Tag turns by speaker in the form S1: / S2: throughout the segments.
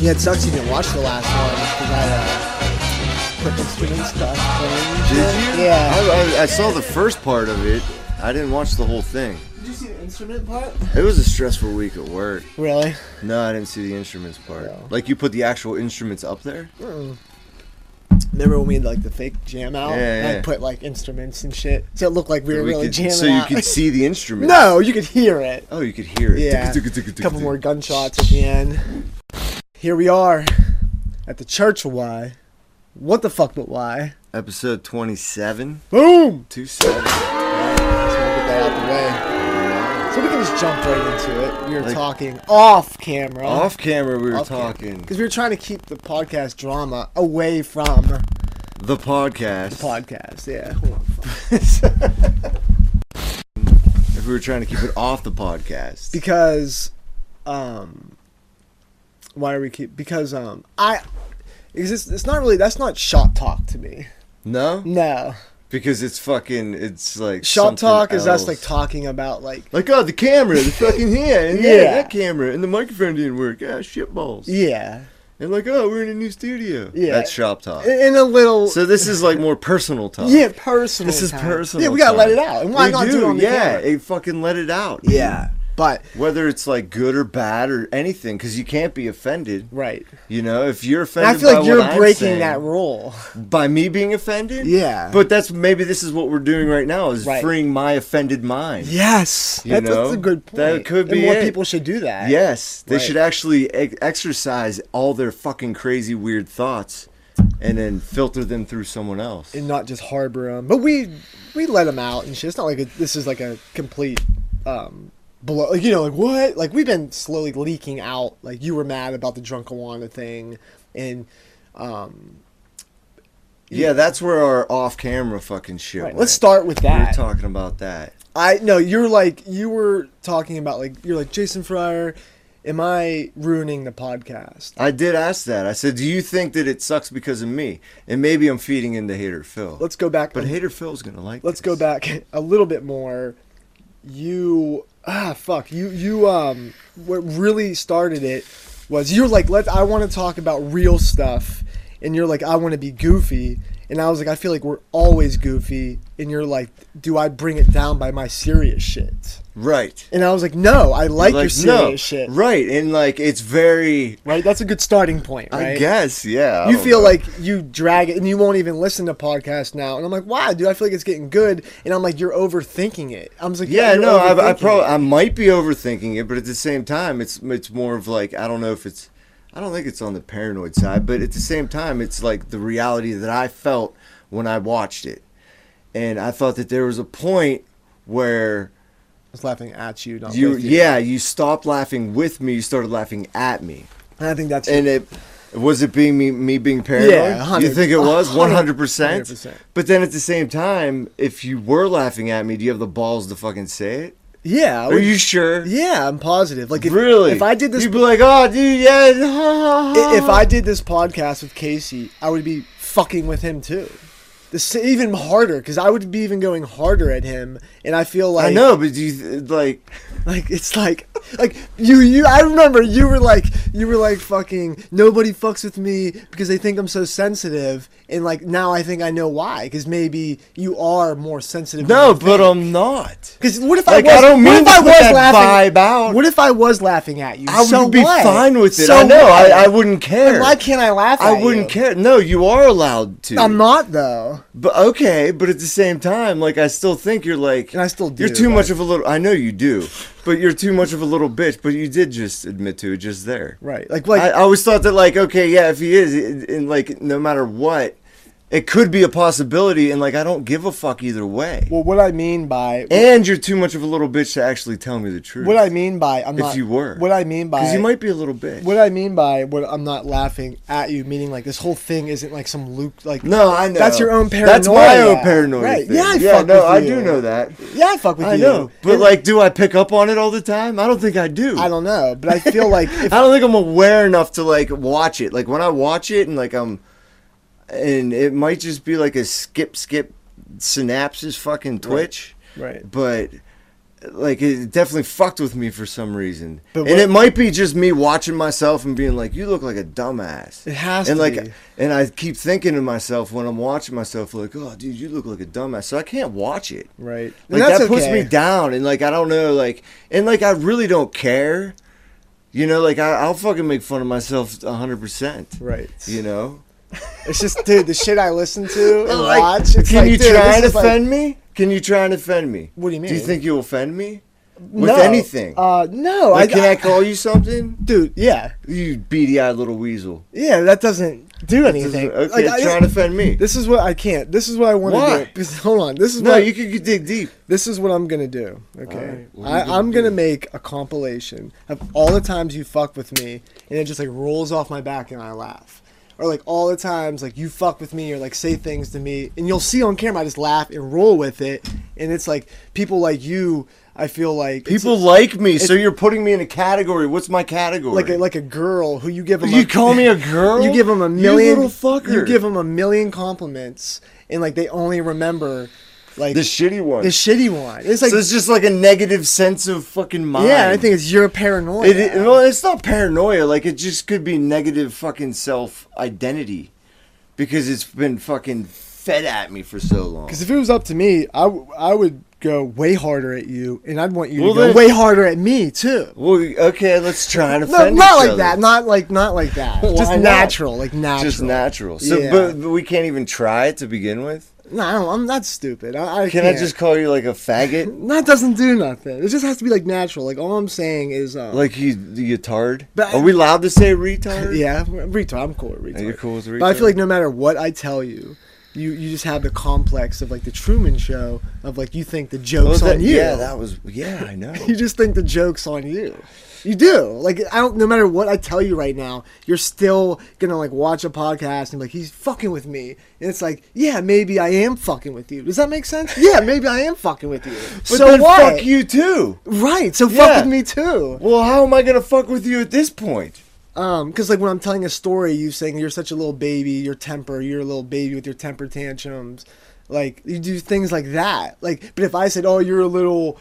S1: Yeah, it sucks you didn't watch the last one because I uh, put instruments stuff.
S2: Did you?
S1: Yeah.
S2: I, I, I saw the first part of it. I didn't watch the whole thing.
S1: Did you see the instrument part?
S2: It was a stressful week at work.
S1: Really?
S2: No, I didn't see the instruments part.
S1: No.
S2: Like you put the actual instruments up there?
S1: Remember when we had like the fake jam out?
S2: Yeah,
S1: and I
S2: yeah.
S1: put like instruments and shit, so it looked like we were
S2: That we
S1: really
S2: could-
S1: jamming
S2: so you
S1: out.
S2: could see the instruments.
S1: no, you could hear it.
S2: Oh, you could hear it.
S1: Yeah. A couple more gunshots at the end. Here we are at the church. of Why? What the fuck? But why?
S2: Episode 27.
S1: Boom! So
S2: 27.
S1: we'll get that out the way. So we can just jump right into it. We were
S2: Like-
S1: talking off camera.
S2: Off camera, we were talking.
S1: Because we were trying to keep the podcast drama away from the
S2: The podcast.
S1: podcast. Yeah. Hold on, fuck.
S2: If we were trying to keep it off the podcast.
S1: because, um, why are we keep? Because um, I, because it's, it's not really that's not shop talk to me.
S2: no?
S1: No,
S2: Because it's fucking, it's like.
S1: shop
S2: something
S1: talk is us
S2: else.
S1: like talking about like
S2: Like, oh, the camera, the fucking here, and yeah.
S1: Yeah.
S2: that camera, and the microphone didn't work. Ah, shit balls.
S1: yeah,
S2: And like, oh, we're in a new studio.
S1: Yeah.
S2: That's shop talk.
S1: in in a little
S2: So this is like more personal talk.
S1: yeah personal.
S2: This is
S1: time.
S2: personal.
S1: Yeah, we gotta
S2: time.
S1: let it out. And why
S2: We
S1: not do,
S2: do,
S1: it on the
S2: yeah,
S1: camera?
S2: it fucking let it out.
S1: Yeah, but
S2: Whether it's like good or bad or anything, because you can't be offended.
S1: right.
S2: You know, if you're
S1: And
S2: offended,
S1: I feel
S2: by
S1: like you're
S2: what I'm
S1: breaking
S2: saying-
S1: that rule.
S2: by me being offended.
S1: Yeah.
S2: But that's maybe this is what we're doing right now is
S1: Right.
S2: freeing my offended mind.
S1: Yes,
S2: You
S1: that's, that's
S2: know?
S1: a good point.
S2: That could
S1: And
S2: be
S1: more
S2: it.
S1: people should do that.
S2: Yes, they
S1: Right.
S2: should actually e- exercise all their fucking crazy weird thoughts, and then filter them through someone else.
S1: and not just harbor them. But we we let them out and shit. It's not like a, this is like a complete um blow. Like you know, like what? Like we've been slowly leaking out. Like you were mad about the drunkawana thing, and um
S2: yeah, that's where our off-camera fucking shit.
S1: right,
S2: went.
S1: let's start with
S2: We were
S1: that.
S2: talking about that.
S1: I no, you're like you were talking about like you're like Jason Fryer. Am I ruining the podcast?
S2: I did ask that. I said, "Do you think that it sucks because of me?" And maybe I'm feeding into Hater Phil.
S1: Let's go back.
S2: but Hater Phil's gonna like.
S1: let's
S2: this.
S1: go back a little bit more. You ah fuck you you um what really started it was you're like let I want to talk about real stuff and you're like I want to be goofy and I was like I feel like we're always goofy and you're like do I bring it down by my serious shit
S2: Right.
S1: and I was like no I like, your serious
S2: no.
S1: shit
S2: Right, and like it's very.
S1: right that's a good starting point right
S2: I guess, yeah. I
S1: you
S2: don't
S1: feel
S2: know.
S1: like you drag it and you won't even listen to podcasts now. And I'm like, wow, dude, I feel like it's getting good. And I'm like, you're overthinking it. I'm just like,
S2: Yeah,
S1: you're
S2: no, I, I
S1: overthinking
S2: probably
S1: it.
S2: I might be overthinking it, but at the same time, it's it's more of like I don't know if it's I don't think it's on the paranoid side, but at the same time, it's like the reality that I felt when I watched it, and I thought that there was a point where
S1: I was laughing at you. Not
S2: you
S1: with you.
S2: yeah you stopped laughing with me, you started laughing at me,
S1: And I think that's
S2: and it. Was it being me, me being paranoid?
S1: Yeah, 100
S2: you think it was one hundred percent.
S1: 100%.
S2: But then at the same time, if you were laughing at me, do you have the balls to fucking say it?
S1: yeah.
S2: Are you sure?
S1: yeah, I'm positive. Like, if,
S2: really?
S1: if I did this,
S2: you'd be like, "Oh, dude, yeah." ha, ha, ha."
S1: i- if I did this podcast with Casey, I would be fucking with him too. This even harder because I would be even going harder at him, and I feel like
S2: I know, but do you th- like?
S1: Like it's like like you you I remember you were like you were like fucking nobody fucks with me because they think I'm so sensitive and like now I think I know why cuz maybe you are more sensitive.
S2: No, but I'm not.
S1: cuz what if
S2: Like,
S1: I was
S2: I don't
S1: what
S2: mean
S1: if
S2: to
S1: I
S2: put
S1: was
S2: that
S1: laughing
S2: vibe out.
S1: What if I was laughing at you?
S2: I would
S1: So
S2: be
S1: what?
S2: fine with it.
S1: So
S2: I know.
S1: what?
S2: I, I wouldn't care.
S1: Then why can't I laugh
S2: I
S1: at
S2: wouldn't
S1: you?
S2: care. No, you are allowed to.
S1: I'm not though.
S2: But okay, but at the same time, like I still think you're like,
S1: And I still do,
S2: You're too
S1: but-
S2: much of a little. I know you do, but you're too much of a little bitch. But you did just admit to it just there.
S1: Right. Like like
S2: I, I always thought that like okay yeah if he is it- and like no matter what it could be a possibility and like I don't give a fuck either way
S1: well what I mean by
S2: and you're too much of a little bitch to actually tell me the truth
S1: what I mean by I'm
S2: if
S1: not
S2: you were
S1: what I mean by
S2: because you might be a little bitch
S1: What I mean by what I'm not laughing at you, meaning like this whole thing isn't like some Luke like
S2: no I know
S1: That's your own
S2: that's my
S1: paranoia.
S2: own paranoia
S1: Right.
S2: thing.
S1: Yeah, I
S2: yeah
S1: fuck
S2: no
S1: with
S2: I
S1: you.
S2: do know that
S1: yeah I fuck with
S2: I
S1: you.
S2: know but
S1: And
S2: like do I pick up on it all the time I don't think I do
S1: I don't know, but I feel like if,
S2: I don't think I'm aware enough to like watch it. Like when I watch it and like I'm, and it might just be like a skip, skip, synapses, fucking twitch.
S1: Right.
S2: But like it definitely fucked with me for some reason.
S1: But
S2: and
S1: what-
S2: it might be just me watching myself and being like, "You look like a dumbass."
S1: It has
S2: and
S1: to
S2: like,
S1: be.
S2: and I keep thinking to myself when I'm watching myself, like, "Oh, dude, you look like a dumbass." So I can't watch it.
S1: Right.
S2: Like
S1: And
S2: that puts
S1: okay.
S2: me down, and like I don't know, like and like I really don't care. You know, like I, I'll fucking make fun of myself hundred percent.
S1: Right.
S2: You know,
S1: It's just, dude, the shit I listen to and
S2: Like,
S1: watch. It's
S2: can
S1: like,
S2: you
S1: dude,
S2: try
S1: this
S2: and
S1: is like-
S2: offend me? Can you try and offend me?
S1: What do you
S2: Do you
S1: mean?
S2: think you'll offend me with
S1: No.
S2: anything?
S1: Uh, no,
S2: like,
S1: I,
S2: can I call you something?
S1: dude. Yeah,
S2: You beady-eyed little weasel.
S1: yeah. That doesn't do
S2: This is-
S1: anything.
S2: Okay,
S1: Like, I-
S2: try and offend me.
S1: This is what I can't. This is what I want
S2: Why?
S1: to do. Because- Hold on. This is
S2: no,
S1: what
S2: you can, you dig deep.
S1: this is what I'm gonna do. Okay,
S2: Alright, what are you
S1: I,
S2: gonna
S1: I'm gonna
S2: do?
S1: make a compilation of all the times you fuck with me, and it just like rolls off my back, and I laugh. Or like all the times like you fuck with me or like say things to me, and you'll see on camera I just laugh and roll with it, and it's like people like you. I feel like it's
S2: People like me, so you're putting me in a category. What's my category?
S1: like a, like a girl who you give 'em
S2: you
S1: a,
S2: call me a girl?
S1: You give them a million.
S2: You little fucker.
S1: You give them a million compliments, and like they only remember, like
S2: the shitty one.
S1: the shitty one. It's like
S2: so it's just like a negative sense of fucking mind.
S1: yeah, I think it's your paranoia.
S2: It, it- well, it's not paranoia. Like it just could be negative fucking self identity, because it's been fucking fed at me for so long.
S1: Because if it was up to me, I, w- I would go way harder at you, and I'd want you
S2: Well,
S1: to go
S2: then-
S1: way harder at me too.
S2: Well, okay, let's try and
S1: No,
S2: offend.
S1: not
S2: each
S1: like
S2: other.
S1: that. Not like not like that.
S2: Why
S1: Just
S2: not?
S1: natural, like natural.
S2: Just natural. So,
S1: Yeah.
S2: but, but we can't even try it to begin with.
S1: No, I don't, I'm not stupid. I, I
S2: Can
S1: can't.
S2: I just call you like a faggot?
S1: That doesn't do nothing. It just has to be like natural. Like all I'm saying is, um,
S2: Like you, you tard?
S1: But-
S2: Are we allowed to say retard?
S1: yeah, retard. I'm cool with retard.
S2: Are you cool with retard?
S1: But I feel like no matter what I tell you, you you just have the complex of like the Truman Show of like you think the
S2: Oh,
S1: joke's
S2: that-
S1: on you.
S2: Yeah, that was. Yeah, I know.
S1: you just think the joke's on you. You do. Like I don't. No matter what I tell you right now, you're still gonna like watch a podcast and be like he's fucking with me. And it's like, yeah, maybe I am fucking with you. Does that make sense? yeah, maybe I am fucking with you.
S2: But
S1: so
S2: then
S1: what?
S2: fuck you too.
S1: Right. So
S2: Yeah.
S1: fuck with me too.
S2: Well, how am I gonna fuck with you at this point?
S1: Um, because like when I'm telling a story, you saying you're such a little baby, your temper, you're a little baby with your temper tantrums, like you do things like that. Like, but if I said, "Oh, you're a little,"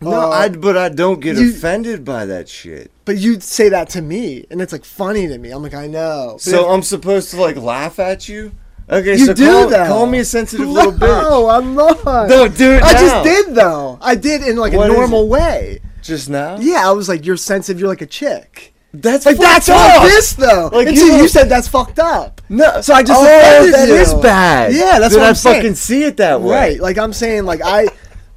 S2: No,
S1: uh,
S2: I. But I don't get
S1: you-
S2: offended by that shit.
S1: but you'd say that to me, and it's like funny to me. I'm like, I know. But
S2: So I'm supposed to like laugh at you? Okay,
S1: if you
S2: so
S1: do
S2: call,
S1: that.
S2: call me a sensitive little bitch.
S1: No, I'm not.
S2: No, do it
S1: I
S2: now.
S1: just did though. I did in like
S2: What
S1: a
S2: is
S1: normal way.
S2: Just now?
S1: Yeah, I was like, you're sensitive. You're like a chick.
S2: That's
S1: Like that's
S2: fucked
S1: all
S2: up.
S1: this though.
S2: Like,
S1: Like
S2: you
S1: you,
S2: know-
S1: you said that's fucked up.
S2: No,
S1: So I just
S2: oh,
S1: offended
S2: that
S1: you.
S2: is bad.
S1: Yeah, that's
S2: Then
S1: what
S2: I
S1: I'm saying.
S2: fucking see it that way.
S1: Right. Like I'm saying, like I,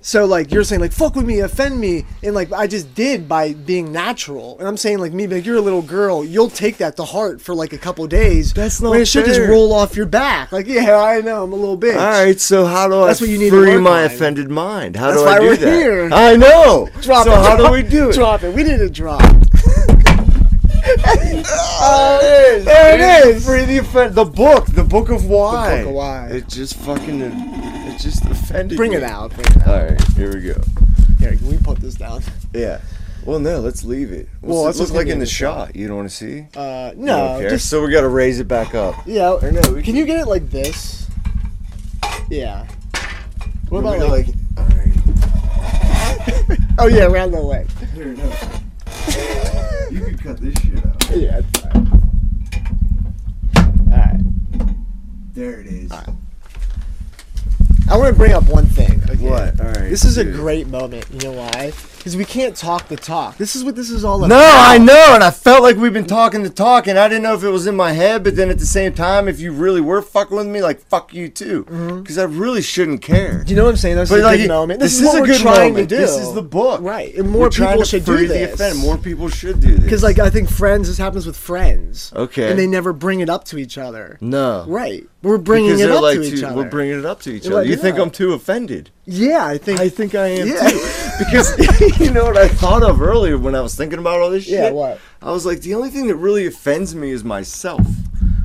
S1: so like you're saying, like fuck with me, offend me, and like I just did by being natural. And I'm saying, like me, like you're a little girl, you'll take that to heart for like a couple days.
S2: That's not
S1: When it should just
S2: fair.
S1: roll off your back. Like yeah, I know, I'm a little bitch.
S2: All right, so how do
S1: That's
S2: I
S1: what you need to
S2: free
S1: work
S2: my
S1: on.
S2: offended mind? How
S1: That's
S2: do I
S1: why
S2: do
S1: we're
S2: that?
S1: here.
S2: I know.
S1: Drop
S2: so
S1: it.
S2: how do
S1: drop-
S2: we do it?
S1: Drop it. We need to drop.
S2: Oh, there it is.
S1: There it is.
S2: Free the offend. The book. The book of why.
S1: of why.
S2: It just fucking. It just offended.
S1: Bring
S2: me.
S1: it out. Bring it out.
S2: All right, here we go.
S1: Here, can we put this down?
S2: Yeah. Well, no, let's leave it. What's
S1: Well,
S2: it
S1: that's
S2: look
S1: what's
S2: like
S1: gonna be in
S2: in the
S1: the
S2: shot? You don't want to see?
S1: Uh,
S2: You don't
S1: no,
S2: care?
S1: just
S2: so we gotta raise it back up.
S1: yeah. Or
S2: no, we
S1: Can you get it like this? Yeah. What
S2: We're
S1: about
S2: gonna,
S1: like?
S2: All right.
S1: Oh yeah, around the leg.
S2: Here, no. You can cut this shit out.
S1: Yeah. It's fine. All right.
S2: There it is.
S1: I want to bring up one thing. again.
S2: What? All right.
S1: This is a
S2: dude.
S1: great moment. You know why? Because we can't talk the talk. This is what this is all about.
S2: No, I know, and I felt like we've been talking the talk, and I didn't know if it was in my head, but then at the same time, if you really were fucking with me, like fuck you too, because I really shouldn't care.
S1: You know what I'm saying? Mm-hmm. This
S2: But
S1: is a
S2: like,
S1: good
S2: it-
S1: moment.
S2: this
S1: This, is
S2: is
S1: what
S2: a
S1: we're
S2: good
S1: trying
S2: moment.
S1: to do.
S2: This is the book.
S1: right? And
S2: We're
S1: more
S2: trying
S1: people
S2: to
S1: should
S2: free
S1: do
S2: the
S1: this.
S2: offend. More people should do this.
S1: Because like I think friends, this happens with friends.
S2: Okay.
S1: And they never bring it up to each other.
S2: no,
S1: Right. We're bringing
S2: because
S1: it
S2: they're
S1: up
S2: like
S1: to each
S2: too-
S1: other.
S2: We're bringing it up to each
S1: You're
S2: other.
S1: like,
S2: you think
S1: yeah.
S2: I'm too offended?
S1: yeah, I think.
S2: I think I am
S1: Yeah.
S2: too. Because you know what I thought of earlier when I was thinking about all this shit?
S1: Yeah, what?
S2: I was like, the only thing that really offends me is myself.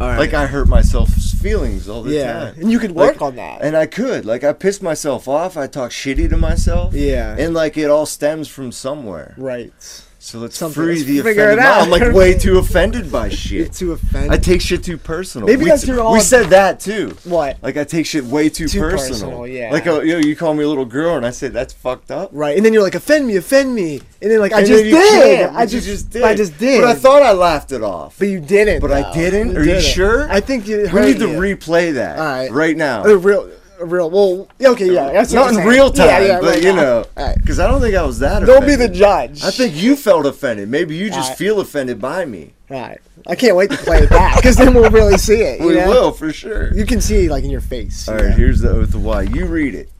S1: Alright.
S2: Like I hurt myself's feelings all the
S1: Yeah,
S2: time.
S1: and you could
S2: Like,
S1: work on that.
S2: And I could. Like I piss myself off, I talk shitty to myself.
S1: Yeah.
S2: And like it all stems from somewhere.
S1: right.
S2: So let's
S1: Something-
S2: free
S1: let's
S2: the
S1: figure
S2: offended.
S1: it
S2: mind. I'm
S1: out.
S2: like way too offended by
S1: You're
S2: shit.
S1: too offended.
S2: I take shit too personal.
S1: Maybe
S2: we,
S1: that's your
S2: We
S1: own-
S2: said that too.
S1: what?
S2: Like I take shit way too,
S1: Too
S2: personal.
S1: personal, yeah.
S2: Like oh, yo, you call me a little girl, and I say that's fucked up.
S1: Right, and then you're like, offend me, offend me, and then like I
S2: And
S1: just
S2: then you
S1: did,
S2: can't,
S1: I
S2: but you
S1: just, I just did.
S2: But I thought I laughed it off.
S1: but you didn't.
S2: But I
S1: though.
S2: didn't? Are you sure?
S1: I think you.
S2: we
S1: heard
S2: need to
S1: you.
S2: replay that
S1: All right.
S2: right now.
S1: A real, a real. Well, yeah, okay, yeah. That's what I'm
S2: Not in
S1: saying.
S2: real time,
S1: Yeah, yeah,
S2: but
S1: right
S2: you
S1: now.
S2: know,
S1: All right.
S2: because I don't think I was that.
S1: Don't be
S2: offended.
S1: the judge.
S2: I think you felt offended. Maybe you just
S1: Alright.
S2: feel offended by me.
S1: All right. I can't wait to play it back because then we'll really see it. you
S2: We
S1: know?
S2: will for sure.
S1: You can see like in your face.
S2: All
S1: you
S2: right,
S1: know?
S2: here's the oath of why. You read it.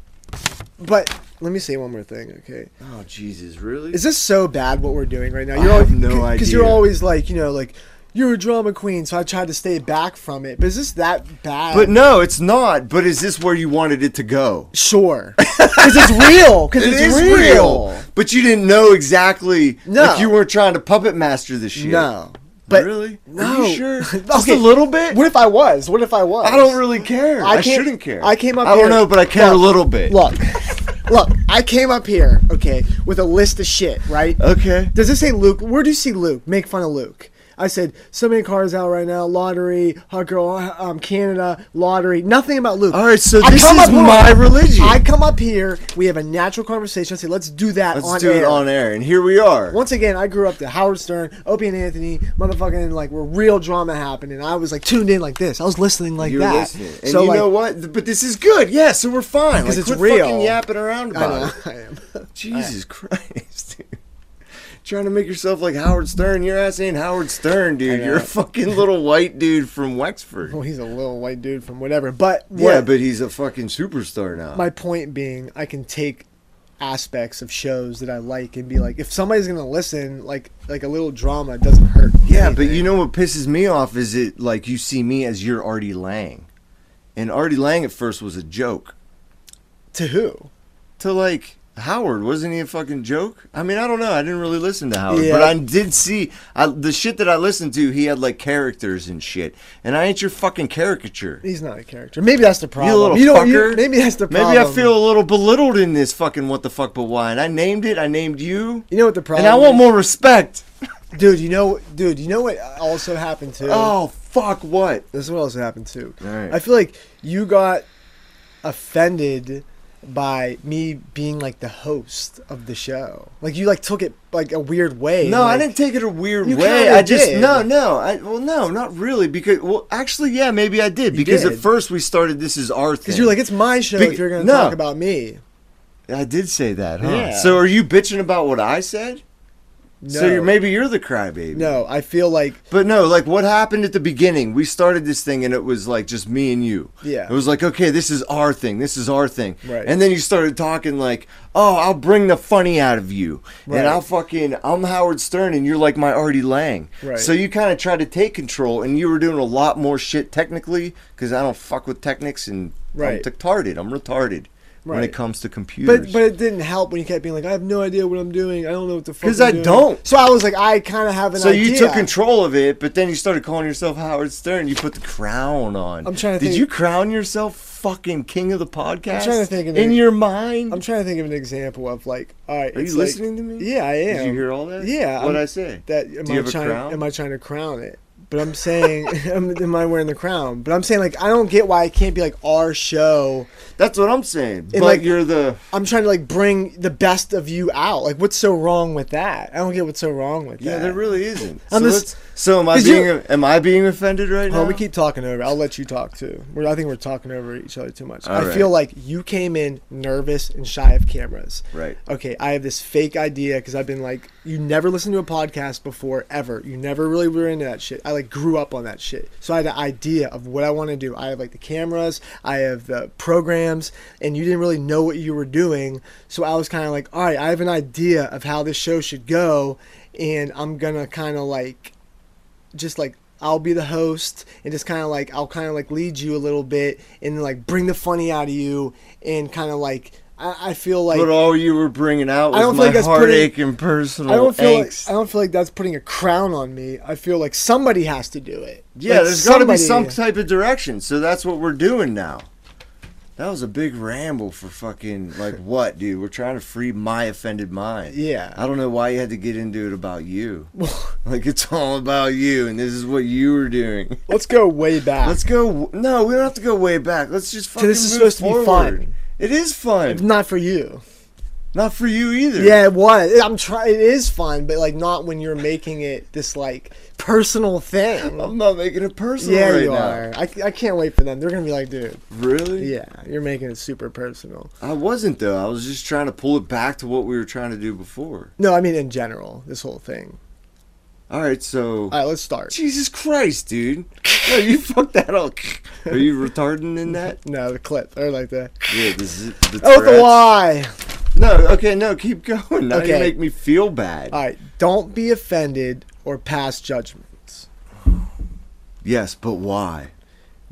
S1: But let me say one more thing, okay?
S2: Oh Jesus, really?
S1: Is this so bad what we're doing right now?
S2: I
S1: al-
S2: have no
S1: Because you're
S2: idea.
S1: always like, you know, like you're a drama queen, so I tried to stay back from it. But is this that bad?
S2: but no, it's not. But is this where you wanted it to go?
S1: sure, because it's real. Because
S2: It
S1: it's
S2: is
S1: real.
S2: But you didn't know exactly.
S1: No.
S2: Like you weren't trying to puppet master this shit.
S1: No, but
S2: really?
S1: no.
S2: Are you sure?
S1: Okay.
S2: Just a little bit.
S1: what if I was? What if I was?
S2: I don't really care. I,
S1: I came-
S2: shouldn't care.
S1: I came up
S2: I don't
S1: here-
S2: know, but I care a
S1: Look,
S2: little bit.
S1: Look, look. I came up here, okay, with a list of shit, right?
S2: Okay.
S1: Does it say Luke? Where do you see Luke? Make fun of Luke. I said so many cars out right now. Lottery, hot girl, um, Canada, lottery. Nothing about Luke.
S2: All right, so
S1: I
S2: this
S1: come
S2: is
S1: up here-
S2: my religion.
S1: I come up here. We have a natural conversation. I say let's do that
S2: Let's
S1: on
S2: do
S1: air.
S2: it on air, and here we are.
S1: Once again, I grew up to Howard Stern, Opie and Anthony, motherfucking like where real drama happened, and I was like tuned in like this. I was listening like
S2: You're
S1: that.
S2: listening, and
S1: so
S2: you
S1: like,
S2: know what? But this is good. Yeah, so we're fine.
S1: 'Cause it's
S2: Like, quit
S1: real.
S2: Fucking yapping around
S1: I
S2: about
S1: know
S2: it.
S1: I am.
S2: Jesus Christ, dude. Trying to make yourself like Howard Stern. Your ass ain't Howard Stern, dude.
S1: know. Oh,
S2: You're a fucking little white dude from Wexford.
S1: Well, he's a little white dude from whatever, but
S2: Yeah,
S1: what-
S2: but he's a fucking superstar now.
S1: my point being i can take aspects of shows that i like and be like if somebody's gonna listen like like a little drama doesn't hurt
S2: yeah, but you know what pisses me off is it like you see me as your Artie Lang, and Artie Lang at first was a joke
S1: to who
S2: to like. Howard wasn't he a fucking joke? I mean, I don't know. I didn't really listen to Howard,
S1: Yeah.
S2: but I did see I, the shit that I listened to. He had like characters and shit, and I ain't your fucking caricature.
S1: he's not a character maybe that's the problem
S2: You little
S1: don't-
S2: fucker.
S1: maybe that's the problem
S2: Maybe I feel a little belittled in this fucking what the fuck but why. And I named it. I named you.
S1: you know what the problem
S2: and I want
S1: is?
S2: more respect.
S1: dude you know dude you know what also happened to
S2: Oh fuck what?
S1: this is what also happened too.
S2: Alright.
S1: I feel like you got offended by me being like the host of the show. Like you like took it like a weird way.
S2: No, I
S1: like-
S2: didn't take it a weird
S1: You
S2: way.
S1: kinda
S2: I just
S1: did.
S2: no, no. I well, no, not really. Because well, actually, yeah, maybe I did. Because at
S1: did.
S2: first we started this is our thing.
S1: Because you're like, it's my show
S2: Bec-
S1: if you're going to
S2: no.
S1: talk about me.
S2: I did say that, huh?
S1: Yeah.
S2: So are you bitching about what I said?
S1: No.
S2: So you're maybe you're the crybaby.
S1: No, I feel like
S2: But no, like what happened at the beginning, we started this thing and it was like just me and you.
S1: Yeah.
S2: It was like, okay, this is our thing. This is our thing.
S1: Right.
S2: And then you started talking like, oh, I'll bring the funny out of you.
S1: Right.
S2: And I'll fucking, I'm Howard Stern and you're like my Artie Lang.
S1: Right.
S2: So you kind of tried to take control and you were doing a lot more shit technically because I don't fuck with techniques and
S1: Right.
S2: I'm retarded. I'm retarded when
S1: Right.
S2: it comes to computers.
S1: but but it didn't help when you kept being like, I have no idea what I'm doing. I don't know what the fuck.
S2: 'Cause
S1: I'm
S2: I
S1: doing."
S2: don't.
S1: So I was like, I kind of have an
S2: So
S1: idea.
S2: you took control of it, but then you started calling yourself Howard Stern. You put the crown on.
S1: I'm trying to
S2: Did
S1: think-
S2: you crown yourself fucking king of the podcast?
S1: I'm trying to think of
S2: in
S1: it.
S2: your mind.
S1: I'm trying to think of an example of like, all right,
S2: Are
S1: it's
S2: you
S1: like-
S2: listening to me?
S1: Yeah, I am.
S2: Did you hear all that?
S1: Yeah, I'm-
S2: What did I say?
S1: that? Am
S2: Do you
S1: I
S2: have a
S1: trying?
S2: crown?
S1: Am I trying to crown it? But I'm saying, am, am I wearing the crown? But I'm saying like, I don't get why it can't be like our show.
S2: That's what I'm saying. But
S1: like-
S2: you're the
S1: I'm trying to like bring the best of you out. Like, what's so wrong with that? I don't get what's so wrong with
S2: yeah.
S1: that.
S2: There really isn't. So,
S1: I'm just-
S2: let's- so am I
S1: 'Cause
S2: being
S1: you-
S2: am I being offended right
S1: Well,
S2: now?
S1: we keep talking over. I'll let you talk too. We're, I think we're talking over each other too much.
S2: All
S1: I
S2: right.
S1: feel like you came in nervous and shy of cameras.
S2: Right.
S1: Okay, I have this fake idea because I've been like, you never listened to a podcast before ever. You never really were into that shit. I like grew up on that shit, so I had an idea of what I want to do. I have like the cameras, I have the programs, and you didn't really know what you were doing. So I was kind of like, all right, I have an idea of how this show should go, and I'm gonna kind of like just like I'll be the host and just kind of like I'll kind of like lead you a little bit and like bring the funny out of you and kind of like I, I feel like
S2: but all you were bringing out was
S1: I don't feel
S2: my
S1: like that's putting-
S2: heartache and personal
S1: I don't feel like,
S2: angst.
S1: I don't feel like that's putting a crown on me. I feel like somebody has to do it.
S2: yeah,
S1: Like,
S2: there's got to be
S1: somebody-
S2: some type of direction. So that's what we're doing now. That was a big ramble for fucking like what, dude? We're trying to free my offended mind.
S1: Yeah.
S2: I don't know why you had to get into it about you.
S1: Well,
S2: Like it's all about you, and this is what you were doing.
S1: Let's go way back.
S2: Let's go. No, we don't have to go way back. Let's just fucking.
S1: this is
S2: move
S1: supposed to be
S2: forward.
S1: fun.
S2: It is fun.
S1: not for you.
S2: Not for you either.
S1: Yeah, it was. I'm trying. It is fun, but like not when you're making it this like personal thing.
S2: I'm not making it personal
S1: Yeah,
S2: right
S1: you
S2: now.
S1: are. I, I can't wait for them. They're gonna be like, dude.
S2: Really?
S1: Yeah, you're making it super personal.
S2: I wasn't though. I was just trying to pull it back to what we were trying to do before.
S1: No, I mean in general, this whole thing.
S2: All right, so
S1: All right, let's start.
S2: Jesus Christ, dude. No, you fucked that up. Are you retarding in that?
S1: No, the clip or like the
S2: Yeah, this is the
S1: oh with the
S2: threats.
S1: Y.
S2: No, okay, no, keep going. Now you
S1: Okay. Uh,
S2: make me feel bad.
S1: All right, don't be offended or pass judgments.
S2: yes, but why?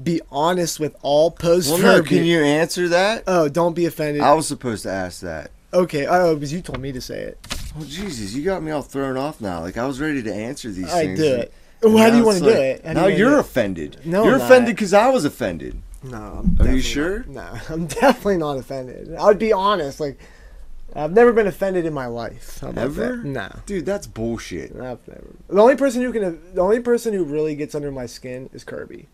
S1: Be honest with all post
S2: Well, no,
S1: verbi-
S2: can you answer that?
S1: Oh, don't be offended.
S2: I was supposed to ask that.
S1: okay. Oh, because you told me to say it.
S2: Well, Jesus, you got me all thrown off now. Like I was ready to answer these
S1: I
S2: things.
S1: do
S2: and-
S1: it. Well, how
S2: and
S1: do you
S2: now
S1: want
S2: it's
S1: to do
S2: like-
S1: it? How do you
S2: Now
S1: wanna do
S2: you're
S1: it?
S2: offended.
S1: No,
S2: you're
S1: I'm not.
S2: offended because I was offended.
S1: No.
S2: Are
S1: I'm
S2: you
S1: definitely
S2: sure?
S1: not- No, I'm definitely not offended. I'd be honest. Like, I've never been offended in my life. How about
S2: Ever?
S1: that? No.
S2: Dude, that's bullshit.
S1: I've never. The only person who can, the only person who really gets under my skin is Kirby.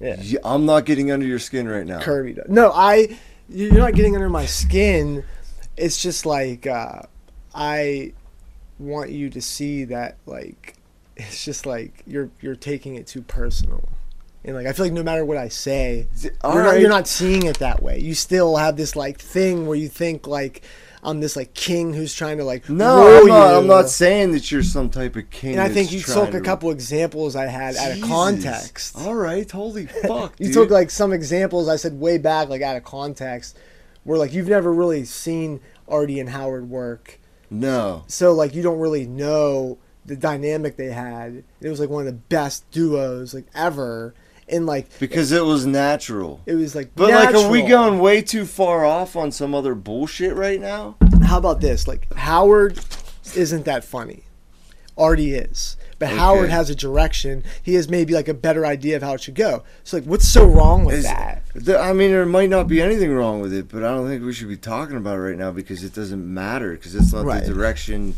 S1: Yeah.
S2: Y- I'm not getting under your skin right now.
S1: Kirby does. No, I. You're not getting under my skin. It's just like uh, I want you to see that like it's just like you're you're taking it too personal, and like I feel like no matter what I say,
S2: All
S1: you're, not, you're
S2: right.
S1: not seeing it that way. You still have this like thing where you think like I'm this like king who's trying to like
S2: No, I'm
S1: rule
S2: not, I'm
S1: you.
S2: not saying that you're some type of king.
S1: And I think
S2: that's
S1: you
S2: trying
S1: took
S2: to-
S1: a couple examples I had out of
S2: Jesus.
S1: context.
S2: All right, holy fuck.
S1: You
S2: dude.
S1: took like some examples I said way back, like out of context, where like you've never really seen Artie and Howard work,
S2: no.
S1: so like you don't really know the dynamic they had. It was like one of the best duos like ever, and like
S2: Because it was natural.
S1: it was like.
S2: But like, are we
S1: natural.
S2: going way too far off on some other bullshit right now?
S1: How about this? Like Howard isn't that funny. Artie is. But
S2: Okay.
S1: Howard has a direction. He has maybe like a better idea of how it should go. So like, what's so wrong with
S2: Is-
S1: that?
S2: Th- I mean, there might not be anything wrong with it, but I don't think we should be talking about it right now because it doesn't matter because it's not
S1: Right.
S2: the direction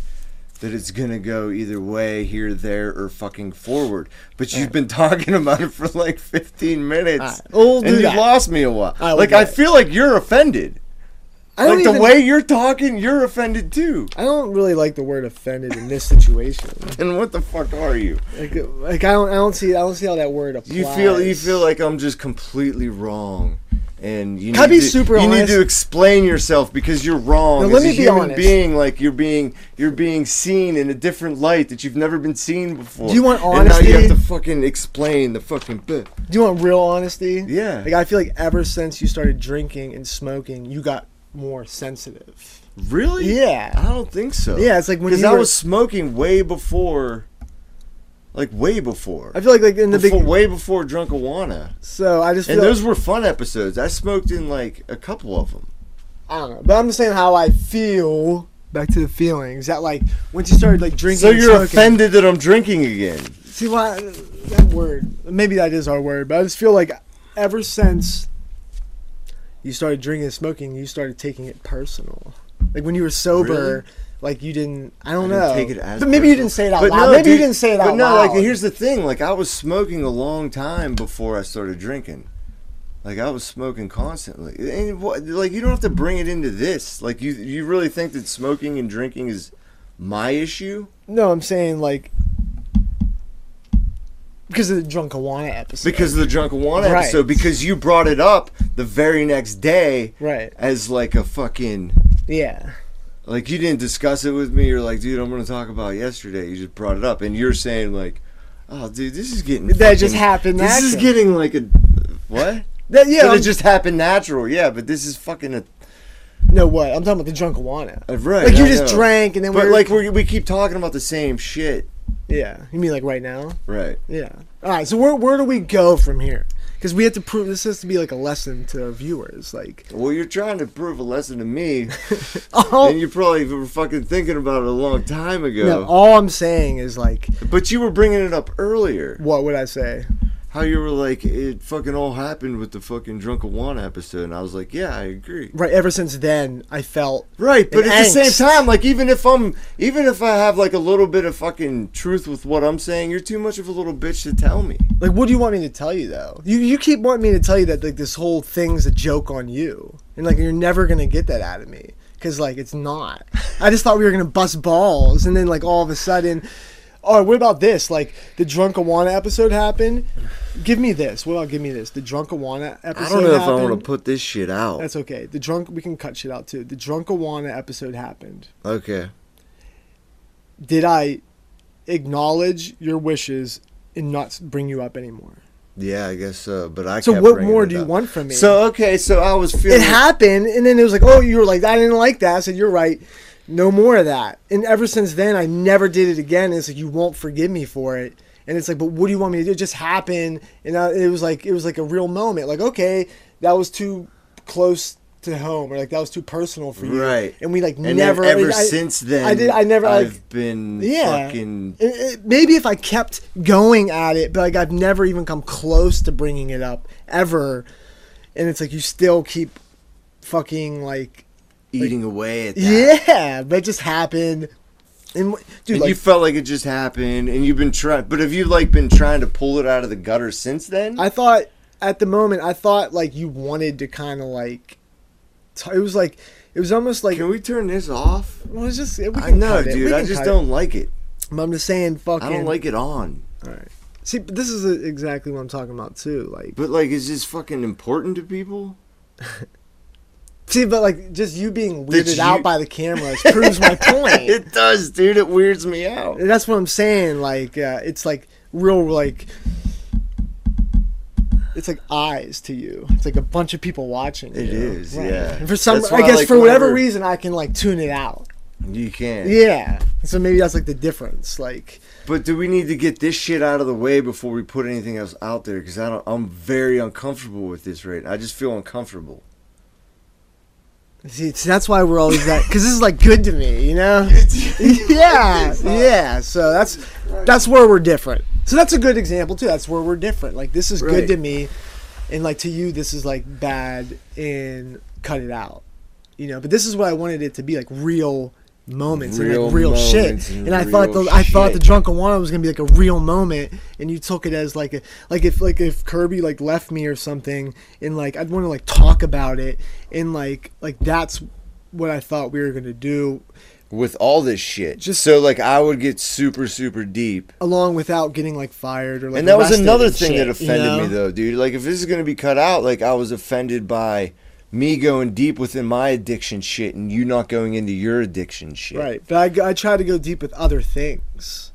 S2: that it's gonna go either way, here, there, or fucking forward. But you've been talking about it for like 15 minutes,
S1: All right. We'll do
S2: and you
S1: that.
S2: lost me a while.
S1: All right, we'll
S2: like
S1: do
S2: I
S1: it.
S2: feel like you're offended.
S1: I don't
S2: like the
S1: even-
S2: way you're talking, you're offended too.
S1: I don't really like the word offended in this situation.
S2: And what the fuck are you?
S1: Like, like I don't, I don't see, I don't see how that word applies.
S2: You feel you feel like I'm just completely wrong, and you
S1: Can I
S2: need
S1: be
S2: to,
S1: super
S2: you need
S1: honest?
S2: to explain yourself because you're wrong.
S1: Now,
S2: As
S1: let
S2: a
S1: me be
S2: human
S1: honest.
S2: being like you're being you're being seen in a different light that you've never been seen before.
S1: Do you want
S2: And now
S1: honesty?
S2: you have to fucking explain the fucking bit.
S1: Do you want real honesty?
S2: Yeah.
S1: Like I feel like ever since you started drinking and smoking, you got more sensitive.
S2: Really? I
S1: Yeah.
S2: don't think so.
S1: Yeah, it's like when
S2: because
S1: you
S2: I
S1: were-
S2: was smoking way before, like way before,
S1: I feel like like in the
S2: Before-
S1: big.
S2: way before Drunkawana.
S1: So I just feel.
S2: And those were fun episodes. I smoked in like a couple of them.
S1: I don't know, but I'm just saying how I feel. Back to the feelings that like once you started like drinking.
S2: So
S1: and
S2: you're
S1: smoking,
S2: offended that I'm drinking again.
S1: See why that word? Maybe that is our word, but I just feel like ever since you started drinking and smoking, you started taking it personal. Like when you were sober,
S2: Really?
S1: like you didn't. I don't
S2: didn't
S1: know.
S2: take it as
S1: but maybe
S2: personal.
S1: you didn't say it out
S2: But
S1: loud.
S2: no,
S1: maybe you
S2: dude,
S1: didn't say it
S2: but
S1: out
S2: no,
S1: loud.
S2: like here's the thing. Like I was smoking a long time before I started drinking. Like I was smoking constantly. And what, like you don't have to bring it into this. Like you you really think that smoking and drinking is my issue?
S1: no, I'm saying like because of the drunkawana episode.
S2: Because of the Drunkawana
S1: Right.
S2: episode because you brought it up the very next day
S1: right?
S2: as like a fucking
S1: Yeah.
S2: like you didn't discuss it with me. You're like, dude, I'm gonna talk about yesterday. You just brought it up, and you're saying like, oh, dude, this is getting
S1: That just happened
S2: This is
S1: natural.
S2: getting like a what?
S1: That, yeah.
S2: Yeah,
S1: I'm-
S2: it just happened natural. Yeah, but this is fucking a,
S1: no, what? I'm talking about the drunkawana.
S2: a right.
S1: like you
S2: I
S1: just
S2: know.
S1: drank and then we
S2: but
S1: were,
S2: like we we keep talking about the same shit.
S1: yeah. You mean like right now?
S2: Right.
S1: Yeah. All right. So where where do we go from here? Because we have to prove this has to be like a lesson to our viewers. Like,
S2: Well, you're trying to prove a lesson to me, and
S1: all,
S2: you probably were fucking thinking about it a long time ago.
S1: no, all I'm saying is like,
S2: but you were bringing it up earlier.
S1: what would I say?
S2: how you were like it fucking all happened with the fucking drunken one episode, and I was like, yeah, I agree.
S1: Right. Ever since then, I felt
S2: Right, but
S1: And
S2: at the
S1: angst.
S2: same time, like even if I'm, even if I have like a little bit of fucking truth with what I'm saying, you're too much of a little bitch to tell me.
S1: like, what do you want me to tell you though? You you keep wanting me to tell you that like this whole thing's a joke on you, and like you're never gonna get that out of me because like it's not. I just thought we were gonna bust balls, and then like all of a sudden. All right, what about this? Like the drunk Awana episode happened. Give me this. What about give me this? The drunk Awana episode.
S2: I don't know if I
S1: happened.
S2: want to put this shit out.
S1: That's okay. The drunk we can cut shit out too. The drunk Awana episode happened.
S2: okay.
S1: Did I acknowledge your wishes and not s- bring you up anymore?
S2: Yeah, I guess so. But I.
S1: So
S2: kept
S1: what
S2: bringing
S1: more
S2: it
S1: do you
S2: up.
S1: want from me?
S2: So okay, so I was feeling.
S1: it happened, and then it was like, oh, you were like, I didn't like that. I said, you're right. No more of that. And ever since then, I never did it again. And it's like you won't forgive me for it. And it's like, but what do you want me to do? It just happened, and I, it was like it was like a real moment. Like, okay, that was too close to home, or like that was too personal for you.
S2: Right.
S1: And we like
S2: and
S1: never.
S2: never ever
S1: and I-
S2: since then,
S1: I did. I never.
S2: I've
S1: like,
S2: been
S1: Yeah.
S2: fucking.
S1: it- it- maybe if I kept going at it, but like I've never even come close to bringing it up ever, and it's like you still keep fucking like
S2: eating away at that.
S1: yeah, but it just happened. And wh- dude,
S2: and
S1: like,
S2: you felt like it just happened, and you've been trying. But have you like been trying to pull it out of the gutter since then?
S1: I thought at the moment, I thought like you wanted to kind of like t- it was like it was almost like
S2: Can we turn this off?
S1: well, it's just it, we
S2: I
S1: can
S2: know,
S1: cut it. We
S2: dude. I
S1: can
S2: just
S1: cut it.
S2: don't like it.
S1: But I'm just saying, fucking.
S2: I don't like it on.
S1: All right. See, but this is uh, exactly what I'm talking about too. Like,
S2: But like, is this fucking important to people?
S1: See, but like just you being weirded
S2: you-
S1: out by the cameras proves my point.
S2: It does, dude. It weirds me out.
S1: That's what I'm saying. Like uh, it's like real like it's like eyes to you. It's like a bunch of people watching.
S2: It
S1: It is,
S2: is, yeah.
S1: And for some,
S2: That's
S1: I
S2: why,
S1: guess
S2: like,
S1: for whatever
S2: whenever-
S1: reason, I can like tune it out.
S2: You can't.
S1: Yeah. So maybe that's like the difference. Like
S2: But do we need to get this shit out of the way before we put anything else out there? Because I don't. I'm very uncomfortable with this right. now. I just feel uncomfortable.
S1: see, see, that's why we're always that because this is like good to me, you know. yeah, yeah. So that's that's where we're different. So that's a good example too. That's where we're different. Like this is good
S2: Right.
S1: to me, and like to you, this is like bad and cut it out. You know, but this is what I wanted it to be like real moments and
S2: Real
S1: like real shit.
S2: moments
S1: And,
S2: and
S1: I thought the
S2: real
S1: I thought the
S2: shit.
S1: drunken one was gonna be like a real moment, and you took it as like a like if like if Kirby like left me or something, and like I'd want to like talk about it, and like like that's what I thought we were gonna do
S2: with all this shit.
S1: Just-
S2: Just so like I would get super super deep.
S1: along without getting like fired or like.
S2: and that was
S1: arrested
S2: another
S1: and
S2: thing
S1: shit,
S2: that offended
S1: you know?
S2: me though, dude. Like if this is going to be cut out, like I was offended by me going deep within my addiction shit and you not going into your addiction shit.
S1: Right, but I, g- I try to go deep with other things.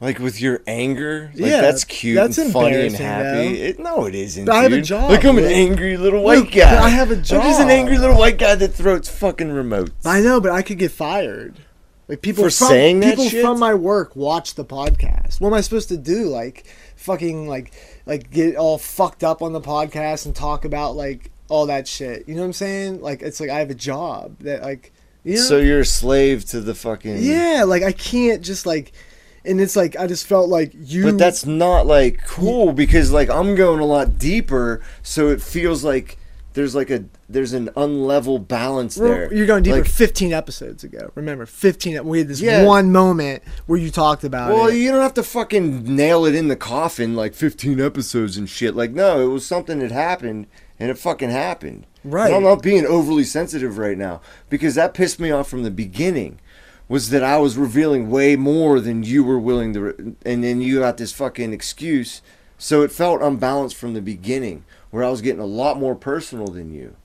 S2: Like with your anger, like
S1: Yeah,
S2: that's cute
S1: that's
S2: and funny and
S1: embarrassing,
S2: happy.
S1: though.
S2: It, no, it isn't.
S1: But I have a
S2: dude.
S1: job,
S2: Like I'm an
S1: Luke.
S2: angry little white
S1: Luke,
S2: guy.
S1: I have a
S2: I'm just
S1: job.
S2: an angry little white guy that throws fucking remotes.
S1: I know, but I could get fired. Like people
S2: For
S1: from,
S2: saying that
S1: people
S2: shit?
S1: from my work watch the podcast. What am I supposed to do? Like fucking like like get all fucked up on the podcast and talk about like all that shit. You know what I'm saying? Like it's like I have a job that like you know.
S2: So you're a slave to the fucking
S1: yeah, like I can't just like, and it's like I just felt like you.
S2: But that's not like cool because like I'm going a lot deeper, so it feels like there's like a there's an unlevel balance
S1: Well,
S2: there.
S1: You're going deeper.
S2: Like,
S1: 15 episodes ago. Remember, 15. ep- We had this
S2: Yeah.
S1: one moment where you talked about
S2: well,
S1: it.
S2: you don't have to fucking nail it in the coffin like 15 episodes and shit. Like no, it was something that happened and it fucking happened. And
S1: Right.
S2: I'm not being overly sensitive right now because that pissed me off from the beginning. Was that I was revealing way more than you were willing to, re- and then you got this fucking excuse. So it felt unbalanced from the beginning, where I was getting a lot more personal than you,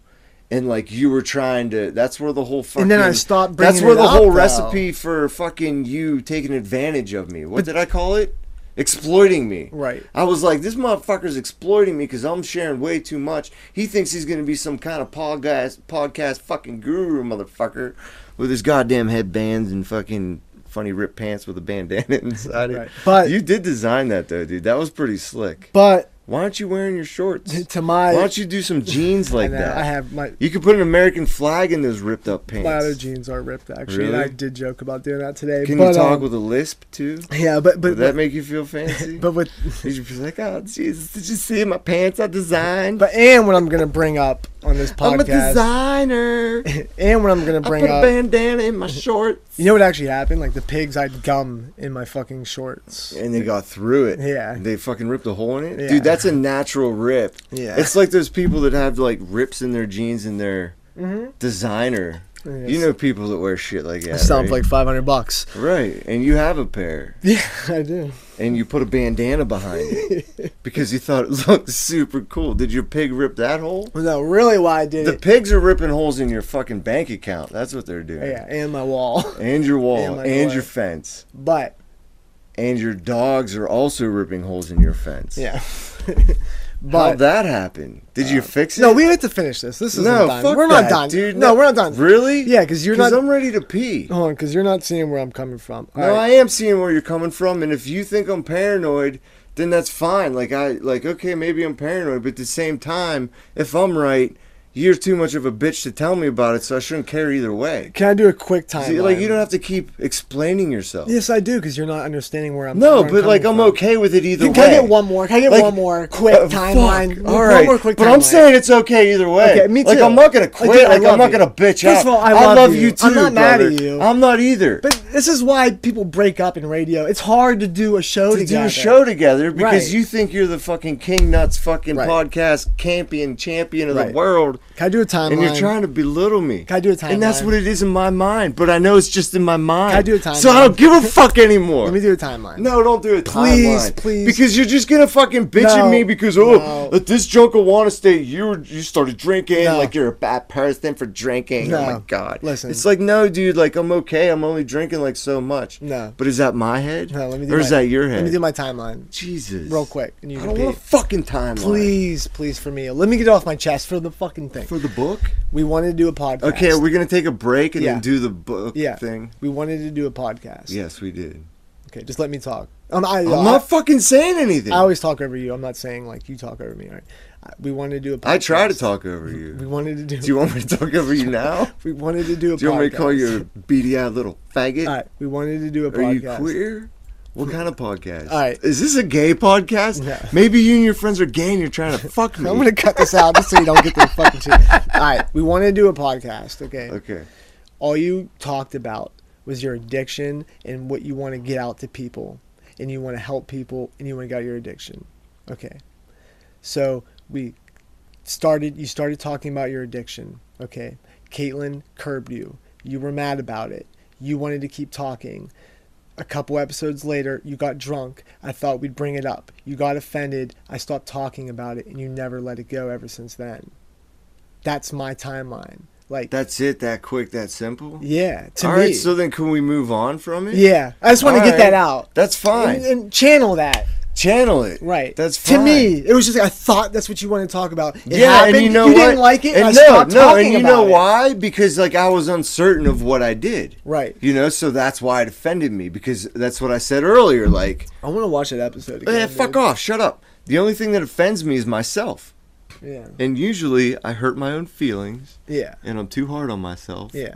S2: and like you were trying to. That's where the whole fucking.
S1: And then I stopped
S2: That's
S1: bringing
S2: where
S1: it
S2: the
S1: up,
S2: whole
S1: though.
S2: recipe for fucking you taking advantage of me. What did I call it? Exploiting me.
S1: Right.
S2: I was like, this motherfucker's exploiting me because I'm sharing way too much. He thinks he's gonna be some kind of podcast, podcast fucking guru, motherfucker, with his goddamn headbands and fucking funny ripped pants with a bandana inside it.
S1: Right. But-
S2: you did design that though, dude. That was pretty slick.
S1: but
S2: Why aren't you wearing your shorts?
S1: to my
S2: Why don't you do some jeans like
S1: and then
S2: that?
S1: I have my
S2: you could put an American flag in those ripped up pants.
S1: my other jeans are ripped actually. And
S2: Really?
S1: I did joke about doing that today.
S2: Can
S1: but,
S2: you talk
S1: um,
S2: with a lisp too?
S1: Yeah, but but
S2: Would that make you feel fancy?
S1: but with
S2: you should be like, oh Jesus, did you see my pants I designed?
S1: but and what I'm gonna bring up on this
S2: I'm a
S1: podcast
S2: designer.
S1: and what I'm gonna
S2: I
S1: bring
S2: put a
S1: up
S2: bandana in my shorts.
S1: You know what actually happened? Like the pigs I'd gum in my fucking shorts.
S2: And they got through it.
S1: Yeah.
S2: They fucking ripped a hole in it.
S1: Yeah.
S2: Dude, that's a natural rip.
S1: Yeah.
S2: It's like those people that have like rips in their jeans and their
S1: Mhm.
S2: designer.
S1: Yes.
S2: You know people that wear shit like that.
S1: That sounds
S2: right?
S1: like 500 bucks.
S2: Right. And you have a pair.
S1: Yeah, I do.
S2: and you put a bandana behind it because you thought it looked super cool. Did your pig rip that hole?
S1: Well, no, really why I did
S2: The
S1: it.
S2: pigs are ripping holes in your fucking bank account. That's what they're doing.
S1: Yeah, and my wall.
S2: And your
S1: And
S2: wall,
S1: my
S2: and,
S1: door.
S2: your fence,
S1: But,
S2: and your dogs are also ripping holes in your fence.
S1: yeah.
S2: How'd
S1: but, Uh,
S2: that happen? Did you fix it?
S1: no, we have to finish this. This is
S2: no,
S1: done.
S2: fuck
S1: we're not
S2: that,
S1: done.
S2: dude.
S1: No, we're not done.
S2: Really?
S1: Yeah, because you're not.
S2: Because I'm ready to pee.
S1: hold on, because you're not seeing where I'm coming from. All
S2: No,
S1: right.
S2: I am seeing where you're coming from, and if you think I'm paranoid, then that's fine. Like I like okay, maybe I'm paranoid, but at the same time, if I'm right, you're too much of a bitch to tell me about it, so I shouldn't care either way.
S1: Can I do a quick timeline?
S2: See, like you don't have to keep explaining yourself.
S1: Yes, I do, because you're not understanding where I'm.
S2: Oh. No,
S1: where
S2: but like
S1: coming
S2: I'm
S1: from.
S2: okay with it either
S1: Can,
S2: way.
S1: can I get one more? Can I get
S2: Like,
S1: one more
S2: uh,
S1: quick
S2: fuck.
S1: timeline?
S2: All
S1: One
S2: right,
S1: more quick
S2: but
S1: timeline.
S2: I'm saying it's okay either way.
S1: Okay, me
S2: Like
S1: too.
S2: I'm not gonna
S1: Like,
S2: quit.
S1: dude, I
S2: Like,
S1: love
S2: I'm not
S1: you.
S2: gonna bitch out.
S1: First of all, I love
S2: love
S1: you.
S2: you, too.
S1: I'm not mad at
S2: brother.
S1: you.
S2: I'm not either.
S1: But this is why people break up in radio. It's hard to do a show
S2: to
S1: together.
S2: do a show together because
S1: Right.
S2: you think you're the fucking king nuts fucking
S1: Right.
S2: podcast campion champion of
S1: Right.
S2: the world
S1: Can I do a timeline?
S2: and you're trying to belittle me.
S1: Can I do a timeline?
S2: And that's what it is in my mind, but I know it's just in my mind.
S1: Can I do a
S2: So
S1: timeline?
S2: I don't give a fuck anymore.
S1: Let me do a timeline.
S2: no, don't do it.
S1: Please,
S2: timeline.
S1: please.
S2: Because you're just gonna fucking bitch
S1: No,
S2: at me because oh,
S1: no.
S2: at this junk of want state, you were, you started drinking
S1: No.
S2: like you're a bad person for drinking.
S1: No.
S2: Oh my god.
S1: Listen.
S2: it's like no, dude. Like I'm okay. I'm only drinking like so much.
S1: No.
S2: but is that my head?
S1: No, let me do
S2: or
S1: my,
S2: is that your head?
S1: Let me do my timeline
S2: Jesus.
S1: real quick, and you
S2: I
S1: can
S2: don't
S1: pee.
S2: want a fucking timeline.
S1: Please, please, for me. Let me get it off my chest for the fucking thing.
S2: For the book?
S1: We wanted to do a podcast.
S2: Okay, are we going to take a break and
S1: Yeah.
S2: then do the book
S1: Yeah.
S2: thing?
S1: We wanted to do a podcast.
S2: Yes, we did.
S1: Okay, just let me talk. Um, I,
S2: I'm
S1: I,
S2: not fucking saying anything.
S1: I
S2: I,
S1: always talk over you. I'm not saying like you talk over me. All right. I- We wanted to do a podcast.
S2: try to talk over
S1: We
S2: you.
S1: wanted to do.
S2: Do you want me to talk over you now?
S1: we wanted to do a.
S2: Do you want me to call
S1: podcast.
S2: you a beady eyed little faggot?
S1: All right. We wanted to do a
S2: Are you
S1: podcast.
S2: queer? What kind of podcast?
S1: All right.
S2: Is this a gay podcast?
S1: Yeah.
S2: Maybe you and your friends are gay and you're trying to fuck me.
S1: I'm gonna cut this out just so you don't get the fucking shit. All right, we want to do a podcast, okay?
S2: Okay.
S1: All you talked about was your addiction and what you want to get out to people, and you want to help people, and you want to get out your addiction, okay? So we started. You started talking about your addiction, okay? Caitlin curbed you. You were mad about it. You wanted to keep talking. A couple episodes later, you got drunk. I thought we'd bring it up. You got offended. I stopped talking about it, and you never let it go ever since then. That's my timeline. Like,
S2: That's it, that quick, that simple?
S1: yeah, to
S2: All
S1: me,
S2: right, so then can we move on from it?
S1: yeah. I just want to
S2: All
S1: get that
S2: right.
S1: out
S2: That's fine.
S1: and, and channel that.
S2: Channel it.
S1: Right.
S2: That's
S1: to
S2: fine.
S1: me. It was just I thought that's what you want to talk about. It
S2: yeah,
S1: happened,
S2: and you know
S1: you
S2: what?
S1: didn't like it, and, I
S2: no,
S1: stopped
S2: no,
S1: talking
S2: and you
S1: about
S2: know
S1: it.
S2: why? Because like I was uncertain of what I did.
S1: Right.
S2: You know, so that's why it offended me because that's what I said earlier. Like,
S1: I want to watch that episode again.
S2: eh, fuck off, shut up. The only thing that offends me is myself,
S1: Yeah,
S2: and usually I hurt my own feelings,
S1: yeah,
S2: and I'm too hard on myself.
S1: yeah,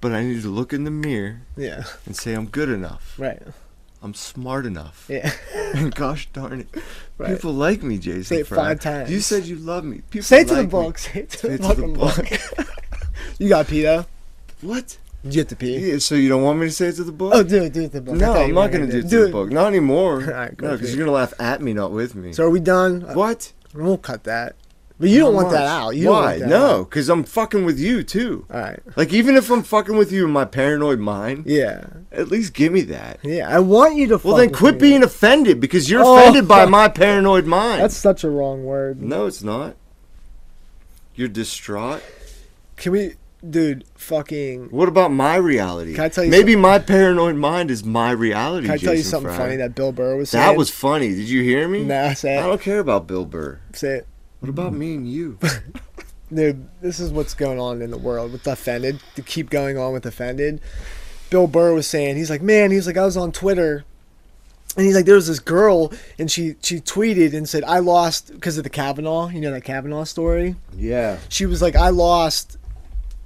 S2: But I need to look in the mirror
S1: yeah.
S2: and say I'm good enough.
S1: Right.
S2: I'm smart enough.
S1: Yeah.
S2: And gosh darn it,
S1: Right.
S2: people like me, Jason.
S1: Say it
S2: Fry.
S1: five times.
S2: You said you love me. People
S1: Say it to the
S2: like me.
S1: book. Say it to
S2: Say
S1: the
S2: it to the
S1: fucking book. you got pee though?
S2: What?
S1: Did you have to pee?
S2: Yeah, so you don't want me to say it to the book?
S1: Oh, do it, do it to the book. I
S2: No,
S1: thought you
S2: I'm
S1: were
S2: not gonna do it to the book. Not anymore.
S1: Alright, go
S2: no,
S1: for it.
S2: because you're gonna laugh at me, not with me.
S1: So are we done? Uh,
S2: what?
S1: We'll cut that. But you don't
S2: How
S1: want that
S2: much?
S1: out. You don't
S2: Why?
S1: want that
S2: no, because I'm fucking with you too.
S1: All right.
S2: Like even if I'm fucking with you in my paranoid mind,
S1: Yeah.
S2: at least give me that.
S1: Yeah. I want you to.
S2: Well,
S1: fuck
S2: then
S1: with
S2: quit
S1: me.
S2: being offended because you're
S1: Oh,
S2: offended by
S1: fuck.
S2: my paranoid mind.
S1: That's such a wrong word.
S2: No, it's not. You're distraught.
S1: Can we, dude? Fucking.
S2: What about my reality?
S1: Can I tell you
S2: Maybe my paranoid mind is my reality.
S1: Can I tell you
S2: Jason
S1: something
S2: Fry.
S1: funny that Bill Burr was saying?
S2: That was funny. Did you hear me?
S1: Nah, say
S2: I
S1: it.
S2: don't care about Bill Burr.
S1: Say it.
S2: What about me and you?
S1: Dude, this is what's going on in the world with offended. To keep going on with offended, Bill Burr was saying he's like, man, he's like, I was on Twitter, and he's like, there was this girl, and she she tweeted and said, I lost because of the Kavanaugh, you know that Kavanaugh story.
S2: Yeah.
S1: She was like, I lost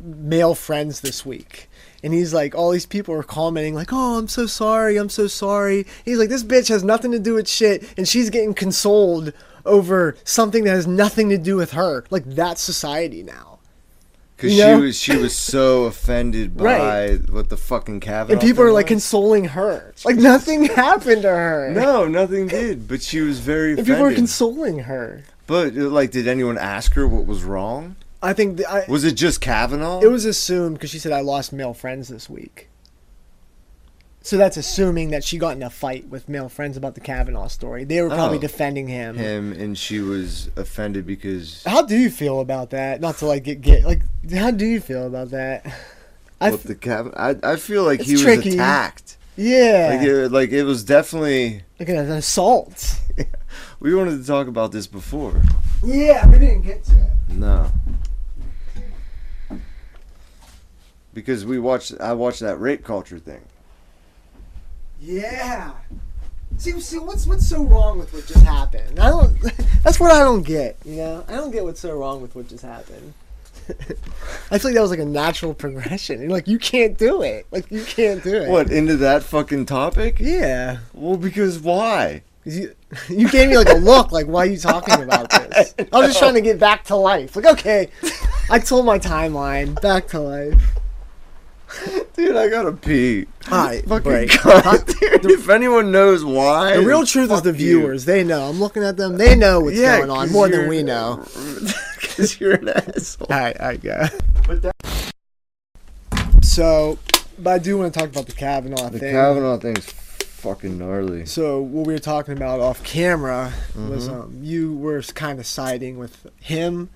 S1: male friends this week. And he's like, all these people are commenting, like, oh, I'm so sorry, I'm so sorry. He's like, this bitch has nothing to do with shit, and she's getting consoled over something that has nothing to do with her. Like, that's society now.
S2: Because
S1: You know?
S2: she was she was so offended by
S1: Right.
S2: what the fucking Kavanaugh.
S1: And people are
S2: thing
S1: like
S2: was.
S1: consoling her. Like, nothing happened to her.
S2: no, nothing did. But she was very
S1: And people are
S2: offended.
S1: consoling her.
S2: but uh, like, did anyone ask her what was wrong?
S1: I think th- I,
S2: Was it just Kavanaugh?
S1: it was assumed because she said, I lost male friends this week. So that's assuming that she got in a fight with male friends about the Kavanaugh story. They were probably
S2: Oh.
S1: defending
S2: him, and she was offended because
S1: How do you feel about that? Not to like get, get like. How do you feel about that? I
S2: what
S1: f-
S2: the Kavanaugh. I I feel like
S1: It's
S2: he was
S1: tricky.
S2: attacked.
S1: yeah,
S2: Like it, like it was definitely.
S1: like an assault.
S2: We wanted to talk about this before.
S1: Yeah, we didn't get to it.
S2: No. Because we watched, I watched that rape culture thing.
S1: Yeah. See, see, what's what's so wrong with what just happened? I don't. That's what I don't get. You know, I don't get what's so wrong with what just happened. I feel like that was like a natural progression. You're like, you can't do it. Like, you can't do it.
S2: What into that fucking topic?
S1: Yeah.
S2: Well, because why?
S1: 'Cause You, you gave me like a look, like why are you talking about this? I, was just trying to get back to life. Like, okay, I told my timeline. Back to life.
S2: Dude, I gotta pee.
S1: All right,
S2: Fucking
S1: break. Huh?
S2: God, dude, if anyone knows why,
S1: The real
S2: then
S1: truth is
S2: fuck
S1: the
S2: you.
S1: viewers. They know. I'm looking at them. They know what's
S2: Yeah,
S1: going on
S2: 'cause
S1: more than
S2: you're-
S1: we know.
S2: 'cause you're an asshole.
S1: All right, all right, go. So, but I do want to talk about the Kavanaugh
S2: The
S1: thing.
S2: Kavanaugh thing's fucking gnarly.
S1: So what we were talking about off camera was
S2: Mm-hmm.
S1: um, you were kind of siding with him,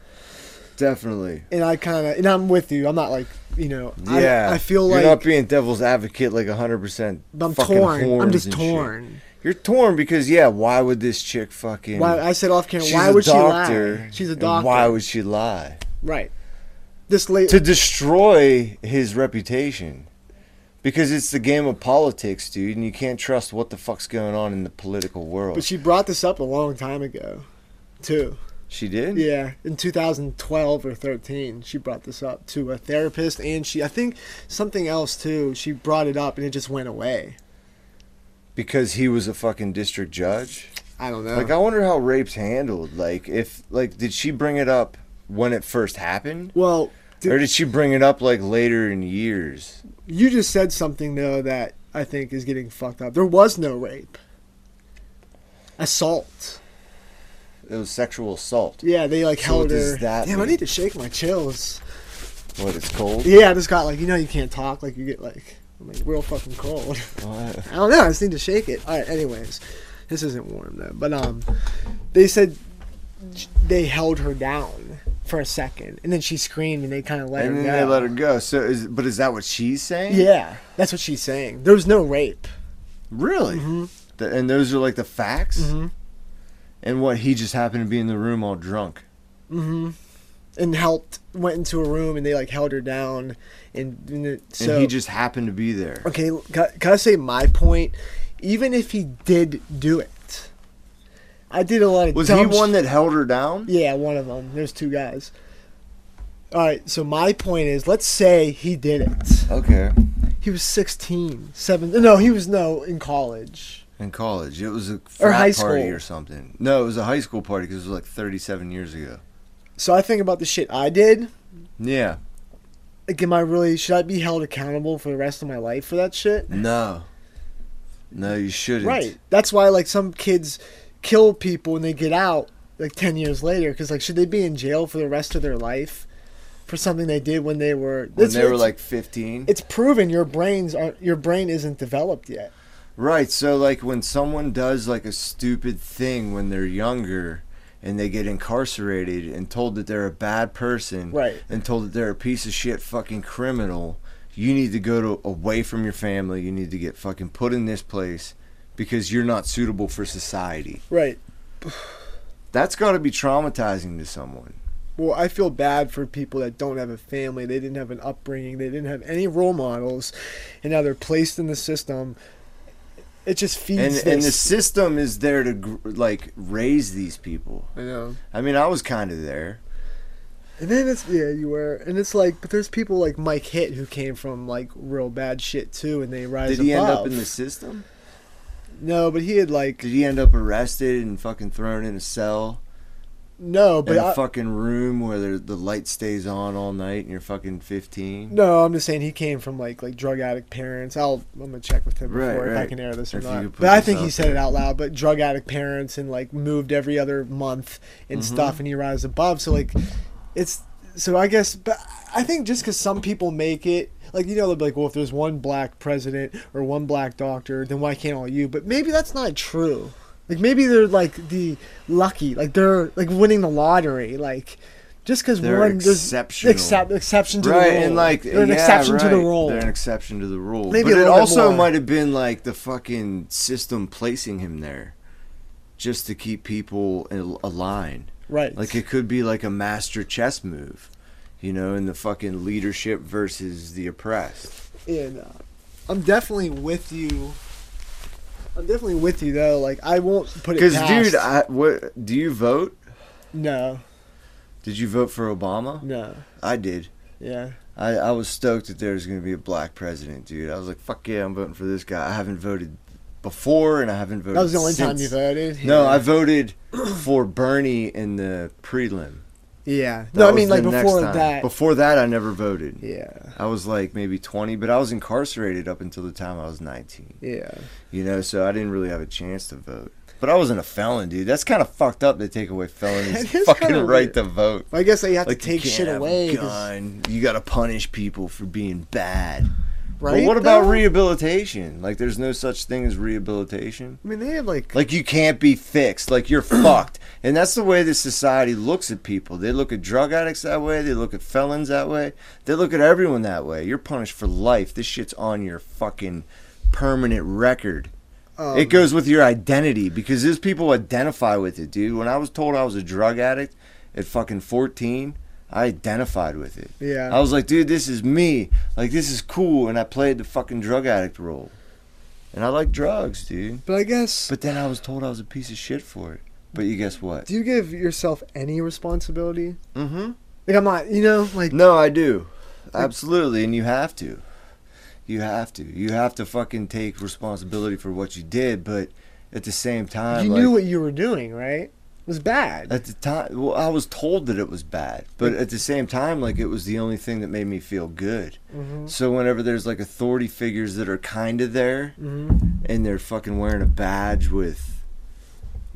S2: Definitely.
S1: and I kind of and I'm with you. I'm not like you know. I-
S2: Yeah.
S1: I, feel
S2: you're
S1: like
S2: not being devil's advocate like 100%.
S1: But I'm
S2: fucking
S1: torn. I'm
S2: horns
S1: just
S2: and shit.
S1: torn.
S2: You're torn because yeah, why would this chick fucking?
S1: Why I said off camera?
S2: she's
S1: Why
S2: a
S1: would
S2: doctor.
S1: she lie? She's a
S2: and
S1: doctor.
S2: Why would she lie
S1: right? This late.
S2: to destroy his reputation? Because it's the game of politics, dude, and you can't trust what the fuck's going on in the political world.
S1: But she brought this up a long time ago, too.
S2: she did.
S1: Yeah, in 2012 or 13, she brought this up to a therapist, and she I think something else too. She brought it up, and it just went away.
S2: Because he was a fucking district judge.
S1: I don't know.
S2: Like, I wonder how rape's handled. Like, if like, did she bring it up when it first happened,
S1: well,
S2: or
S1: dude,
S2: did she bring it up like later in years?
S1: you just said something though that I think is getting fucked up. There was no rape. Assault.
S2: It was sexual assault.
S1: Yeah, they like
S2: So
S1: held
S2: what does
S1: her.
S2: that
S1: Damn, I
S2: mean?
S1: need to shake my chills.
S2: What? It's cold.
S1: Yeah, I just got like you know you can't talk like you get like I'm like real fucking cold.
S2: What?
S1: I don't know. Oh, I just need to shake it. All right. Anyways, this isn't warm though. But um, they said sh- they held her down for a second, and then she screamed, and they kind of let
S2: and
S1: her
S2: then
S1: go.
S2: they let her go. So, is, but is that what she's saying?
S1: Yeah, that's what she's saying. There was no rape.
S2: Really?
S1: Mm-hmm.
S2: Th- and those are like the facts.
S1: Mhm.
S2: And what he just happened to be in the room all drunk.
S1: Mm-hmm. And helped went into a room, and they like held her down, and, and it- so
S2: and he just happened to be there.
S1: Okay, can, can I say my point? Even if he did do it, I did a lot of.
S2: Was
S1: dumb
S2: he
S1: sh-
S2: one that held her down?
S1: Yeah, one of them. There's two guys. All right, so my point is, let's say he did it.
S2: Okay.
S1: He was 16, 7 No, he was no in college.
S2: In college, it was a
S1: Or
S2: frat
S1: high
S2: party
S1: school.
S2: or something. No, it was a high school party because it was like 37 years ago.
S1: So I think about the shit I did.
S2: Yeah.
S1: Like, am I really? Should I be held accountable for the rest of my life for that shit?
S2: No. No, you shouldn't.
S1: Right. That's why like some kids kill people when they get out like 10 years later cuz like should they be in jail for the rest of their life for something they did when they were
S2: When
S1: it's-
S2: they were
S1: it's-
S2: like 15.
S1: it's proven your brains aren't your brain isn't developed yet.
S2: Right. So, like, when someone does like a stupid thing when they're younger and they get incarcerated and told that they're a bad person
S1: Right.
S2: and told that they're a piece of shit fucking criminal, you need to go to away from your family. You need to get fucking put in this place because you're not suitable for society.
S1: Right.
S2: That's got to be traumatizing to someone.
S1: Well, I feel bad for people that don't have a family. They didn't have an upbringing. They didn't have any role models, and now they're placed in the system it just feeds
S2: and
S1: this.
S2: and the system is there to gr- like raise these people.
S1: I know.
S2: I mean, I was kind of there.
S1: And then it's yeah, you were, and it's like, but there's people like Mike Hitt who came from like real bad shit too, and they rise.
S2: Did he end up
S1: above.
S2: in the system?
S1: No, but he had like
S2: Did he end up arrested and fucking thrown in a cell
S1: no, but
S2: in a
S1: I,
S2: fucking room where the, the light stays on all night and you're fucking 15?
S1: no. I'm just saying he came from like like drug addict parents. I'll I'm gonna check with him
S2: Right,
S1: before if I
S2: right.
S1: can air this or
S2: If you
S1: not.
S2: could put
S1: But I
S2: this
S1: think he
S2: out
S1: said it
S2: there.
S1: out loud. But drug addict parents and like moved every other month and
S2: Mhm.
S1: stuff, and he rise above. So like, it's so I guess, but I think just because some people make it. Like you know, they'll be like, "Well, if there's one black president or one black doctor, then why can't all you?" But maybe that's not true. Like maybe they're like the lucky, like they're like winning the lottery. Like just because
S2: They're
S1: one there's
S2: exceptional.
S1: excep- exception to
S2: right,
S1: the rule,
S2: and like
S1: they're an
S2: yeah,
S1: exception to the
S2: right.
S1: rule.
S2: They're an exception to the rule.
S1: Maybe
S2: but
S1: a
S2: it
S1: little bit
S2: also
S1: more.
S2: might have been like the fucking system placing him there, just to keep people in a line.
S1: right.
S2: Like it could be like a master chess move, you know, in the fucking leadership versus the oppressed.
S1: and uh, I'm definitely with you. I'm definitely with you though. Like I won't put it
S2: Because,
S1: past.
S2: dude, I, what do you vote?
S1: no,
S2: Did you vote for Obama?
S1: no,
S2: I did.
S1: yeah.
S2: I, I was stoked that there was going to be a black president, dude. I was like, fuck yeah, I'm voting for this guy. I haven't voted before, and I haven't voted.
S1: That was the only time
S2: since.
S1: you voted.
S2: No,
S1: yeah.
S2: I voted for Bernie in the prelim.
S1: Yeah.
S2: That
S1: No, I
S2: was
S1: mean like
S2: the next
S1: before
S2: time.
S1: that.
S2: Before that, I never voted.
S1: yeah.
S2: I was like maybe 20, but I was incarcerated up until the time I was 19.
S1: Yeah.
S2: You know, so I didn't really have a chance to vote. But I wasn't a felon, dude. That's kind of fucked up. They take away felonies,
S1: It is
S2: fucking
S1: kinda
S2: right
S1: weird.
S2: to vote.
S1: I guess they have
S2: Like
S1: to
S2: you
S1: take
S2: can't
S1: shit
S2: have a
S1: away. 'cause-
S2: Gun. You got to punish people for being bad. But
S1: Right.
S2: what about
S1: though?
S2: rehabilitation? Like, there's no such thing as rehabilitation.
S1: I mean, they have like.
S2: Like you can't be fixed. Like you're fucked. And that's the way that society looks at people. They look at drug addicts that way. They look at felons that way. They look at everyone that way. You're punished for life. This shit's on your fucking permanent record.
S1: um,
S2: it goes with your identity because these people identify with it, dude. When I was told I was a drug addict at fucking 14, I identified with it.
S1: Yeah.
S2: I was like, dude, this is me. Like this is cool. And I played the fucking drug addict role. And I like drugs, dude.
S1: but I guess.
S2: But then I was told I was a piece of shit for it. But you guess what?
S1: do you give yourself any responsibility?
S2: Mm-hmm.
S1: Like I'm not, you know, like
S2: No, I do. Absolutely, and you have to. You have to. You have to fucking take responsibility for what you did. But at the same time,
S1: you
S2: like,
S1: knew what you were doing, right? It was bad.
S2: at the time, well, I was told that it was bad. But at the same time, like it was the only thing that made me feel good.
S1: mm-hmm.
S2: So whenever there's like authority figures that are kind of there,
S1: Mm-hmm.
S2: and they're fucking wearing a badge with,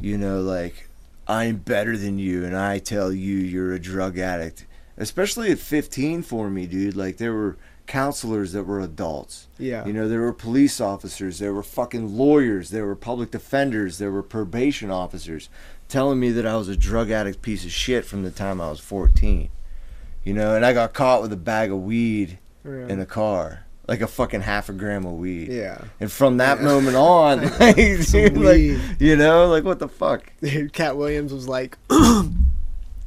S2: you know, like, I'm better than you, and I tell you you're a drug addict. Especially at 15 for me, dude. Like, there were counselors that were adults.
S1: Yeah.
S2: You know, there were police officers, there were fucking lawyers, there were public defenders, there were probation officers telling me that I was a drug addict piece of shit from the time I was 14. You know, and I got caught with a bag of weed
S1: Yeah.
S2: in a car, like a fucking half a gram of weed.
S1: yeah.
S2: And from that
S1: Yeah.
S2: moment on, like, dude,
S1: weed.
S2: like, you know, like what the fuck?
S1: Dude, Cat Williams was like,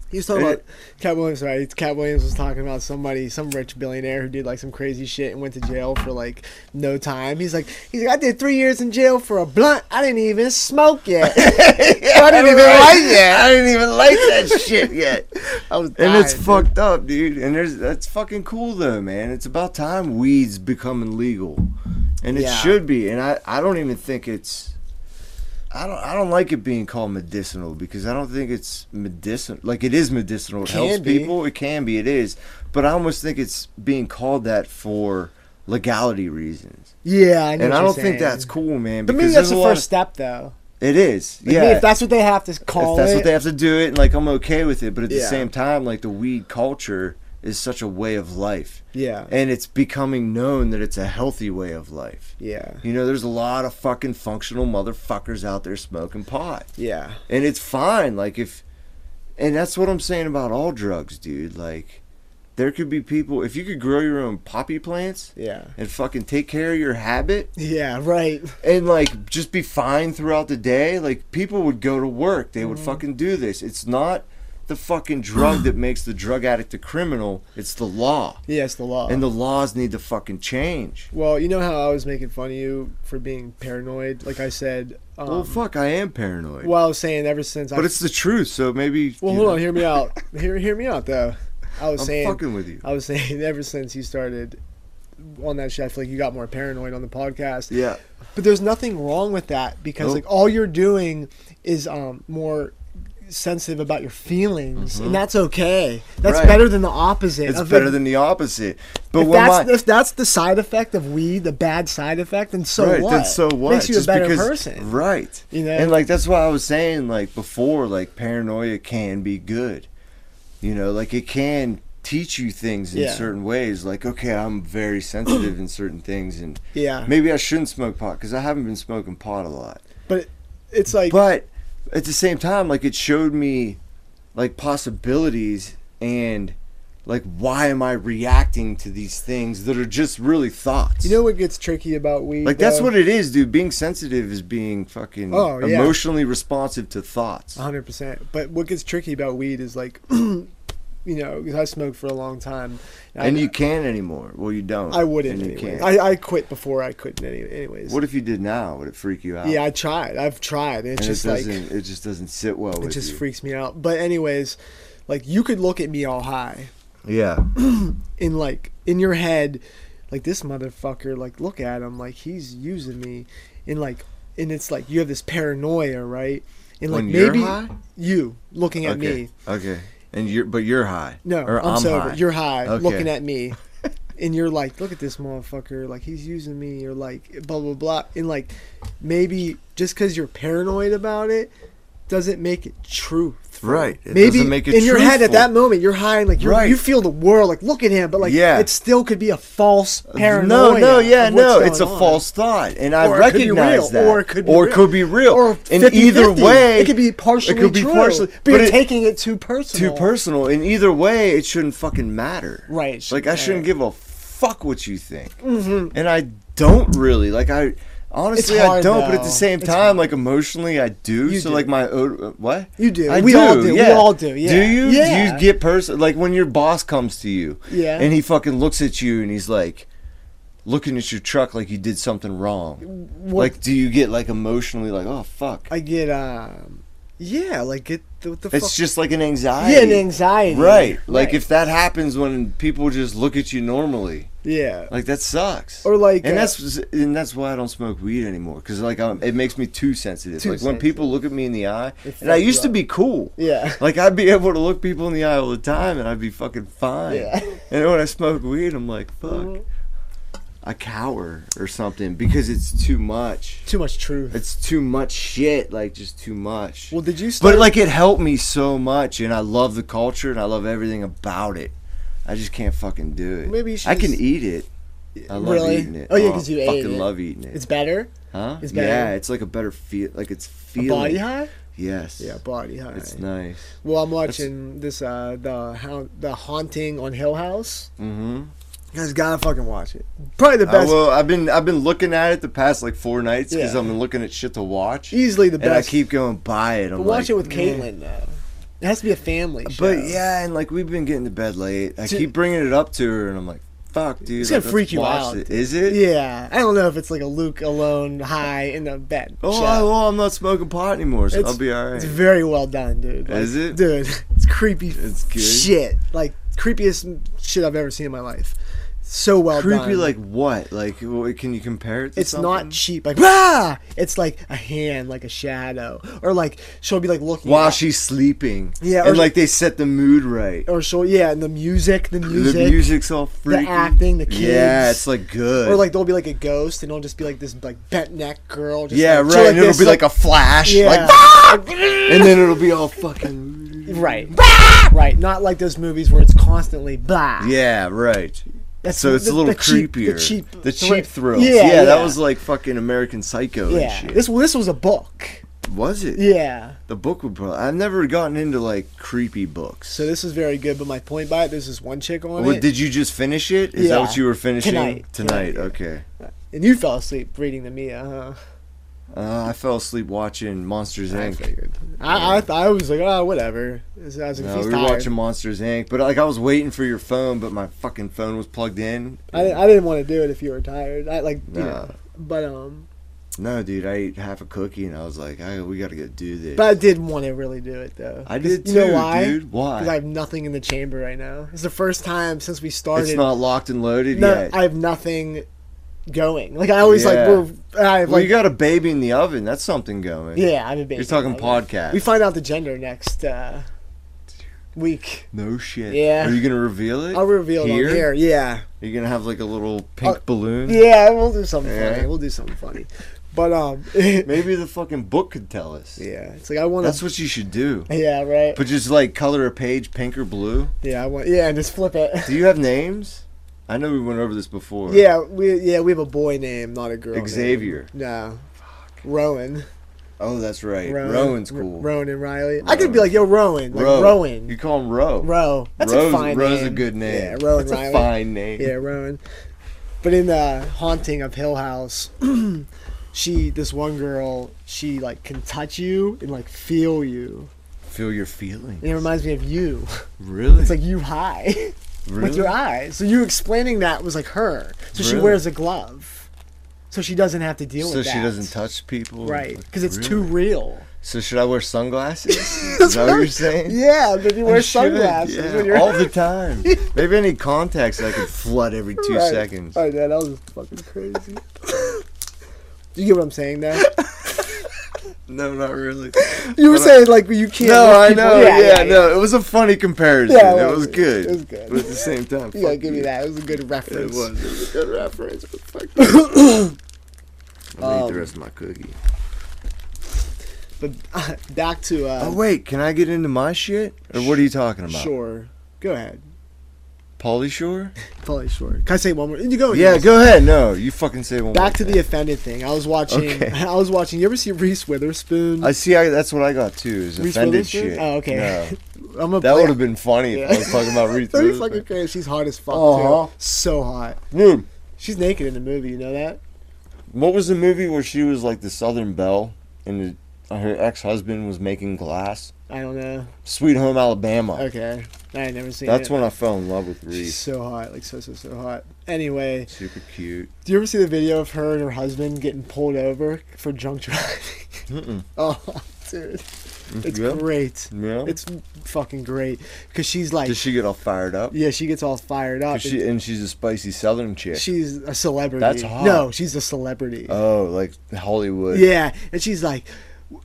S1: he was talking
S2: And
S1: about Cat Williams. Sorry, it's Cat Williams was talking about somebody, some rich billionaire who did like some crazy shit and went to jail for like no time. He's like, he's like, I did three years in jail for a blunt. I didn't even smoke yet. I didn't even like
S2: that. I didn't even like that shit yet.
S1: I was
S2: And it's
S1: dying, dude.
S2: fucked up, dude. And there's that's fucking cool though, man. It's about time weeds becoming legal, and it
S1: Yeah.
S2: should be. And I, I don't even think it's. I don't, I don't like it being called medicinal because I don't think it's medicinal. Like it is medicinal. It
S1: Can
S2: helps
S1: be.
S2: people. It can be. It is. But I almost think it's being called that for legality reasons.
S1: Yeah, I know what
S2: And I
S1: you're
S2: don't
S1: saying.
S2: think that's cool, man.
S1: But maybe
S2: because
S1: that's
S2: there's
S1: the
S2: a lot
S1: first
S2: of-
S1: step, though.
S2: it is.
S1: Like,
S2: yeah.
S1: maybe if that's what they have to call
S2: if that's
S1: it.
S2: what they have to do it, and like I'm okay with it. But at the
S1: Yeah.
S2: same time, like the weed culture is such a way of life,
S1: yeah,
S2: and it's becoming known that it's a healthy way of life.
S1: yeah,
S2: You know, there's a lot of fucking functional motherfuckers out there smoking pot,
S1: yeah.
S2: and it's fine. Like if, and that's what I'm saying about all drugs, dude. Like. There could be people if you could grow your own poppy plants
S1: Yeah.
S2: and fucking take care of your habit,
S1: Yeah, right.
S2: and like just
S1: Mm-hmm.
S2: be fine throughout the day like people would go to work they would fucking do this it's not the fucking drug that makes the drug addict a criminal. It's the law.
S1: Yeah, it's the law.
S2: And the laws need to fucking change.
S1: well, you know how I was making fun of you for being paranoid. Like I said, um,
S2: well, fuck, I am paranoid.
S1: well, I was saying ever since.
S2: but
S1: I,
S2: it's the truth, so maybe.
S1: well,
S2: you
S1: hold
S2: know,
S1: on. Hear me out. Hear hear me out though. I was
S2: I'm
S1: saying
S2: fucking with you.
S1: I was saying ever since you started on that shit, I feel like you got more paranoid on the podcast.
S2: Yeah.
S1: But there's nothing wrong with that because
S2: Nope.
S1: like all you're doing is um more sensitive about your feelings and that's okay. That's
S2: Mm-hmm. Right.
S1: better than the opposite.
S2: It's
S1: of
S2: better
S1: it.
S2: than the opposite. But
S1: If
S2: when
S1: that's,
S2: my,
S1: if that's the side effect of weed, the bad side effect, then so
S2: right,
S1: what?
S2: then so what?
S1: Makes you
S2: Just
S1: a better
S2: because,
S1: person.
S2: Right.
S1: You know?
S2: And like that's why I was saying like before, like paranoia can be good. You know, like it can teach you things in
S1: Yeah.
S2: certain ways. Like, okay, I'm very sensitive in certain things and
S1: Yeah.
S2: maybe I shouldn't smoke pot because I haven't been smoking pot a lot.
S1: But it's like
S2: But at the same time, like it showed me like possibilities and like why am I reacting to these things that are just really thoughts.
S1: you know what gets tricky about weed?
S2: Like that's
S1: though?
S2: what it is, dude. Being sensitive is being fucking
S1: Oh, yeah.
S2: emotionally responsive to thoughts.
S1: A hundred percent. But what gets tricky about weed is like, you know, because I smoked for a long time,
S2: and
S1: I,
S2: you can't anymore. Well, you don't.
S1: I wouldn't.
S2: And you
S1: Anyway.
S2: can't.
S1: I, I quit before I couldn't. Any, anyways,
S2: what if you did now? Would it freak you out?
S1: yeah, I tried. I've tried. It's
S2: And
S1: just
S2: it
S1: like
S2: doesn't. it just doesn't sit well
S1: it
S2: with
S1: just
S2: you.
S1: freaks me out. But anyways, like you could look at me all high
S2: yeah.
S1: and like in your head, like this motherfucker. Like look at him. Like he's using me, and like and it's like you have this paranoia, right? And like
S2: When you're
S1: maybe
S2: high?
S1: you looking at
S2: okay.
S1: me.
S2: Okay. And you're, but you're high.
S1: No,
S2: Or
S1: I'm, sober.
S2: High.
S1: You're high,
S2: Okay.
S1: looking at me, and you're like, "Look at this motherfucker! Like he's using me." Or like, blah blah blah, and like, maybe just because you're paranoid about it doesn't make it truth.
S2: right. It
S1: maybe
S2: doesn't make it
S1: in your head at
S2: truthful.
S1: that moment you're high and like you're,
S2: Right.
S1: you feel the world like look at him but like
S2: Yeah.
S1: it still could be a false paranoia
S2: No, no, yeah,
S1: of what's
S2: no. It's a
S1: going on.
S2: false thought, and I
S1: Or it could be
S2: recognize
S1: real,
S2: that.
S1: or it could be
S2: or
S1: real.
S2: could be real.
S1: or
S2: in
S1: 50-50.
S2: either way,
S1: it could be partially
S2: could be
S1: true,
S2: partially-
S1: but,
S2: but
S1: you're
S2: it-
S1: taking it too personal
S2: too personal. In either way, it shouldn't fucking matter.
S1: Right, it shouldn't
S2: Like I shouldn't
S1: matter.
S2: give a fuck what you think. And I don't really. Like I honestly, I
S1: Mm-hmm. hard,
S2: don't. But at
S1: though.
S2: the same
S1: It's
S2: time, like emotionally, I do.
S1: You
S2: so
S1: do.
S2: like my o- what?
S1: You do.
S2: I
S1: We
S2: do.
S1: all do. We
S2: Yeah.
S1: all do, yeah.
S2: Do you? Do
S1: Yeah.
S2: you get person like when your boss comes to you?
S1: Yeah.
S2: And he fucking looks at you and he's like. Looking at your truck like you did something wrong.
S1: What-
S2: Like, do you get like emotionally like, oh fuck?
S1: I get um yeah, like get the, what the
S2: it's
S1: fuck
S2: just like an anxiety.
S1: yeah, an anxiety.
S2: Right. Like
S1: Right.
S2: if that happens when people just look at you normally,
S1: yeah.
S2: like that sucks.
S1: Or like,
S2: and
S1: uh,
S2: that's and that's why I don't smoke weed anymore because like I'm, it makes me too sensitive.
S1: Too
S2: like when people look at me in the eye,
S1: It
S2: and I
S1: fucks
S2: used
S1: you
S2: to
S1: up.
S2: be cool.
S1: Yeah.
S2: Like I'd be able to look people in the eye all the time, and I'd be fucking fine.
S1: Yeah.
S2: And when I smoke weed, I'm like, fuck,
S1: Mhm.
S2: I cower or something because it's too much.
S1: Too much truth.
S2: It's too much shit. Like just too much.
S1: Well, did you start
S2: But like it helped me so much, and I love the culture and I love everything about it. I just can't fucking do it.
S1: Maybe you should
S2: I can
S1: just-
S2: eat it. I love
S1: Really?
S2: eating it.
S1: Oh, yeah, 'cause you
S2: I
S1: ate
S2: fucking
S1: it.
S2: love eating it.
S1: it's better?
S2: huh?
S1: it's
S2: Yeah,
S1: better.
S2: it's like a better feel. Like it's
S1: A
S2: feeling.
S1: body high?
S2: Yes.
S1: Yeah, body high.
S2: It's nice.
S1: well, I'm watching this uh the how the haunting on Hill House.
S2: Mm-hmm.
S1: You guys gotta fucking watch it. Probably the
S2: I
S1: best
S2: will. I've been I've been looking at it the past like four nights because
S1: Yeah.
S2: I've been looking at shit to watch,
S1: easily the
S2: and I
S1: best.
S2: keep going buy it. I'm
S1: but watch
S2: like,
S1: it with
S2: "Meh."
S1: Caitlin though. It has to be a family show.
S2: But yeah, and like we've been getting to bed late. I
S1: Dude.
S2: keep bringing it up to her, and I'm like, "Fuck, dude,
S1: It's
S2: like,
S1: gonna
S2: let's
S1: freak you
S2: watch
S1: out,
S2: it. Is it?
S1: Yeah. I don't know if it's like a Luke alone high in the bed.
S2: Oh,
S1: show.
S2: I, well, I'm not smoking pot anymore, so
S1: It's-
S2: I'll be all right.
S1: It's very well done, dude.
S2: Is it?
S1: dude? It's creepy.
S2: It's good?
S1: shit. Like creepiest shit I've ever seen in my life. So well
S2: Creepy,
S1: done.
S2: like what? Like, w- can you compare it? to
S1: it's
S2: something?
S1: not cheap. Like rah! It's like a hand, like a shadow, or like she'll be like looking.
S2: While
S1: at-
S2: she's sleeping,
S1: Yeah, or-
S2: and like they set the mood right.
S1: or she'll yeah, and the music, the music,
S2: the music's all freaky.
S1: acting, the
S2: Yeah,
S1: kids.
S2: it's like good.
S1: or like there'll be like a ghost, and it'll just be like this like bent neck girl. Just,
S2: yeah,
S1: like,
S2: right.
S1: she'll,
S2: and it'll
S1: this,
S2: be like a flash,
S1: yeah.
S2: like, and then it'll be all fucking.
S1: Right, right. Not like those movies where it's constantly blah.
S2: Yeah, right.
S1: That's
S2: so it's
S1: the-
S2: a little
S1: the cheap- the
S2: creepier.
S1: cheap
S2: the
S1: thrill.
S2: cheap thrills.
S1: Yeah,
S2: Yeah, that
S1: yeah.
S2: was like fucking American Psycho and
S1: yeah.
S2: shit.
S1: This this was a book.
S2: was it?
S1: Yeah.
S2: The book would probably. I've never gotten into like creepy books.
S1: So this is very good, but my point by it, there's this one chick on
S2: Well,
S1: it,
S2: did you just finish it? Is that
S1: Yeah.
S2: what you were finishing
S1: Tonight. Tonight,
S2: Tonight,
S1: yeah.
S2: okay.
S1: and you fell asleep reading to Mia, huh?
S2: Uh, I fell asleep watching Monsters
S1: I
S2: Inc.
S1: figured. I I, th- I was like, oh, whatever. I was like,
S2: No,
S1: "He's
S2: we were
S1: tired."
S2: watching Monsters Inc. But like I was waiting for your phone, but my fucking phone was plugged in.
S1: I, didn't- I didn't want to do it if you were tired. I like, you
S2: Nah.
S1: know, but um,
S2: No, dude, I ate half a cookie and I was like, I, we gotta go do this.
S1: but I did want to really do it though.
S2: I
S1: 'Cause
S2: did too,
S1: You know why?
S2: dude. Why?
S1: Because I have nothing in the chamber right now. It's the first time since we
S2: it's
S1: started.
S2: not locked and loaded
S1: no,
S2: yet.
S1: I have nothing going. Like I always
S2: Yeah.
S1: like we're I have,
S2: well,
S1: like
S2: you got a baby in the oven. That's something going.
S1: yeah. I'm a baby.
S2: You're talking
S1: Like,
S2: podcast.
S1: We find out the gender next uh, week.
S2: no shit.
S1: Yeah.
S2: Are you gonna reveal it?
S1: I'll reveal it on here. Yeah.
S2: Are you gonna have like a little pink balloon?
S1: Yeah, we'll do something
S2: Yeah.
S1: funny. We'll do something funny. But um
S2: Maybe the fucking book could tell us.
S1: Yeah. It's like I wanna
S2: That's what you should do.
S1: Yeah, right.
S2: But just like color a page pink or blue.
S1: yeah, I want yeah, and just flip it.
S2: Do you have names? I know we went over this before.
S1: Yeah, we yeah, we have a boy name, not a girl. name.
S2: Xavier.
S1: No. Rowan.
S2: Oh, that's right.
S1: Rowan.
S2: Rowan's
S1: R-
S2: cool.
S1: Rowan and Riley. I could
S2: Rowan.
S1: be like, yo, Rowan. Like
S2: Row.
S1: Rowan.
S2: You call him Row.
S1: Row. That's
S2: Row's,
S1: a fine
S2: Row's
S1: name.
S2: a good name.
S1: Yeah, Row and
S2: That's
S1: Riley.
S2: a fine name.
S1: Yeah, Rowan. But in the haunting of Hill House, she this one girl, she like can touch you and like feel you.
S2: Feel your feelings.
S1: And it reminds me of you.
S2: Really?
S1: It's like you high
S2: really?
S1: with your eyes. So you explaining that was like her. So she
S2: Really?
S1: wears a glove. So she doesn't have to deal
S2: so
S1: with that.
S2: she doesn't touch people.
S1: Right,
S2: Like,
S1: because it's
S2: really?
S1: too real.
S2: So should I wear sunglasses? Is that what you're saying?
S1: Yeah, but you
S2: I
S1: wear
S2: should,
S1: sunglasses
S2: yeah,
S1: when you're
S2: all the time. Maybe I need contacts that I can flood every two
S1: Right.
S2: seconds.
S1: All right, man, that was fucking crazy. Do you get what I'm saying now?
S2: No, not really.
S1: You were
S2: But I-
S1: saying like you can't.
S2: No,
S1: make
S2: I
S1: people-
S2: know. Yeah, no, it was a funny comparison.
S1: Yeah, it
S2: it
S1: was.
S2: was good.
S1: It was good.
S2: But at the same time,
S1: You gotta
S2: fuck
S1: give me
S2: you.
S1: that. It was a good
S2: It
S1: reference.
S2: was. It was a good reference. But fuck you. I'm gonna eat
S1: Um,
S2: the rest of my cookie.
S1: But uh, back to
S2: Oh
S1: uh,
S2: wait, can I get into my shit? Or what are you talking about?
S1: Shore. Go ahead,
S2: Pauly Shore?
S1: Polly Shore. Can I say one more? You go.
S2: Yeah,
S1: Reese.
S2: go ahead. No, you fucking say one.
S1: Oh, Back to
S2: more
S1: the offended thing. I was watching.
S2: Okay.
S1: I was watching. You ever see Reese Witherspoon?
S2: I see. I, that's what I got too. Is
S1: Reese
S2: offended
S1: Witherspoon?
S2: shit.
S1: Oh, okay.
S2: No,
S1: I'm a.
S2: that would have been funny if I was
S1: Yeah.
S2: talking about Reese.
S1: Pretty
S2: Witherspoon.
S1: fucking crazy. She's hot as fuck
S2: Uh-huh.
S1: too. So hot.
S2: Dude,
S1: She's naked in the movie. You know that?
S2: what was the movie where she was like the Southern Belle and the, uh, her ex husband was making glass?
S1: I don't know.
S2: Sweet Home Alabama.
S1: Okay, I ain't never seen.
S2: That's
S1: it.
S2: when I fell in love with
S1: She's
S2: Reese.
S1: so hot, like so so so hot. Anyway,
S2: Super cute.
S1: do you ever see the video of her and her husband getting pulled over for drunk driving?
S2: Mm-mm. Mm,
S1: oh, dude, it's
S2: yeah.
S1: great.
S2: Yeah.
S1: It's fucking great because she's like,
S2: Does she get all fired up?
S1: yeah, she gets all fired up.
S2: 'Cause She, and she's a spicy Southern chick.
S1: she's a celebrity.
S2: That's hot.
S1: No, she's a celebrity.
S2: oh, like Hollywood.
S1: yeah, and she's like,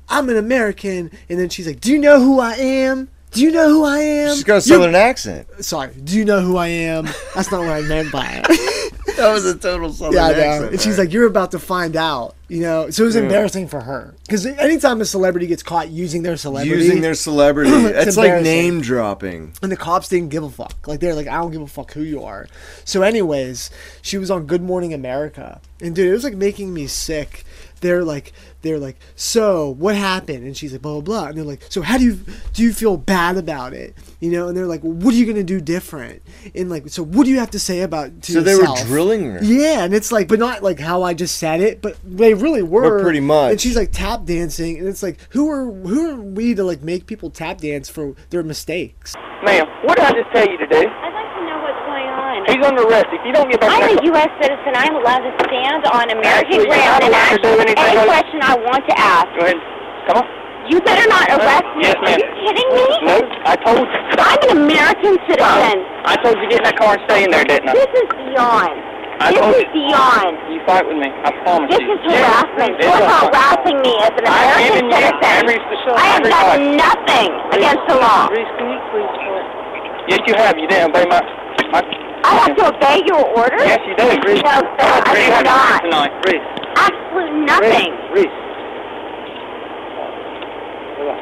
S1: I'm an American, and then she's like, Do you know who I am? Do you know who I am?
S2: She's got a
S1: You're-
S2: Southern accent.
S1: Sorry, do you know who I am? That's not what I meant by it.
S2: That was a total Southern
S1: yeah, I know. And she's like, "You're about to find out," you know. So it was
S2: Yeah.
S1: embarrassing for her because anytime a celebrity gets caught using their celebrity,
S2: using their celebrity.
S1: It's
S2: That's like
S1: embarrassing.
S2: name dropping.
S1: and the cops didn't give a fuck. Like they're like, "I don't give a fuck who you are." So, anyways, she was on Good Morning America, and dude, it was like making me sick. They're like, they're like, so what happened? And she's like, blah blah blah. And they're like, so how do you do you feel bad about it? You know? And they're like, well, what are you gonna do different? And like, so what do you have to say about to
S2: So they
S1: yourself?
S2: were drilling her.
S1: Yeah, and it's like, but not like how I just said it, but they really were.
S2: But pretty much.
S1: And she's like tap dancing, and it's like, who are who are we to like make people tap dance for their mistakes?
S3: Ma'am, what did I just tell you to do?
S4: I'd like to know what's going on.
S3: He's under arrest. If you don't get back
S4: I'm
S3: there,
S4: a U.S. citizen. I'm allowed to stand on
S3: Actually, you're
S4: American
S3: not
S4: ground and
S3: allowed
S4: ask
S3: to do anything
S4: any
S3: like-
S4: question I want to ask.
S3: go ahead. Come on.
S4: You better not arrest me.
S3: Yes, ma'am.
S4: Are you kidding me?
S3: No, I told you.
S4: I'm an American citizen.
S3: I told you to get in that car and stay in there, didn't I?
S4: This is beyond.
S3: I
S4: this
S3: told
S4: is
S3: you.
S4: beyond.
S3: You fight with me. I promise
S4: This
S3: you.
S4: is harassment.
S3: It's
S4: You're
S3: not-
S4: harassing me as an
S3: I've
S4: American
S3: given you
S4: citizen.
S3: every facility,
S4: I have
S3: every
S4: done
S3: right.
S4: nothing against the law.
S3: Reese, can you please quit? Yes, you have. You did obey my. my
S4: I have to obey your orders?
S3: Yes, you did, Reese.
S4: No, sir, I
S3: Reese,
S4: do
S3: have
S4: not.
S3: nothing tonight. Reese.
S4: Absolute nothing.
S3: Reese. Reese. Relax.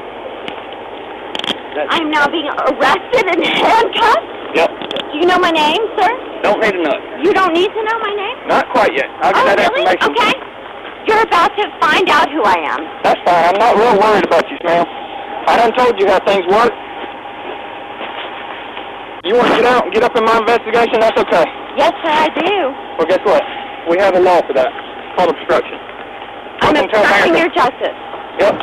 S3: That's-
S4: I am now being arrested and handcuffed.
S3: Yep.
S4: Do you know my name, sir?
S3: Don't need a nut.
S4: You don't need to know my name.
S3: Not quite yet. I'll get
S4: oh,
S3: that
S4: really?
S3: information.
S4: Okay. You're about to find out who I am.
S3: That's fine. I'm not real worried about you, ma'am. I done told you how things work. You want to get out and get up in my investigation? That's okay.
S4: Yes, sir, I do.
S3: Well, guess what? We have a law for that. It's called obstruction.
S4: I'm
S3: Welcome to
S4: obstructing
S3: America.
S4: your justice.
S3: Yep.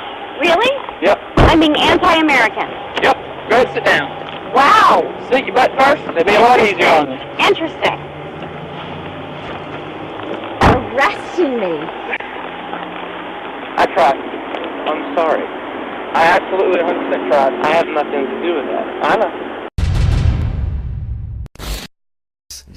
S4: Really?
S3: Yep.
S4: I'm being anti-American.
S3: Yep. Go ahead, sit down.
S4: Wow.
S3: Sit your butt first. It'll be a lot easier on you.
S4: Interesting. Arresting me.
S3: I tried. I'm sorry. I absolutely 100% tried. I have nothing to do with that. I know.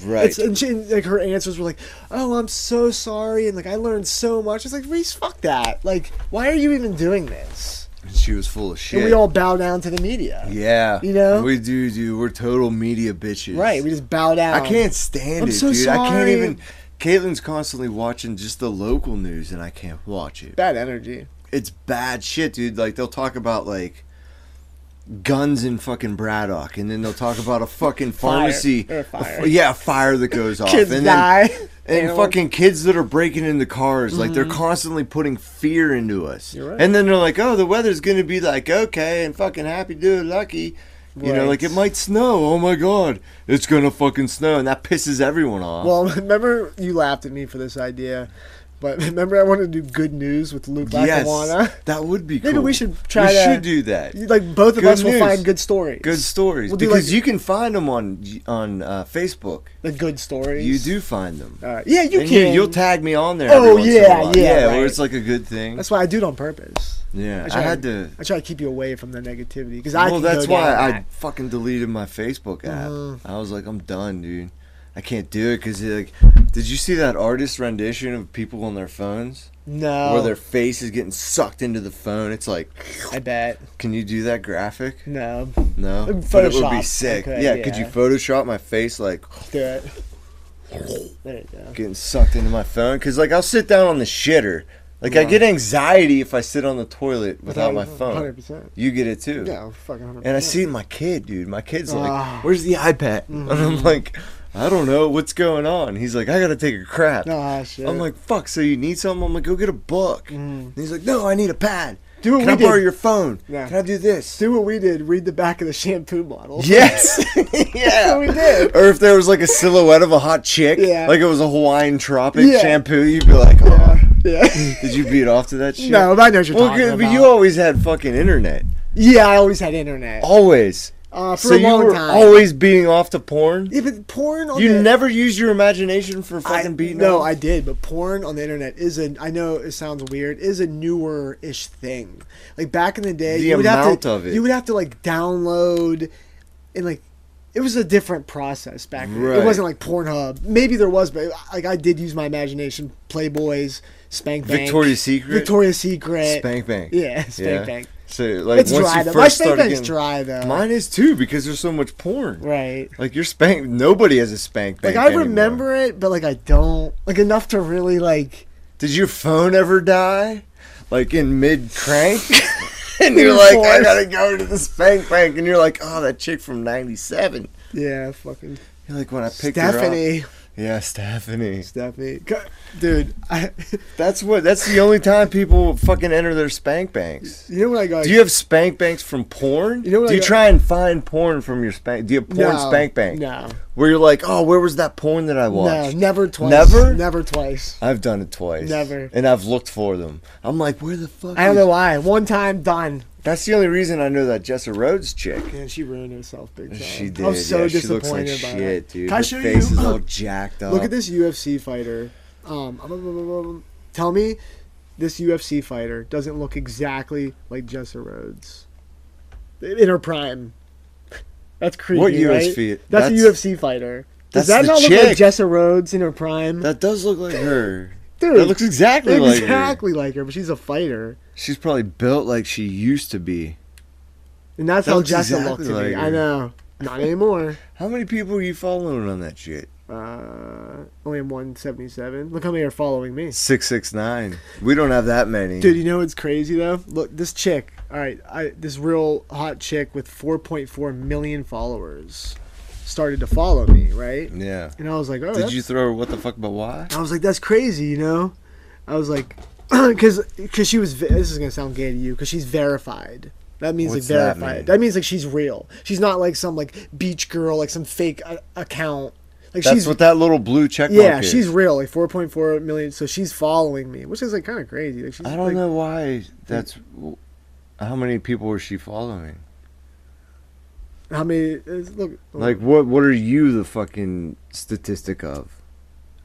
S2: Right.
S1: It's and she, and, like her answers were like, "Oh, I'm so sorry," and like I learned so much. It's like Reese, fuck that. Like, why are you even doing this?
S2: she was full of shit.
S1: And we all bow down to the media,
S2: yeah.
S1: You know?
S2: We do, dude. We're total media bitches.
S1: right? We just bow down.
S2: I can't stand
S1: I'm
S2: it,
S1: so
S2: dude. I can't
S1: sorry.
S2: even. Caitlin's constantly watching just the local news, and I can't watch it.
S1: Bad energy.
S2: It's bad shit, dude. Like they'll talk about like guns in fucking Braddock, and then they'll talk about a fucking pharmacy.
S1: Or a fire.
S2: f- yeah, a fire that goes off.
S1: Kids
S2: and
S1: die.
S2: Then, and
S1: Animals.
S2: fucking kids that are breaking into cars, like they're constantly putting fear into us.
S1: Mm-hmm. You're right.
S2: And then they're like, "Oh, the weather's gonna be like okay, and fucking happy do lucky." You know,
S1: Right.
S2: like it might snow. Oh my god, it's gonna fucking snow, and that pisses everyone off.
S1: Well, remember you laughed at me for this idea, but remember I wanted to do good news with Luke Lackawanna.
S2: that would be.
S1: Maybe
S2: cool.
S1: we should try
S2: We
S1: to-
S2: should do that.
S1: You- Like both of
S2: Good
S1: us will
S2: news.
S1: find good stories.
S2: Good stories
S1: We'll do,
S2: because
S1: like-
S2: you can find them on on uh, Facebook.
S1: The good stories.
S2: You do find them.
S1: All right. Yeah, you
S2: and
S1: can.
S2: You, will tag me on there.
S1: Oh,
S2: every once in a
S1: yeah,
S2: while.
S1: yeah,
S2: Where
S1: right.
S2: it's like a good thing.
S1: That's why I do it on purpose.
S2: yeah, I,
S1: try
S2: had to.
S1: I try to keep you away from the negativity because I.
S2: well,
S1: can
S2: that's
S1: go down
S2: why I
S1: that. Mm-hmm.
S2: fucking deleted my Facebook app. I was like, I'm done, dude. I can't do it because like, did you see that artist rendition of people on their phones where
S1: No.
S2: their face is getting sucked into the phone? It's like,
S1: I bet.
S2: can you do that graphic?
S1: No.
S2: No,
S1: In
S2: but it would be
S1: Uh, Photoshop,
S2: sick.
S1: okay,
S2: yeah, could
S1: yeah.
S2: you Photoshop my face like
S1: Do it. There you go.
S2: getting sucked into my phone? Because like I'll sit down on the shitter. Like I get anxiety if I sit on the toilet without my
S1: Hundred
S2: phone.
S1: percent.
S2: You get it too.
S1: Yeah, fucking hundred.
S2: And I see my kid, dude. My kid's
S1: Ah. Mm.
S2: like, "Where's the iPad?" And I'm like, "I don't know what's going on." He's like, "I gotta take a crap."
S1: Ah, shit.
S2: I'm like, "Fuck!" So you need something? I'm like, "Go get a book." And he's like, "No, I need a pad."
S1: Mm. Do what
S2: Can
S1: we
S2: I borrow
S1: did.
S2: your phone?
S1: Yeah.
S2: Can I do this?
S1: do what we did. Read the back of the shampoo bottle.
S2: Yes. yeah.
S1: what we did.
S2: Or if there was like a silhouette of a hot chick,
S1: Yeah.
S2: like it was a Hawaiian tropic
S1: Yeah.
S2: shampoo, you'd be like, oh,
S1: Yeah.
S2: did you beat off to that shit?
S1: no, but I know what you're
S2: Well,
S1: talking
S2: good,
S1: about.
S2: but you always had fucking internet.
S1: yeah, I always had internet.
S2: Always.
S1: Uh, for
S2: Oh, so
S1: a long
S2: you were
S1: time.
S2: always beating off to porn?
S1: yeah, but porn on
S2: You
S1: the,
S2: never used your imagination for
S1: I,
S2: fucking beating
S1: No,
S2: off?
S1: I did, but porn on the internet is a I know it sounds weird, is a newer ish thing. Like back in the day
S2: The
S1: you would have
S2: amount
S1: to,
S2: of it.
S1: You would have to like download and like it was a different process back then.
S2: Right.
S1: It wasn't like Pornhub. Maybe there was, but like I did use my imagination. Playboys, Spank Bank,
S2: Victoria's Secret?
S1: Victoria's Secret,
S2: Spank Bank.
S1: Yeah, Spank
S2: Yeah.
S1: Bank.
S2: So, like,
S1: it's
S2: once
S1: dry
S2: you
S1: though.
S2: first
S1: My Spank
S2: started
S1: Bank's
S2: getting-
S1: dry though.
S2: Mine is too because there's so much porn.
S1: right.
S2: Like your spank, nobody has a spank bank.
S1: Like I
S2: anymore.
S1: remember it, but like I don't like enough to really like.
S2: Did your phone ever die? Like in mid crank? and you're like, I
S1: Force.
S2: gotta go to the spank bank. And you're like, oh, that chick from 97.
S1: Yeah, fucking
S2: You're like, when I picked her up.
S1: Stephanie,
S2: Yeah, Stephanie.
S1: Stephanie, Go- dude. I,
S2: That's what, that's the only time people fucking enter their spank banks.
S1: you know what I got?
S2: Do you have spank banks from porn?
S1: You know what
S2: Do
S1: I
S2: you
S1: got-
S2: try and find porn from your spank? Do you have porn spank bank?
S1: No,
S2: Where you're like, oh, where was that porn that I watched?
S1: no, never twice.
S2: Never?
S1: never twice.
S2: I've done it twice.
S1: Never.
S2: And I've looked for them. I'm like, where the fuck?
S1: I don't
S2: is-
S1: know why. One time done,
S2: That's the only reason I know that Jessa Rhodes chick.
S1: man. She ruined herself big time.
S2: She did.
S1: I was so
S2: yeah,
S1: disappointed
S2: she looks like
S1: by
S2: shit,
S1: that.
S2: dude.
S1: Can I
S2: Her
S1: show
S2: face
S1: you?
S2: is all jacked up.
S1: Look at this UFC fighter. Um, um, um, um, um, um, tell me, this UFC fighter doesn't look exactly like Jessa Rhodes in her prime. That's creepy.
S2: What
S1: right?
S2: UFC?
S1: That's,
S2: That's-
S1: a UFC fighter. Does that
S2: that's the
S1: not look like
S2: chick.
S1: Jessa Rhodes in her prime?
S2: That does look like her.
S1: Dude,
S2: That looks exactly, like her.
S1: exactly like her, but she's a fighter,
S2: She's probably built like she used to be.
S1: and that's
S2: That
S1: how
S2: looks
S1: Jessa
S2: exactly
S1: looked to me.
S2: like
S1: I
S2: her.
S1: know, not anymore.
S2: How many people are you following on that shit?
S1: Uh, only in one seventy-seven. Look how many are following me.
S2: Six six nine. We don't have that many.
S1: Dude, you know what's crazy though? Look, this chick. All right, I, this real hot chick with 4.4 million followers started to follow me, right?
S2: Yeah.
S1: And I was like, oh,
S2: Did you throw her what the fuck but why?
S1: I was like, that's crazy, you know? I was like, because because she was. ve- This is gonna sound gay to you, because she's verified. That means
S2: What's
S1: like
S2: that
S1: verified.
S2: mean?
S1: That, means like she's real. She's not like some like beach girl, like some fake uh, account. Like
S2: That's
S1: she's
S2: what that little blue check mark
S1: yeah,
S2: is.
S1: she's real, like four point four million. So she's following me, which is like kind of crazy. Like she's
S2: I don't
S1: like,
S2: know why that's. How many people was she following?
S1: how many. Is, look,
S2: Like, what? What are you the fucking statistic of?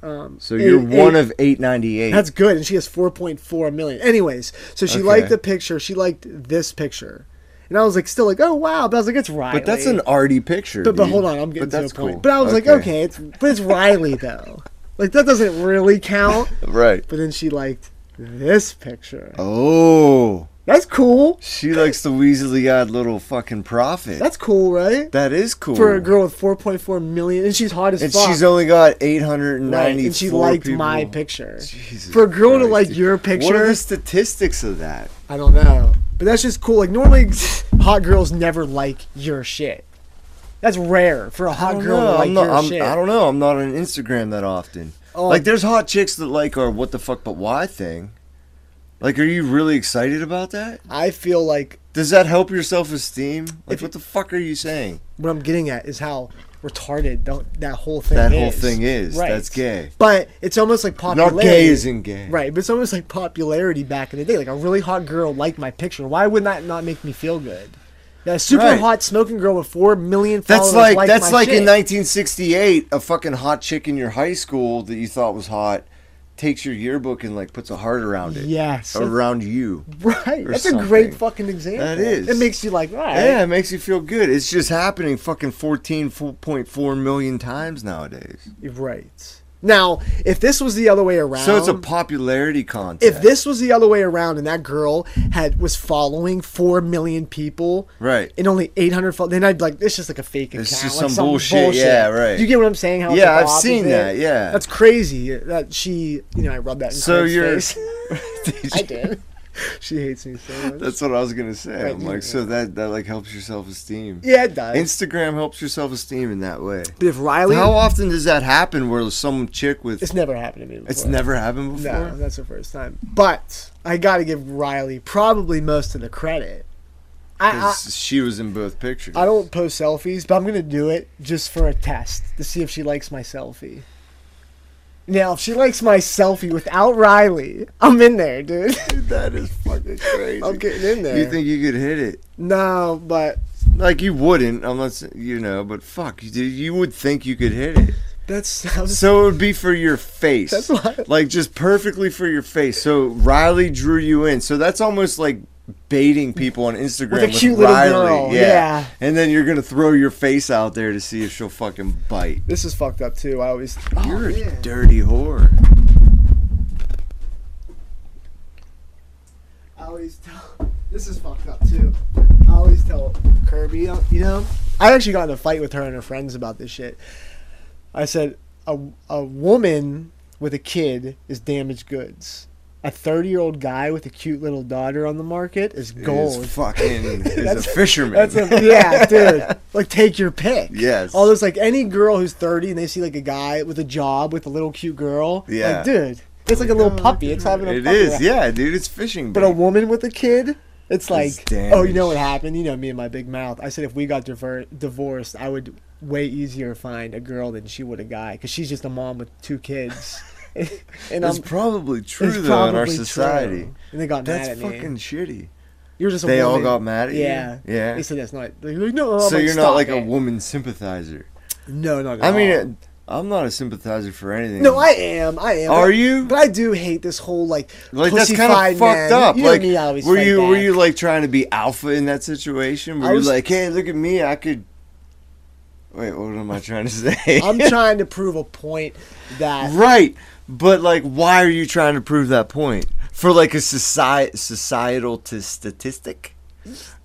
S1: um,
S2: So
S1: eight-
S2: you're one
S1: eight-
S2: of eight ninety eight.
S1: That's good, and she has 4.4 million. Anyways, so she
S2: Okay.
S1: liked the picture. She liked this picture, and I was like, still like, oh wow. But I was like, it's Riley.
S2: but that's an arty picture.
S1: But, but
S2: dude.
S1: hold on, I'm getting
S2: But
S1: to a
S2: that's
S1: point.
S2: cool.
S1: But I was like, okay, it's but it's Riley though. Like that doesn't really count.
S2: right.
S1: But then she liked this picture.
S2: Oh,
S1: That's cool.
S2: she likes the weaselly-eyed little fucking prophet.
S1: That's cool, right?
S2: that is cool
S1: For a girl with 4.4 million, and she's hot as
S2: and
S1: fuck.
S2: she's only got eight hundred and
S1: right?
S2: ninety.
S1: And she liked my picture.
S2: Jesus
S1: For a girl to
S2: Christ,
S1: like
S2: dude.
S1: your
S2: What are
S1: picture,
S2: the statistics of that?
S1: I don't know. But that's just cool. Like normally, hot girls never like your shit. That's rare for a
S2: I
S1: hot
S2: don't
S1: girl to
S2: know.
S1: like
S2: I'm not,
S1: your
S2: I'm,
S1: shit.
S2: I don't know. I'm not on Instagram that often.
S1: Oh.
S2: Like, there's hot chicks that like our "what the fuck but why" thing. Like, are you really excited about that?
S1: I feel like
S2: Does that help your self-esteem? Like,
S1: If-
S2: what the fuck are you saying?
S1: what I'm getting at is how retarded tho- that whole thing
S2: That
S1: is.
S2: whole thing is. That's gay.
S1: But it's almost like popularity.
S2: Not gay isn't gay.
S1: Right, but it's almost like popularity back in the day. Like a really hot girl liked my picture. Why would that not make me feel good? That super
S2: Right.
S1: hot smoking girl with four million followers
S2: That's like
S1: liked
S2: that's
S1: my
S2: like
S1: shit.
S2: in 1968, a fucking hot chick in your high school that you thought was hot takes your yearbook and like puts a heart around it.
S1: Yes.
S2: Around you.
S1: Right.
S2: or
S1: That's a great
S2: something.
S1: fucking example.
S2: That is.
S1: It makes you like, "Ah, all right.
S2: Yeah, it makes you feel good. It's just happening fucking 14.4 million times nowadays.
S1: Right. Now, if this was the other way around,
S2: So it's a popularity contest.
S1: if this was the other way around, and that girl had was following four million people,
S2: Right.
S1: and only eight hundred, fo- then I'd be like, "This is like a fake account,
S2: It's
S1: like
S2: just
S1: some,
S2: some bullshit." Yeah, right.
S1: You get what I'm saying? How it's
S2: Yeah,
S1: like the
S2: I've seen
S1: opposite?
S2: that, yeah.
S1: that's crazy. That she, you know, I rubbed that. In
S2: So
S1: Craig's
S2: you're-
S1: face. I did. She hates me so much.
S2: That's what I was going to say.
S1: Right,
S2: I'm
S1: you-
S2: like so that that like helps your self-esteem.
S1: yeah, it does.
S2: Instagram helps your self-esteem in that way.
S1: but if Riley,
S2: How often does that happen where some chick with
S1: it's
S2: it's,
S1: never happened to me. Before.
S2: never happened before?
S1: No, that's her first time. But I got to give Riley probably most of the credit. I, I
S2: 'Cause she was in both pictures.
S1: I don't post selfies, but I'm gonna do it just for a test to see if she likes my selfie. Now, if she likes my selfie without Riley, I'm in there, dude.
S2: That is fucking crazy.
S1: I'm getting in there.
S2: You think you could hit it?
S1: no, but
S2: Like you wouldn't, unless you know. But fuck, you dude, you would think you could hit it.
S1: that sounds
S2: So it would be for your face,
S1: That's why-
S2: like just perfectly for your face. So Riley drew you in. So that's almost like baiting people on Instagram
S1: With a cute little
S2: Riley.
S1: girl,
S2: Yeah.
S1: yeah.
S2: and then you're gonna throw your face out there to see if she'll fucking bite.
S1: this is fucked up too. I always
S2: you're
S1: Oh, yeah.
S2: a dirty whore.
S1: I always tell. This is fucked up too. I always tell Kirby, uh, you know. I actually got in a fight with her and her friends about this shit. I said a a woman with a kid is damaged goods. A thirty year old guy with a cute little daughter on the market is gold.
S2: Is fucking is
S1: That's-
S2: a fisherman.
S1: That's a, yeah, dude. Like, take your pick.
S2: Yes.
S1: All those like any girl who's thirty and they see like a guy with a job with a little cute girl.
S2: Yeah.
S1: Like, dude, it's like a little puppy. It's having a
S2: It
S1: puppy.
S2: is, yeah, dude. It's fishing.
S1: But a woman with a kid, it's like, oh, you
S2: damaged.
S1: know what happened? You know me and my big mouth. I said if we got diver- divorced, I would way easier find a girl than she would a guy because she's just a mom with two kids. and
S2: That's
S1: I'm
S2: probably true
S1: it's
S2: though in our
S1: probably
S2: society.
S1: true. And they got
S2: That's
S1: mad at
S2: fucking
S1: me.
S2: shitty.
S1: You're just a
S2: they all
S1: woman.
S2: got mad at you?
S1: yeah.
S2: Yeah.
S1: They said that's not. They're like, no, I'm
S2: so
S1: like,
S2: you're not
S1: "Stop
S2: like a
S1: it."
S2: woman sympathizer.
S1: No, not at
S2: I mean,
S1: all.
S2: uh, I'm not a sympathizer for anything.
S1: No, I am. I am.
S2: Are
S1: But-
S2: you?
S1: But I do hate this whole like,
S2: like that's
S1: pussified
S2: kind of
S1: man.
S2: fucked up.
S1: You know
S2: like,
S1: me, I always
S2: were
S1: fight
S2: you were
S1: back.
S2: you like trying to be alpha in that situation? Were
S1: I
S2: you
S1: was-
S2: like, hey, look at me, I could. Wait, what am I trying to say?
S1: I'm trying to prove a point that
S2: right, but like, why are you trying to prove that point for like a society societal t- statistic?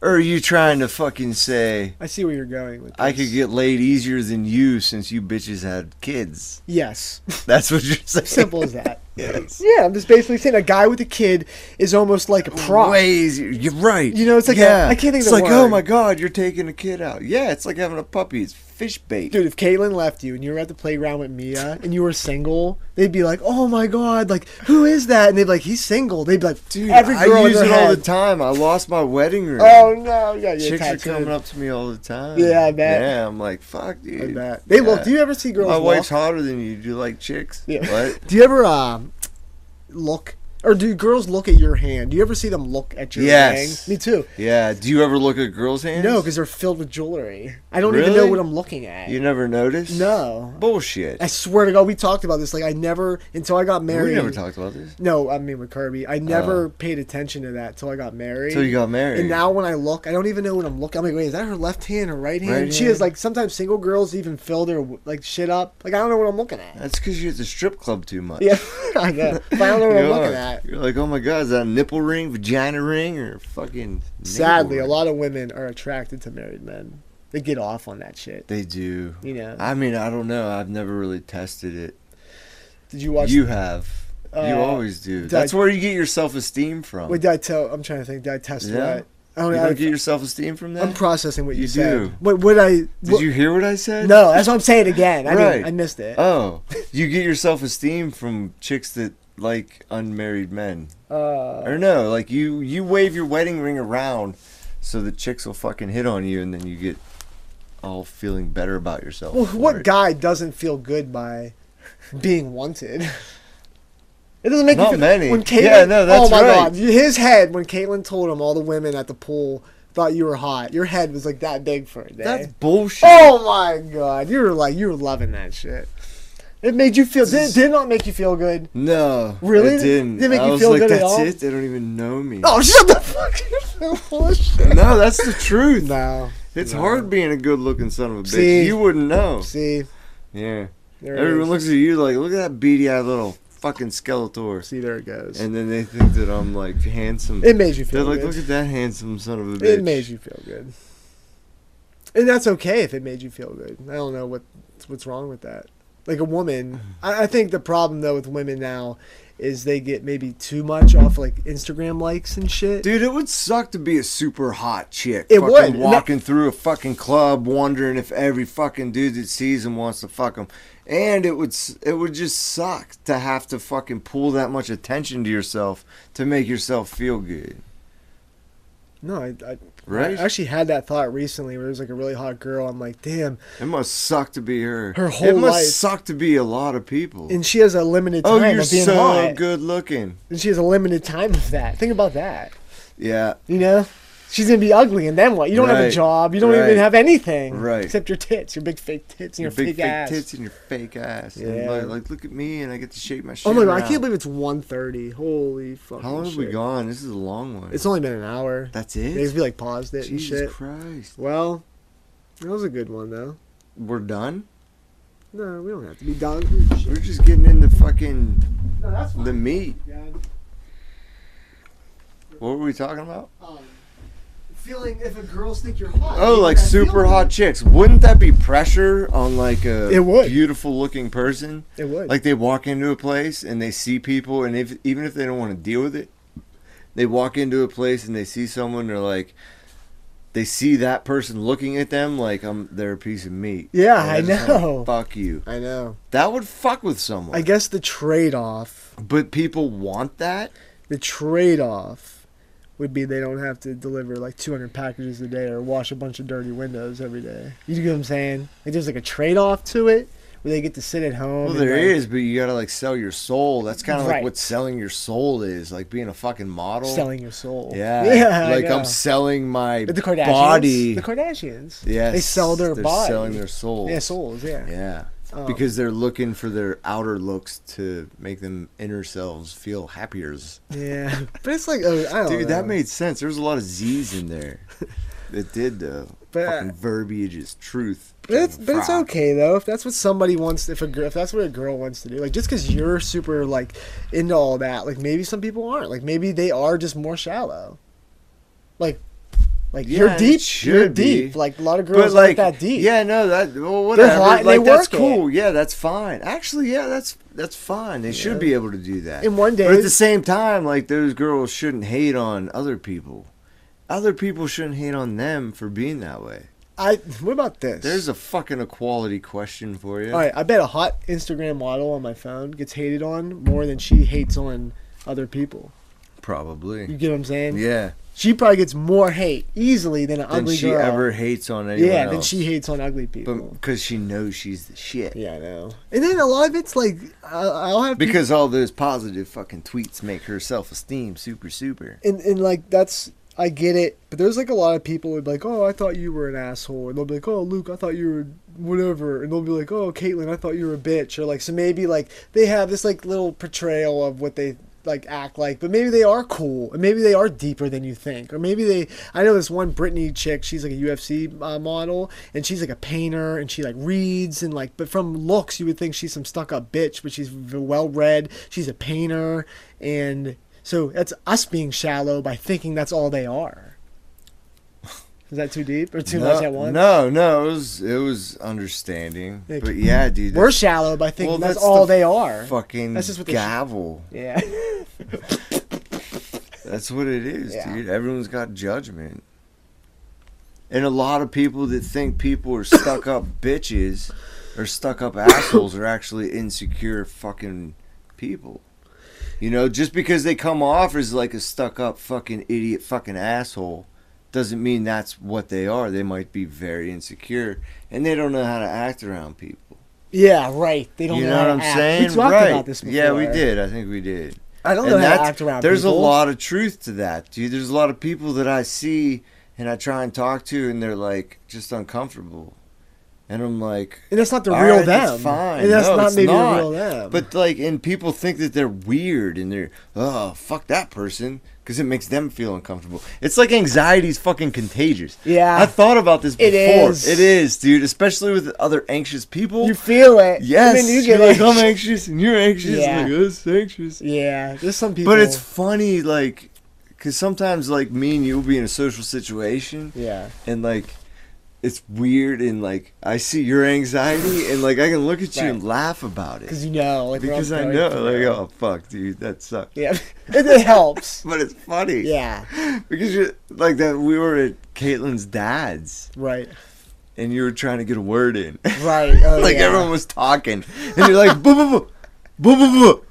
S2: Or are you trying to fucking say?
S1: I see where you're going with. This.
S2: I could get laid easier than you since you bitches had kids.
S1: yes.
S2: That's what you're saying.
S1: Simple as that.
S2: Yes.
S1: Yeah, I'm just basically saying a guy with a kid is almost like a prop.
S2: Way easier. You're right.
S1: You know, it's like a- I can't think of
S2: It's
S1: the
S2: like, oh
S1: word.
S2: my god, you're taking a kid out. Yeah, it's like having a puppy. It's fish bait.
S1: Dude, if Caitlin left you and you were at the playground with Mia and you were single, they'd be like, "Oh my god, like who is that?" And they'd be like, "He's single." They'd be like,
S2: Dude,
S1: every girl
S2: I
S1: in
S2: use
S1: their
S2: it all
S1: head.
S2: the time. I lost my wedding ring.
S1: Oh no, yeah, you're
S2: Chicks are
S1: tattooed.
S2: coming up to me all the time.
S1: Yeah, I bet.
S2: Yeah, I'm like, fuck,
S1: I
S2: dude.
S1: bet. They
S2: Yeah.
S1: look. Do you ever see girls?
S2: My
S1: walk?
S2: wife's hotter than you. Do you like chicks?
S1: Yeah.
S2: What?
S1: Do you ever um, look, or do girls look at your hand? Do you ever see them look at your
S2: Yes.
S1: ring? Me too.
S2: Yeah. Do you ever look at girls' hands?
S1: No, because they're filled with jewelry. I don't even know
S2: Really?
S1: what I'm looking at.
S2: you never noticed.
S1: no.
S2: Bullshit.
S1: I swear to God, we talked about this. Like, I never until I got married.
S2: we never talked about this
S1: No, I mean with Kirby, I never paid attention to that till I got married.
S2: until you got married.
S1: and now when I look, I don't even know what I'm looking. I'm like, wait, is that her left hand or right hand?
S2: Right
S1: she is
S2: hand.
S1: like sometimes single girls even fill their like shit up. Like I don't know what I'm looking at.
S2: that's because you're at the strip club too much.
S1: Yeah, I know. But I don't know what
S2: You
S1: I'm looking
S2: are.
S1: at.
S2: You're like, oh my god, is that a nipple ring, vagina ring, or fucking? navel
S1: Sadly, a
S2: ring?"
S1: lot of women are attracted to married men. They get off on that shit.
S2: They do.
S1: You know.
S2: I mean, I don't know. I've never really tested it.
S1: Did you watch?
S2: you have. you
S1: uh,
S2: always do.
S1: did
S2: That's
S1: I-
S2: where you get your self esteem from.
S1: Wait, did I tell? I'm trying to think. Did I test
S2: Yeah.
S1: what? I don't
S2: you
S1: know.
S2: don't
S1: I,
S2: get your self esteem from that.
S1: I'm processing what you,
S2: You
S1: said.
S2: do.
S1: Wait, what I?
S2: Did
S1: what-
S2: you hear what I said?
S1: No, that's what I'm saying again. I
S2: Right.
S1: didn't, I missed it.
S2: Oh, you get your self esteem from chicks that like unmarried men,
S1: Uh,
S2: or no? Like you, you wave your wedding ring around so the chicks will fucking hit on you, and then you get all feeling better about yourself.
S1: Well,
S2: for
S1: what
S2: it.
S1: guy doesn't feel good by being wanted? It doesn't make
S2: Not
S1: you feel,
S2: many.
S1: When Caitlyn,
S2: Yeah, no, that's
S1: oh my
S2: right.
S1: god, his head when Caitlyn told him all the women at the pool thought you were hot. Your head was like that big for a day.
S2: That's bullshit.
S1: oh my god, you were like you were loving that shit. It made you feel did, did not make you feel good.
S2: No,
S1: Really?
S2: It didn't.
S1: Didn't make
S2: I
S1: you
S2: was
S1: feel
S2: like,
S1: good at
S2: That's
S1: all?"
S2: it. They don't even know me.
S1: Oh shut the fuck up! Bullshit.
S2: No, that's the truth.
S1: No,
S2: It's
S1: No.
S2: hard being a good-looking son of a bitch.
S1: See?
S2: you wouldn't know.
S1: see,
S2: Yeah.
S1: there it
S2: Everyone
S1: is.
S2: looks at you like, look at that beady-eyed little fucking Skeletor.
S1: see there it goes.
S2: And then they think that I'm like handsome.
S1: it made you
S2: They're
S1: feel
S2: like,
S1: good.
S2: look at that handsome son of a bitch.
S1: It made you feel good, and that's okay if it made you feel good. I don't know what what's wrong with that. Like a woman, I, I think the problem though with women now is they get maybe too much off like Instagram likes and shit.
S2: Dude, it would suck to be a super hot chick.
S1: It
S2: fucking
S1: would, and that-
S2: Walking through a fucking club, wondering if every fucking dude that sees him wants to fuck him. And it would s- it would just suck to have to fucking pull that much attention to yourself to make yourself feel good,
S1: No, I, I,
S2: right?
S1: I actually had that thought recently where there was like a really hot girl. I'm like, damn,
S2: it must suck to be her.
S1: Her
S2: It
S1: whole
S2: must
S1: life.
S2: suck to be a lot of people.
S1: and she has a limited time
S2: oh, you're
S1: of being
S2: so
S1: hot,
S2: good looking.
S1: and she has a limited time of that. Think about that.
S2: Yeah,
S1: You know, she's gonna be ugly, and then what? You don't have a
S2: Right,
S1: job. You don't
S2: right,
S1: even have anything,
S2: right.
S1: Except your tits, your big fake tits, and your,
S2: big
S1: fake,
S2: fake
S1: ass.
S2: tits and your fake ass. And,
S1: Yeah.
S2: like, like, look at me, and I get to shape my. Shit
S1: Oh my god, I
S2: around.
S1: can't believe it's 1.30. Holy fuck.
S2: How long have we gone? This is a long one.
S1: It's only been an hour.
S2: That's
S1: They
S2: it.
S1: we like paused it
S2: Jesus
S1: and shit.
S2: Christ.
S1: Well, that was a good one though.
S2: We're done.
S1: No, we don't have to be done. Ooh, shit.
S2: We're just getting into fucking
S1: No, that's fine.
S2: the meat.
S1: Yeah.
S2: What were we talking about?
S1: Um, feeling if a girls think you're hot.
S2: Oh,
S1: you
S2: like
S1: gotta feel
S2: super
S1: good.
S2: hot chicks. Wouldn't that be pressure on like a
S1: It would.
S2: beautiful looking person?
S1: It would.
S2: Like they walk into a place and they see people, and if even if they don't want to deal with it, they walk into a place and they see someone. They're like, they see that person looking at them like I'm they're a piece of meat.
S1: Yeah,
S2: And
S1: I
S2: they're just like,
S1: know.
S2: Fuck you.
S1: I know.
S2: That would fuck with someone.
S1: I guess the trade off,
S2: but people want that.
S1: the trade off would be they don't have to deliver like 200 packages a day or wash a bunch of dirty windows every day. You get what I'm saying? Like there's like a trade off to it where they get to sit at home.
S2: Well,
S1: and,
S2: there
S1: like,
S2: is, but you gotta like sell your soul. That's kind of like
S1: Right.
S2: what selling your soul is, like being a fucking model.
S1: selling your soul.
S2: Yeah.
S1: yeah. I
S2: Like
S1: know.
S2: I'm selling my
S1: But the Kardashians.
S2: body.
S1: The Kardashians.
S2: yes.
S1: They sell their
S2: they're
S1: body.
S2: Selling their soul.
S1: Yeah, souls. Yeah.
S2: Yeah.
S1: Um,
S2: Because they're looking for their outer looks to make them inner selves feel happier.
S1: Yeah. But it's like, oh, I don't
S2: Dude,
S1: know.
S2: that made sense. There's a lot of Z's in there. it did though.
S1: But-
S2: fucking verbiage is truth.
S1: But it's, but it's
S2: Fuck.
S1: okay though if that's what somebody wants if a girl if that's what a girl wants to do like just because you're super like into all that like maybe some people aren't like maybe they are just more shallow like like
S2: Yeah,
S1: you're
S2: it
S1: deep you're
S2: should be.
S1: deep like a lot of girls aren't that deep
S2: Yeah, no, that well, whatever.
S1: hot and
S2: like
S1: they
S2: that's
S1: work it.
S2: cool. Yeah, that's fine. Actually, yeah, that's that's fine. They should be able to do that.
S1: And one
S2: but
S1: day-
S2: at the same time, like those girls shouldn't hate on other people. Other people shouldn't hate on them for being that way.
S1: I what about this?
S2: There's a fucking equality question for you.
S1: All right, I bet a hot Instagram model on my phone gets hated on more than she hates on other people. You
S2: Probably.
S1: get what I'm saying?
S2: Yeah.
S1: She probably gets more hate easily than an
S2: Than
S1: ugly
S2: she
S1: girl.
S2: ever hates on anyone
S1: yeah,
S2: else.
S1: than she hates on ugly people.
S2: because she knows she's the shit.
S1: yeah, I know. And then a lot of it's like I- I'll have people-
S2: Because all those positive fucking tweets make her self esteem super super.
S1: and and like that's I get it, but there's like a lot of people who'd be like, "Oh, I thought you were an asshole," and they'll be like, "Oh, Luke, I thought you were whatever," and they'll be like, "Oh, Caitlyn, I thought you were a bitch," or like so maybe like they have this like little portrayal of what they like act like, but maybe they are cool, and maybe they are deeper than you think, or maybe they. I know this one Brittany chick, she's like a UFC uh, model, and she's like a painter, and she like reads and like, but from looks you would think she's some stuck up bitch, but she's well read, she's a painter, and so that's us being shallow by thinking that's all they are. Is that too deep or too much at once?
S2: no, no, it was it was understanding.
S1: Like,
S2: but yeah, dude,
S1: We're
S2: that's
S1: shallow by thinking
S2: Well,
S1: that's,
S2: that's
S1: all
S2: the
S1: they are.
S2: fucking
S1: That's just what they sh-
S2: gavel.
S1: Yeah.
S2: That's what it is,
S1: Yeah.
S2: dude. Everyone's got judgment. And a lot of people that think people are stuck up bitches or stuck up assholes are actually insecure fucking people. You know, just because they come off as like a stuck up fucking idiot fucking asshole doesn't mean that's what they are. They might be very insecure and they don't know how to act around people.
S1: Yeah, right. They don't
S2: You
S1: know,
S2: know
S1: how
S2: what
S1: to
S2: I'm
S1: act.
S2: saying?
S1: We talked
S2: right.
S1: about this before.
S2: Yeah, we did. I think we did
S1: I don't know
S2: and
S1: how to
S2: that's-
S1: act around
S2: There's
S1: people.
S2: a lot of truth to that, dude. There's a lot of people that I see and I try and talk to, and they're like just uncomfortable, and I'm like,
S1: And that's not the
S2: "All
S1: real
S2: right,
S1: them.
S2: That's fine.
S1: And that's
S2: No,
S1: not
S2: it's
S1: maybe
S2: not.
S1: the real them.
S2: But like, and people think that they're weird and they're oh fuck that person because it makes them feel uncomfortable. It's like anxiety's fucking contagious.
S1: Yeah.
S2: I thought about this
S1: It
S2: before. It
S1: is.
S2: is, dude. Especially with other anxious people.
S1: you feel it.
S2: yes,
S1: And then you
S2: you're
S1: get
S2: like
S1: like,
S2: I'm anxious and you're anxious.
S1: Yeah.
S2: Yeah. Like, "Us anxious.
S1: Yeah, there's some people.
S2: But it's funny, like, because sometimes, like, me and you will be in a social situation,
S1: yeah.
S2: and, like, it's weird, and, like, I see your anxiety, and, like, I can look at you and
S1: Right.
S2: laugh about it.
S1: Because you know, like we're all
S2: Because I
S1: going
S2: know,
S1: through
S2: like,
S1: it.
S2: oh, fuck, dude, that sucks.
S1: yeah, it, it helps.
S2: But it's funny.
S1: Yeah,
S2: Because you like that we were at Caitlin's dad's
S1: right,
S2: and you were trying to get a word in.
S1: right. Oh,
S2: like
S1: yeah.
S2: everyone was talking. And you're like boo boo boo boo boo boo boo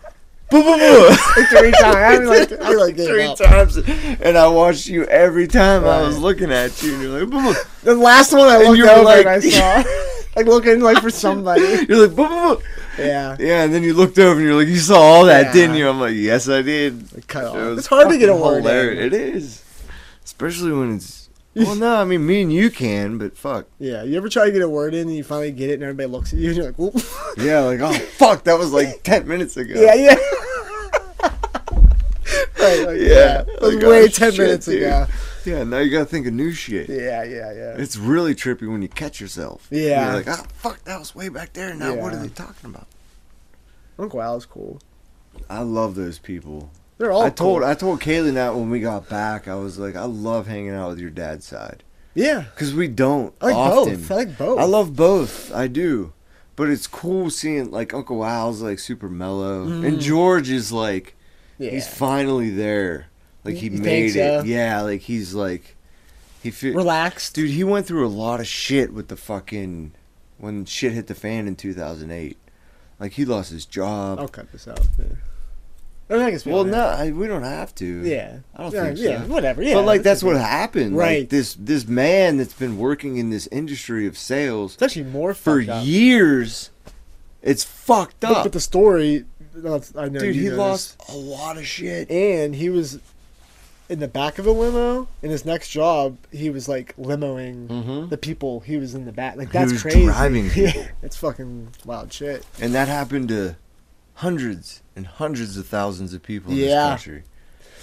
S2: boo boo
S1: three times. I mean, like, I like gave
S2: three
S1: up.
S2: times, and I watched you every time I was
S1: Right.
S2: looking at you, and you're like, "Boo, boo."
S1: The last one I
S2: And
S1: looked
S2: you were
S1: over and I
S2: like-
S1: saw, like looking like for somebody.
S2: you're like, "Boo, boo, boo."
S1: Yeah,
S2: yeah, and then you looked over and you're like, you saw all that,
S1: Yeah.
S2: didn't you? I'm like, yes, I did.
S1: it cut
S2: It
S1: off.
S2: was
S1: It's hard to get a
S2: fucking
S1: word
S2: hilarious.
S1: in.
S2: It is, especially when it's. Well, no, I mean, me and you can, but fuck.
S1: Yeah, you ever try to get a word in and you finally get it and everybody looks at you and you're like, Whoop.
S2: Yeah, like, oh fuck, that was like ten minutes ago.
S1: yeah, yeah. right, like, yeah,
S2: yeah.
S1: it was
S2: Like,
S1: way
S2: oh,
S1: ten
S2: shit,
S1: minutes
S2: dude.
S1: ago.
S2: Yeah, now you gotta think of new shit.
S1: Yeah, yeah, yeah.
S2: It's really trippy when you catch yourself.
S1: Yeah.
S2: You're like, ah, fuck, that was way back there. Now what are
S1: Yeah.
S2: they talking about?
S1: Uncle Al's cool.
S2: I love those people.
S1: They're all.
S2: I told
S1: Oh, cool.
S2: I told Kaylin that when we got back. I was like, I love hanging out with your dad's side
S1: Yeah,
S2: because we don't
S1: I like
S2: often.
S1: both. I like both.
S2: I love both. I do, but it's cool seeing like Uncle Al's like super mellow,
S1: Mm.
S2: and George is like
S1: Yeah.
S2: he's finally there. Like he
S1: You think
S2: made
S1: so?
S2: it. Yeah, like he's like he fe-
S1: relaxed.
S2: dude. He went through a lot of shit with the fucking when shit hit the fan in 2008. Like he lost his job.
S1: I'll cut this out. Yeah. I mean, I guess we
S2: Well,
S1: don't
S2: no, I, we don't have to.
S1: have- Yeah.
S2: I don't
S1: yeah,
S2: think so.
S1: yeah, whatever. Yeah,
S2: but like that's what happened. Like,
S1: Right.
S2: this this man that's been working in this industry of sales
S1: It's actually more
S2: for
S1: fucked up.
S2: years, it's fucked
S1: But,
S2: up.
S1: but the story, that's- I know.
S2: Dude,
S1: you
S2: he
S1: know
S2: lost a lot of shit.
S1: this. and he was in the back of a limo. In his next job, he was like limoing
S2: Mhm.
S1: the people. He was in the back. Like that's
S2: was
S1: crazy.
S2: driving people.
S1: Yeah, it's fucking wild shit.
S2: And that happened to hundreds and hundreds of thousands of people in
S1: Yeah.
S2: this country.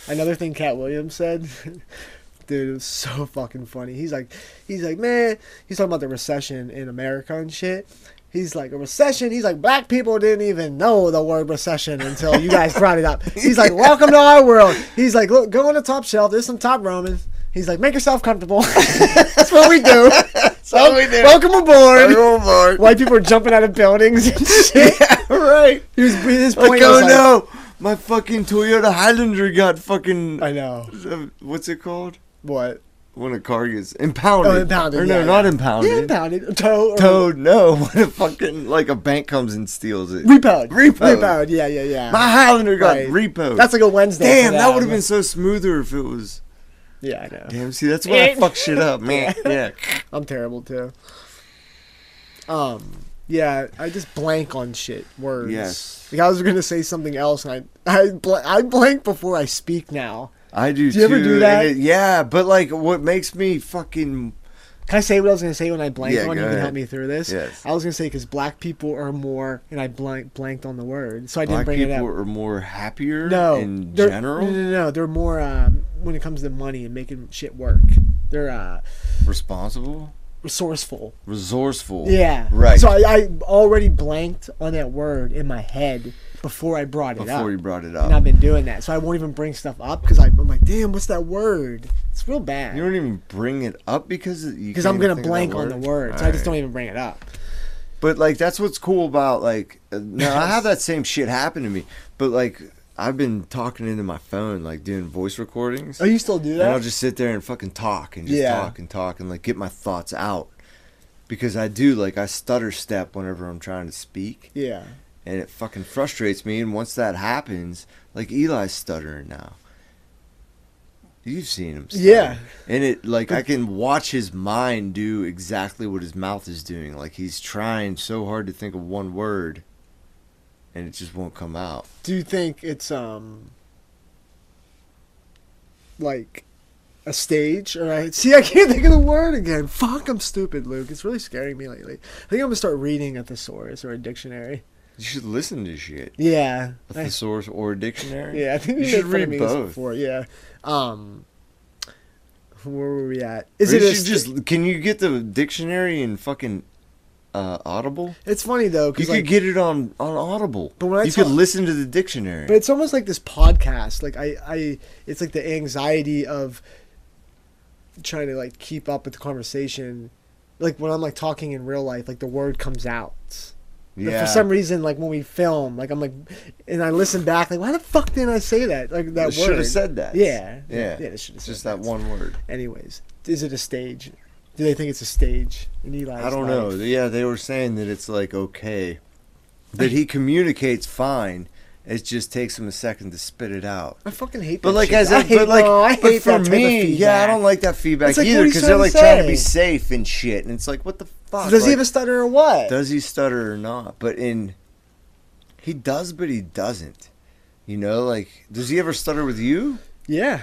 S1: Another thing Cat Williams said, dude, it was so fucking funny. He's like, he's like, man, he's talking about the recession in America and shit. He's like a recession. He's like black people didn't even know the word recession until you guys brought it up. He's like, welcome to our world. He's like, look, go on the top shelf. There's some top ramen. He's like, make yourself comfortable. That's what we do.
S2: So we did.
S1: Welcome aboard.
S2: Walmart.
S1: White people are jumping out of buildings and shit.
S2: yeah, right.
S1: He was his point
S2: Like,
S1: was
S2: oh
S1: like,
S2: no, my fucking Toyota Highlander got fucking.
S1: I know
S2: uh, what's it called?
S1: what.
S2: when a car gets impounded.
S1: Oh, impounded,
S2: Or no,
S1: yeah,
S2: not
S1: yeah.
S2: impounded.
S1: Yeah, impounded. Tow. or-
S2: Towed. No, when a fucking like a bank comes and steals it.
S1: Repoed.
S2: Repoed.
S1: Repoed. Yeah, yeah, yeah.
S2: My Highlander got
S1: Right.
S2: repoed.
S1: That's like a Wednesday. for
S2: Damn, that
S1: them.
S2: would have been so smoother if it was.
S1: Yeah, I know.
S2: Damn, see, that's why I fuck shit up, man. Yeah.
S1: I'm terrible too. Um, yeah, I just blank on shit words.
S2: Yes.
S1: Like I was gonna say something else, and I I bl- I blank before I speak now.
S2: I do,
S1: Do you
S2: too.
S1: ever do
S2: and
S1: that?
S2: it- yeah, but like, what makes me fucking
S1: Can I say what I was gonna say when I blanked
S2: Yeah,
S1: on?
S2: go
S1: You can
S2: ahead.
S1: help me through this.
S2: Yes.
S1: I was gonna say because black people are more, and I blank blanked on the word, so I didn't
S2: black
S1: bring it
S2: people
S1: up.
S2: are more happier
S1: no,
S2: in
S1: they're- Mm-hmm.
S2: general?
S1: No, no, no, they're more um, when it comes to money and making shit work. They're uh,
S2: Responsible,
S1: resourceful.
S2: resourceful.
S1: Yeah.
S2: right.
S1: So I, I already blanked on that word in my head before I brought it up.
S2: Before you brought it
S1: and I've
S2: up,
S1: been doing that, so I won't even bring stuff up because I'm like, damn, what's that word? It's real
S2: you
S1: bad.
S2: don't even bring it up because you
S1: Because
S2: can't
S1: I'm gonna
S2: even think of that
S1: blank on the word, so I just
S2: Alright.
S1: don't even bring it up.
S2: But like that's what's cool about like uh, now I have that same shit happen to me. But like I've been talking into my phone, like doing voice recordings.
S1: Oh, you still do
S2: And I'll
S1: that?
S2: just sit there and fucking talk and just
S1: Yeah.
S2: talk and talk and like get my thoughts out. Because I do like I stutter step whenever I'm trying to speak
S1: yeah.
S2: and it fucking frustrates me and once that happens, like Eli's stuttering now. You've seen him stutter.
S1: Yeah.
S2: And it like I can watch his mind do exactly what his mouth is doing. Like he's trying so hard to think of one word and it just won't come out.
S1: Do you think it's um like a stage? All right. See, I can't think of the word again. Fuck, I'm stupid, Luke. It's really scaring me lately. I think I'm gonna start reading a thesaurus or a dictionary.
S2: You should listen to shit.
S1: Yeah.
S2: A
S1: I-
S2: thesaurus or a dictionary.
S1: Yeah, I think
S2: You
S1: we
S2: should
S1: should read
S2: read
S1: both.
S2: both.
S1: before. Yeah. Um, where were we at? Is
S2: Is
S1: it a
S2: should
S1: st-
S2: just can you get the dictionary in fucking uh, Audible?
S1: It's funny though,
S2: You
S1: because like,
S2: could get it on, on Audible.
S1: But when I
S2: you
S1: tell-
S2: could listen to the dictionary.
S1: but it's almost like this podcast. Like I, I, it's like the anxiety of trying to like keep up with the conversation. Like when I'm like talking in real life, like the word comes out. But
S2: yeah.
S1: For some reason, like when we film, like I'm like, and I listen back, like why the fuck didn't I say that? Like that
S2: I
S1: word.
S2: should have said that.
S1: Yeah.
S2: Yeah.
S1: Yeah. It should have
S2: Just that one word.
S1: Anyways, is it a stage? Do they think it's a stage? In Eli's
S2: I don't
S1: life?
S2: know. Yeah, they were saying that it's like okay, that he communicates fine. It just takes him a second to spit it out.
S1: I fucking hate.
S2: But
S1: that
S2: like
S1: shit.
S2: as
S1: I
S2: I,
S1: hate
S2: but like
S1: no, I
S2: but
S1: hate
S2: for
S1: that type of
S2: me, yeah, I
S1: feedback.
S2: don't like that feedback
S1: It's like,
S2: either
S1: what he's
S2: because they're
S1: trying
S2: like
S1: to
S2: trying to be
S1: say.
S2: safe and shit, and it's like what the fuck?
S1: So does he
S2: Like,
S1: have a stutter or what?
S2: does he stutter or not? But in he does, but he doesn't. You know, like does he ever stutter with you?
S1: yeah.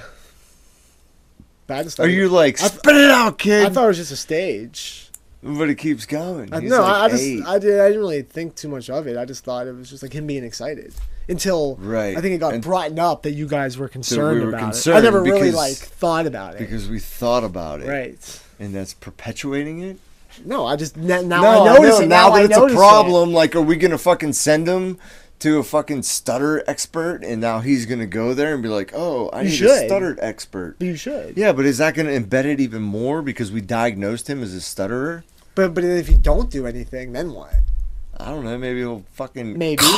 S1: Bad
S2: Are
S1: stutter.
S2: you like
S1: I-
S2: spit it out, kid?
S1: I thought it was just a stage.
S2: but it keeps going.
S1: I,
S2: He's
S1: no,
S2: like
S1: I, I just
S2: eight.
S1: I did I didn't really think too much of it. I just thought it was just like him being excited until
S2: Right.
S1: I think it got
S2: And-
S1: brought up that you guys were concerned
S2: were
S1: about it. I
S2: concerned
S1: never really
S2: because-
S1: like thought about it.
S2: because we thought about it,
S1: right.
S2: And that's perpetuating it.
S1: No, I just n- now I notice it.
S2: Now,
S1: I
S2: that it's a
S1: notice it.
S2: problem, like, are we gonna fucking send him to a fucking stutter expert, and now he's gonna go there and be like, "Oh, I
S1: You
S2: need a
S1: should.
S2: stutter expert."
S1: You should.
S2: Yeah, but is that gonna embed it even more because we diagnosed him as a stutterer?
S1: But but if you don't do anything, then what?
S2: I don't know. Maybe he'll fucking
S1: Maybe.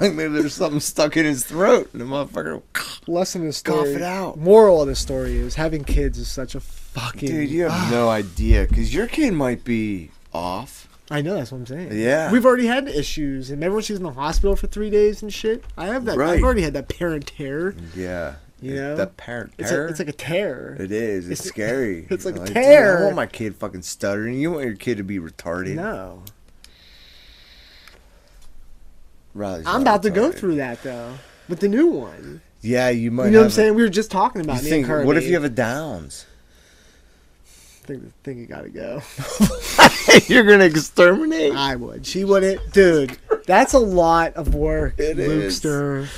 S2: like maybe there's something stuck in his throat, and the motherfucker.
S1: Lesson of the
S2: Cough
S1: story.
S2: it out.
S1: Moral of the story is having kids is such a fucking.
S2: Dude, you have no idea because your kid might be off.
S1: I know that's what I'm saying.
S2: Yeah.
S1: we've already had issues, and remember when she was in the hospital for three days and shit. I have that.
S2: Right.
S1: I've already had that parent terror.
S2: Yeah,
S1: You know?
S2: the parent.
S1: It's,
S2: terror.
S1: a, it's like a terror.
S2: It is. It's,
S1: It's-
S2: scary.
S1: it's like a
S2: "Dude, I
S1: tear."
S2: want my kid fucking stuttering. You want your kid to be retarded.
S1: no,
S2: Riley's
S1: I'm
S2: not
S1: about to go
S2: retarded.
S1: through that though with the new one.
S2: Yeah, you might.
S1: You know what I'm
S2: have a-
S1: saying? we were just talking about.
S2: You
S1: me
S2: think,
S1: and Kirby.
S2: what if you have a Downs?
S1: I think, think you gotta go.
S2: You're gonna exterminate.
S1: I would. She wouldn't, dude. That's a lot of work,
S2: It is.
S1: Lukester.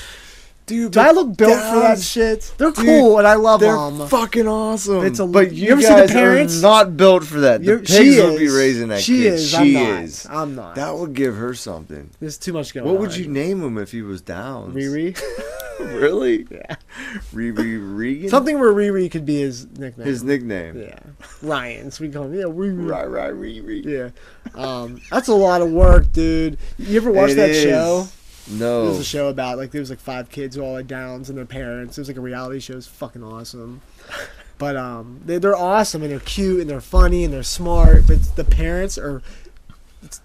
S2: Dude,
S1: Do I look built for that
S2: Downs,
S1: shit? They're
S2: Dude,
S1: cool and I love
S2: They're
S1: them.
S2: fucking awesome.
S1: It's a-
S2: but
S1: you
S2: you,
S1: ever see the
S2: guys
S1: parents?
S2: are not built for that. The
S1: You're-
S2: pigs would be raising that
S1: she
S2: kid.
S1: Is,
S2: she
S1: I'm not.
S2: is.
S1: I'm not.
S2: That would give her something.
S1: There's too much going on.
S2: What would you name him if he was Downs?
S1: Riri?
S2: really?
S1: Yeah.
S2: Riri Regan.
S1: Something where Riri could be his nickname.
S2: His nickname.
S1: yeah. Ryan. So we call him yeah Riri.
S2: Right, right, Riri.
S1: Yeah. Um, that's a lot of work, dude. You ever watch
S2: It
S1: that
S2: is.
S1: show? There was
S2: No.
S1: a show about like there was like five kids who all had downs and their parents. It was like a reality show. It's fucking awesome. But um, they, they're awesome and they're cute and they're funny and they're smart. But it's- the parents are, it's,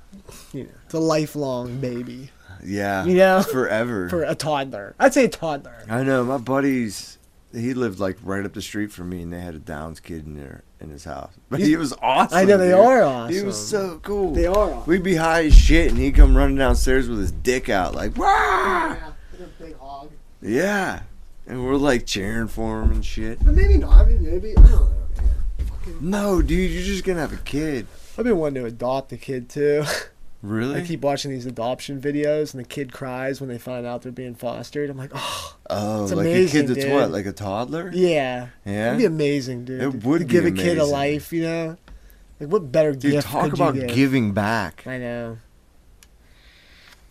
S1: you know, it's a lifelong baby
S2: Yeah.
S1: You know?
S2: Forever.
S1: for a toddler. I'd say a toddler.
S2: I know my buddies. He lived like right up the street from me, and they had a Downs kid in their in his house. But he was awesome.
S1: I know, they
S2: dude.
S1: are
S2: He was
S1: awesome.
S2: so cool.
S1: They are awesome.
S2: We'd be high as shit, and he'd come running downstairs with his dick out, like "Wah!"
S1: big hog.
S2: Yeah, and we're like cheering for him and shit.
S1: But maybe not. I mean, maybe I don't know. Man.
S2: No, dude, you're just gonna have a kid.
S1: I've been wanting to adopt a kid too.
S2: Really?
S1: I keep watching these adoption videos, and the kid cries when they find out they're being fostered. I'm like, oh,
S2: oh,
S1: It's
S2: like a
S1: amazing,
S2: kid that's
S1: dude.
S2: what, like a toddler?
S1: yeah.
S2: Yeah?
S1: It'd be amazing, dude.
S2: It would
S1: to
S2: be
S1: give a kid a
S2: amazing.
S1: life, you know. Like, what better
S2: Dude,
S1: gift
S2: talk
S1: could
S2: about
S1: you give?
S2: giving back.
S1: I know.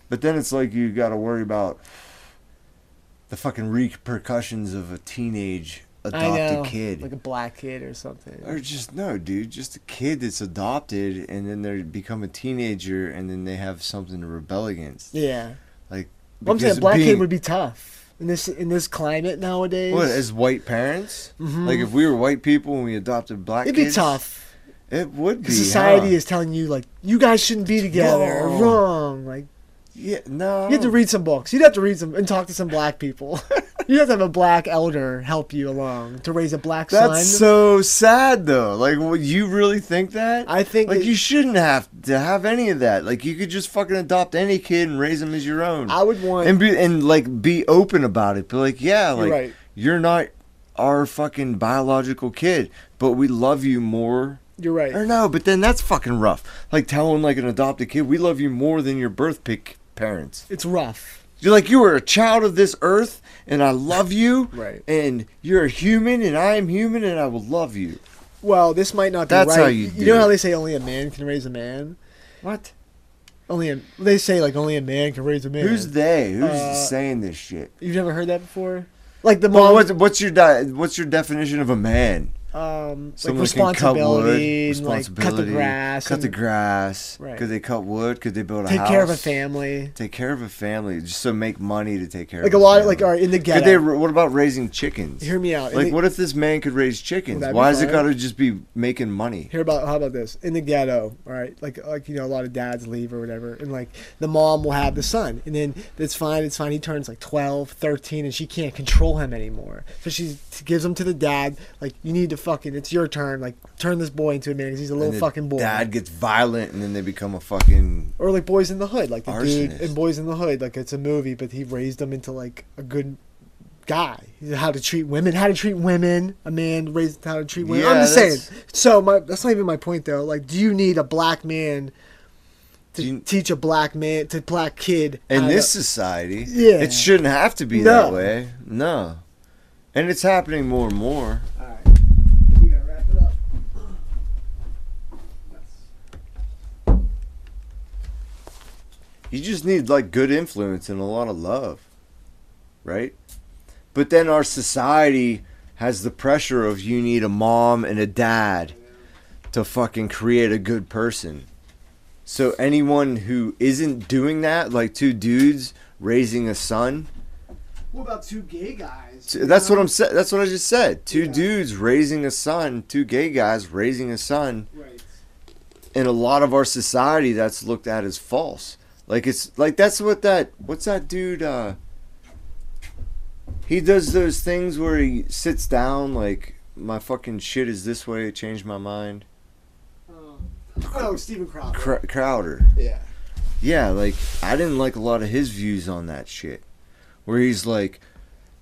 S2: But then it's like you got to worry about the fucking repercussions of a teenage
S1: I know.
S2: adopted kid.
S1: Like a black kid or something.
S2: or just no, dude, just a kid that's adopted and then they become a teenager and then they have something to rebel against.
S1: yeah.
S2: Like
S1: Well, I'm saying
S2: because
S1: a black
S2: being-
S1: kid would be tough in this in this climate nowadays.
S2: what as white parents? Like if we were white people and we adopted black
S1: Mm-hmm. It'd be
S2: kids,
S1: tough
S2: It would be.
S1: because society
S2: huh?
S1: is telling you like you guys shouldn't be together. Wrong.
S2: wrong.
S1: wrong. Like
S2: Yeah, no.
S1: you have to read some books. You'd have to read some and talk to some black people. You'd have to have a black elder help you along to raise a black son.
S2: That's so sad, though. Like, well, you really think that?
S1: I think
S2: like
S1: that-
S2: you shouldn't have to have any of that. Like, you could just fucking adopt any kid and raise him as your own,
S1: I would want.
S2: and be and like be open about it. Be like, yeah, like
S1: right.
S2: you're not our fucking biological kid, but we love you more.
S1: you're right.
S2: Or no, but then that's fucking rough. Like telling like an adopted kid, we love you more than your birth pick parents.
S1: It's rough.
S2: You're like you are a child of this earth, and I love you.
S1: Right.
S2: And you're a human, and I am human, and I will love you.
S1: Well, this might not be
S2: That's
S1: right.
S2: how you do
S1: know
S2: it.
S1: how they say only a man can raise a man.
S2: What?
S1: Only a, they say like only a man can raise a man.
S2: Who's they? Who's
S1: Uh,
S2: saying this shit?
S1: You've never heard that before? Like the
S2: Well,
S1: mom,
S2: what's, what's your di- what's your definition of a man?
S1: um, like
S2: Someone that can cut wood,
S1: responsibility, and, like cut the
S2: responsibility,
S1: grass,
S2: cut the
S1: and
S2: grass.
S1: Right.
S2: Could they cut wood? Could they build a
S1: take
S2: house?
S1: care of a family.
S2: Take care of a family, just so make money to take care
S1: Like
S2: of.
S1: a lot, of,
S2: family.
S1: like are in the
S2: Could they?
S1: ghetto.
S2: What about raising chickens?
S1: Hear me out. In
S2: Like,
S1: the-
S2: what if this man could raise chickens?
S1: that'd be
S2: Why is it
S1: fine.
S2: got to just be making money?
S1: Hear about how about this in the ghetto? All right, like like you know, a lot of dads leave or whatever, and like the mom will have the son, and then it's fine, it's fine. He turns like 12, 13, and she can't control him anymore. So she gives him to the dad. Like you need to fucking, it's your turn. Like turn this boy into a man 'cause he's a little
S2: And the
S1: fucking boy.
S2: Dad gets violent, and then they become a fucking.
S1: or like Boys in the Hood, like the
S2: Arsonist.
S1: dude in Boys in the Hood, like it's a movie, but he raised him into like a good guy. How to treat women, how to treat women, a man raised how to treat women. I'm
S2: Yeah,
S1: just
S2: that's-
S1: saying. So my that's not even my point though. Like, do you need a black man to
S2: Do you-
S1: teach a black man to black kid?
S2: In
S1: how to-
S2: this society,
S1: Yeah.
S2: it shouldn't have to be
S1: No.
S2: that way. No, and it's happening more and more.
S1: All right, we gotta wrap it up.
S2: You just need like good influence and a lot of love, right? But then our society has the pressure of you need a mom and a dad to fucking create a good person. So anyone who isn't doing that, like two dudes raising a son,
S1: What about two gay guys?
S2: T- That's what I'm saying. That's what I just said. Two
S1: Yeah.
S2: dudes raising a son, two gay guys raising a son.
S1: Right.
S2: In a lot of our society, that's looked at as false. Like it's like that's what that what's that dude? uh He does those things where he sits down like my fucking shit is this way. It changed my mind.
S1: oh, Stephen Crowder.
S2: Cr- Crowder.
S1: yeah.
S2: Yeah, like I didn't like a lot of his views on that shit. Where he's like,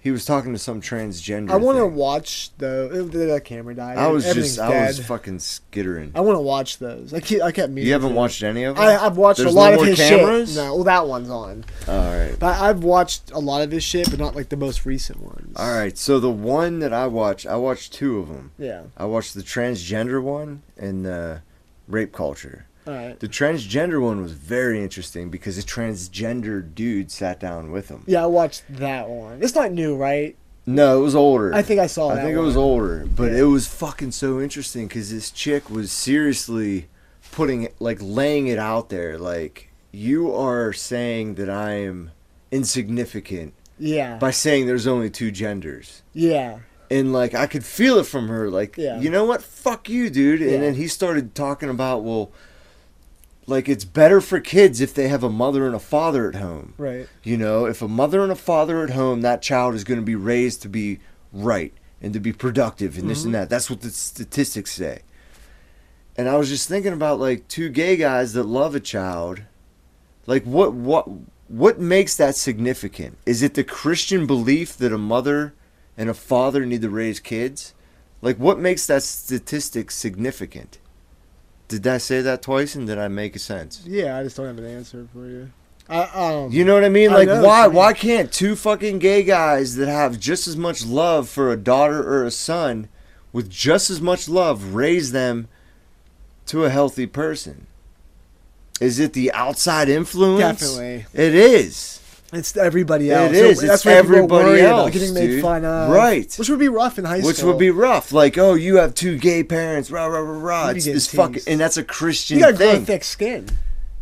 S2: he was talking to some transgender.
S1: I want to
S2: thing.
S1: watch the the camera died.
S2: I was
S1: Everything's
S2: just, I was
S1: dead.
S2: fucking skittering.
S1: I want to watch those. I keep, I kept meaning.
S2: You haven't
S1: to.
S2: watched any of them?
S1: I, I've watched
S2: There's
S1: a lot
S2: no
S1: of
S2: more
S1: his
S2: cameras?
S1: shit. No, well, that one's on.
S2: All right.
S1: But I've watched a lot of his shit, but not like the most recent ones.
S2: All right. So the one that I watched, I watched two of them.
S1: Yeah.
S2: I watched the transgender one and the rape culture.
S1: All right.
S2: The transgender one was very interesting because a transgender dude sat down with him.
S1: Yeah, I watched that one. It's not new, right?
S2: No, it was older.
S1: I think I saw
S2: I
S1: that
S2: think it was
S1: one.
S2: older, but
S1: Yeah.
S2: it was fucking so interesting because this chick was seriously putting it, like laying it out there, like you are saying that I am insignificant
S1: Yeah.
S2: by saying there's only two genders,
S1: yeah.
S2: and like I could feel it from her. Like,
S1: Yeah.
S2: you know what? Fuck you, dude.
S1: Yeah.
S2: And then he started talking about well, like it's better for kids if they have a mother and a father at home.
S1: Right.
S2: You know, if a mother and a father at home, that child is going to be raised to be right and to be productive and this and that. That's what the statistics say. And I was just thinking about like two gay guys that love a child. Like what what what makes that significant? Is it the Christian belief that a mother and a father need to raise kids? Like what makes that statistic significant? Did I say that twice and did I make a sense?
S1: Yeah, I just don't have an answer for you. I, um, I don't.
S2: You know what I mean?
S1: I
S2: Like,
S1: know,
S2: why
S1: it's
S2: why can't two fucking gay guys that have just as much love for a daughter or a son, with just as much love, raise them to a healthy person? Is it the outside influence?
S1: Definitely.
S2: it is.
S1: It's everybody else.
S2: It is. It's
S1: why people
S2: everybody
S1: worry about
S2: else,
S1: getting made
S2: dude.
S1: fun of.
S2: Right.
S1: Which would be rough in high
S2: Which
S1: school.
S2: would be rough. Like, oh, you have two gay parents. Rah rah rah rah.
S1: You'd be
S2: It's
S1: getting
S2: this fucking,
S1: teased.
S2: and that's a Christian
S1: You gotta grow
S2: thing.
S1: a thick skin.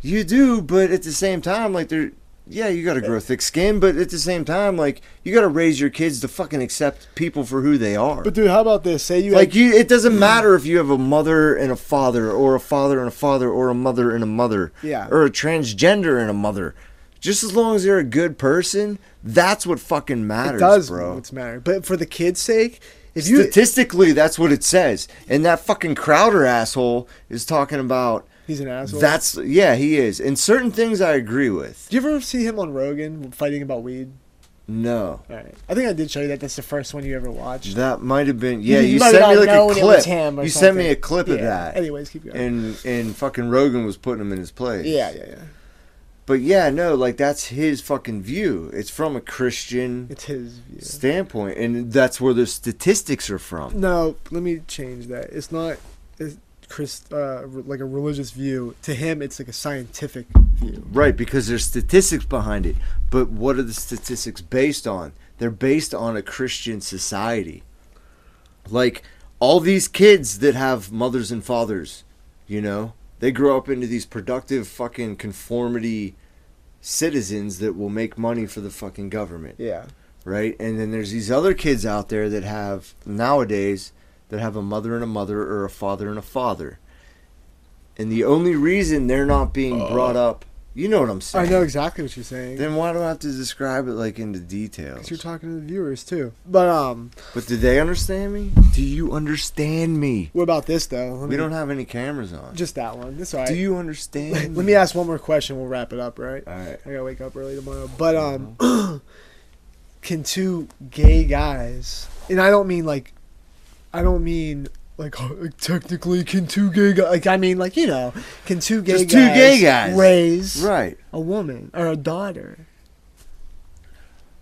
S2: You do, but at the same time, like they're yeah, you gotta grow thick skin, but at the same time, like you gotta raise your kids to fucking accept people for who they are.
S1: But dude, how about this? Say you
S2: like you, it doesn't matter if you have a mother and a father, or a father and a father, or a mother and a mother,
S1: Yeah.
S2: or a transgender and a mother. Just as long as they're a good person, that's what fucking
S1: it
S2: matters,
S1: does
S2: bro.
S1: what's matter. But for the kids' sake, if you
S2: Statistically, that's what it says. And that fucking Crowder asshole is talking about.
S1: he's an asshole.
S2: That's yeah, he is. And certain things I agree with.
S1: Do you ever see him on Rogan fighting about weed?
S2: No.
S1: All right. I think I did show you that. That's the first one you ever watched.
S2: That might have been yeah.
S1: You- you
S2: You,
S1: might
S2: sent
S1: not
S2: me like
S1: known it
S2: a clip.
S1: was him or
S2: you sent me
S1: something.
S2: a clip of
S1: Yeah.
S2: that.
S1: Anyways, keep going.
S2: And and fucking Rogan was putting him in his place.
S1: yeah, yeah, yeah.
S2: But yeah, no, like that's his fucking view. It's from a Christian
S1: It's his view.
S2: standpoint, and that's where the statistics are from.
S1: No, let me change that. It's not it's Chris, uh, re- like a religious view. To him, it's like a scientific view.
S2: Right, because there's statistics behind it. But what are the statistics based on? They're based on a Christian society. Like all these kids that have mothers and fathers, you know, they grow up into these productive fucking conformity citizens that will make money for the fucking government,
S1: Yeah.
S2: right? And then there's these other kids out there that have nowadays that have a mother and a mother or a father and a father. And the only reason they're not being brought up, you know what I'm
S1: I
S2: saying?
S1: know exactly what you're saying.
S2: Then why do I have to describe it like into details?
S1: 'Cause you're talking to the viewers too. But um,
S2: But do they understand me? Do you understand me?
S1: what about this though? Let
S2: We
S1: me-
S2: don't have any cameras on.
S1: just that one. That's all right.
S2: Do you understand?
S1: Let me ask one more question. We'll wrap it up, right?
S2: All right.
S1: I gotta wake up early tomorrow. But um, can two gay guys? And I don't mean like, I don't mean like technically can two gay guys. Like I mean like you know can two gay
S2: Just
S1: guys
S2: two gay guys.
S1: raise
S2: Right.
S1: a woman or a daughter?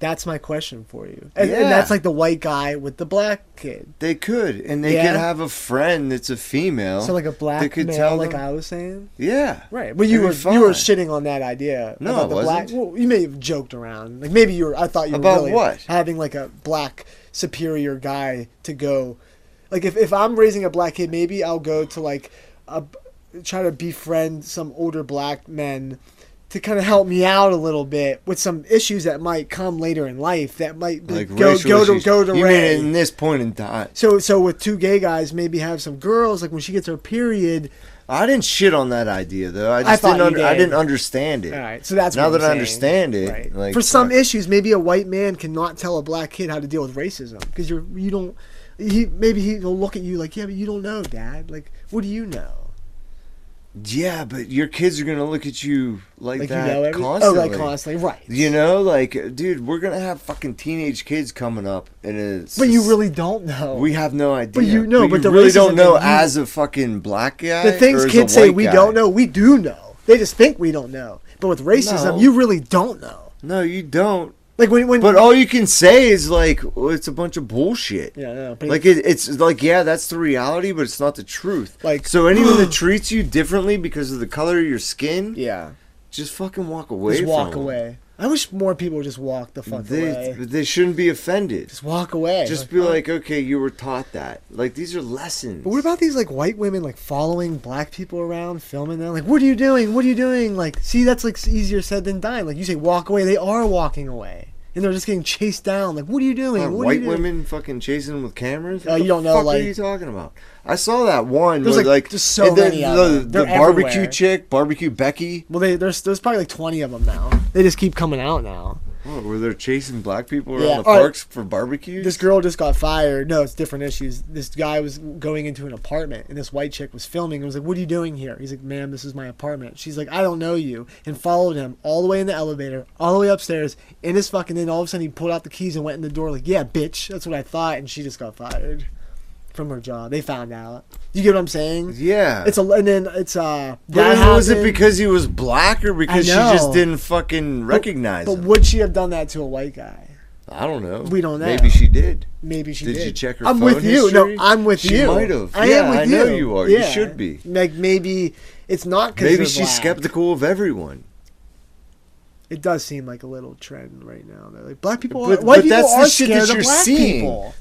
S1: That's my question for you. And, and
S2: Yeah.
S1: that's like the white guy with the black kid.
S2: They could, and they
S1: Yeah.
S2: could have a friend that's a female.
S1: So like a
S2: They
S1: black
S2: could
S1: male,
S2: tell
S1: like
S2: them-
S1: I was saying.
S2: yeah.
S1: Right, but you
S2: It'd
S1: were
S2: be
S1: you were
S2: fine.
S1: shitting on that idea.
S2: No,
S1: about
S2: I
S1: the Black,
S2: wasn't.
S1: well, you may have joked around. Like maybe you were. I thought you
S2: About
S1: were really
S2: what?
S1: having like a black superior guy to go. Like if if I'm raising a black kid, maybe I'll go to like a, try to befriend some older black men to kind of help me out a little bit with some issues that might come later in life that might be,
S2: Like
S1: go
S2: racial
S1: go
S2: issues.
S1: to go to
S2: you
S1: Ray.
S2: mean in this point in time?
S1: so so with two gay guys, maybe have some girls. Like when she gets her period.
S2: I didn't shit on that idea though. I just
S1: thought
S2: didn't.
S1: you
S2: under- I
S1: did.
S2: didn't understand it.
S1: All right, so that's
S2: now
S1: what
S2: that
S1: I'm
S2: I
S1: saying.
S2: understand it.
S1: Right.
S2: Like
S1: For some
S2: fuck.
S1: issues, maybe a white man cannot tell a black kid how to deal with racism because you're you don't. He maybe he'll look at you like, yeah, but you don't know, Dad. Like, what do you know?
S2: yeah, but your kids are gonna look at you like,
S1: Like
S2: that
S1: you know everything.
S2: constantly.
S1: Oh, like constantly, right?
S2: You know, like, dude, we're gonna have fucking teenage kids coming up, and it's
S1: but you really don't know.
S2: we have no idea.
S1: you know, but the
S2: really
S1: racism
S2: don't know
S1: that you-
S2: as a fucking black guy.
S1: the things
S2: or as a
S1: kids say
S2: white
S1: we
S2: guy.
S1: don't know, we do know. They just think we don't know. But with racism,
S2: No.
S1: you really don't know.
S2: No, you don't.
S1: Like when when
S2: But all you can say is like, well, it's a bunch of bullshit.
S1: yeah, I know, but
S2: Like it, it's like yeah, that's the reality, but it's not the truth.
S1: Like-
S2: so, anyone that treats you differently because of the color of your skin,
S1: yeah,
S2: just fucking walk away.
S1: just
S2: from
S1: walk
S2: them.
S1: away. I wish more people would just walk the fuck
S2: They,
S1: away.
S2: they shouldn't be offended.
S1: Just walk away.
S2: Just
S1: Like,
S2: be like, okay, you were taught that. Like these are lessons.
S1: But what about these like white women like following black people around, filming them? Like, what are you doing? What are you doing? Like, see, that's like easier said than done. Like you say, walk away. They are walking away. and they're just getting chased down. Like, what are you doing?
S2: God,
S1: What are you
S2: white
S1: doing?"
S2: women fucking chasing them with cameras?
S1: Uh,
S2: What
S1: you
S2: the
S1: don't know,
S2: fuck
S1: like-
S2: are you talking about? I saw that one.
S1: There's,
S2: where,
S1: like,
S2: like,
S1: just so
S2: and then
S1: many of
S2: the,
S1: them. They're
S2: the barbecue
S1: everywhere.
S2: chick, barbecue Becky,
S1: Well, they, there's there's probably like 20 of them now. They just keep coming out now.
S2: oh, where they're chasing black people
S1: Yeah.
S2: around the
S1: All right.
S2: parks for barbecues.
S1: This girl just got fired. No, it's different issues. This guy was going into an apartment, and this white chick was filming and was like, "What are you doing here?" He's like, "Ma'am, this is my apartment." She's like, "I don't know you," and followed him all the way in the elevator, all the way upstairs, in his fucking. Then all of a sudden, he pulled out the keys and went in the door like, "Yeah, bitch, that's what I thought." And she just got fired from her job. They found out. You get what I'm saying?
S2: yeah,
S1: It's a and then it's uh.
S2: But
S1: that
S2: was it
S1: happened.
S2: because he was black or because she just
S1: know.
S2: didn't fucking recognize
S1: But
S2: him?
S1: would she have done that to a white guy?
S2: I don't know.
S1: We don't know.
S2: Maybe she did.
S1: Maybe she did.
S2: Did you check her
S1: I'm
S2: phone
S1: with you. No,
S2: history?
S1: I'm with
S2: She
S1: you.
S2: might have.
S1: I am
S2: Yeah,
S1: with
S2: I
S1: you.
S2: know you are. You should be.
S1: Like maybe it's not because
S2: Maybe she's skeptical of everyone.
S1: It does seem like a little trend right now. Though. Like black people, are,
S2: But-
S1: white
S2: but
S1: people
S2: that's the
S1: are
S2: shit
S1: scared
S2: that
S1: of
S2: you're
S1: black
S2: seeing.
S1: people.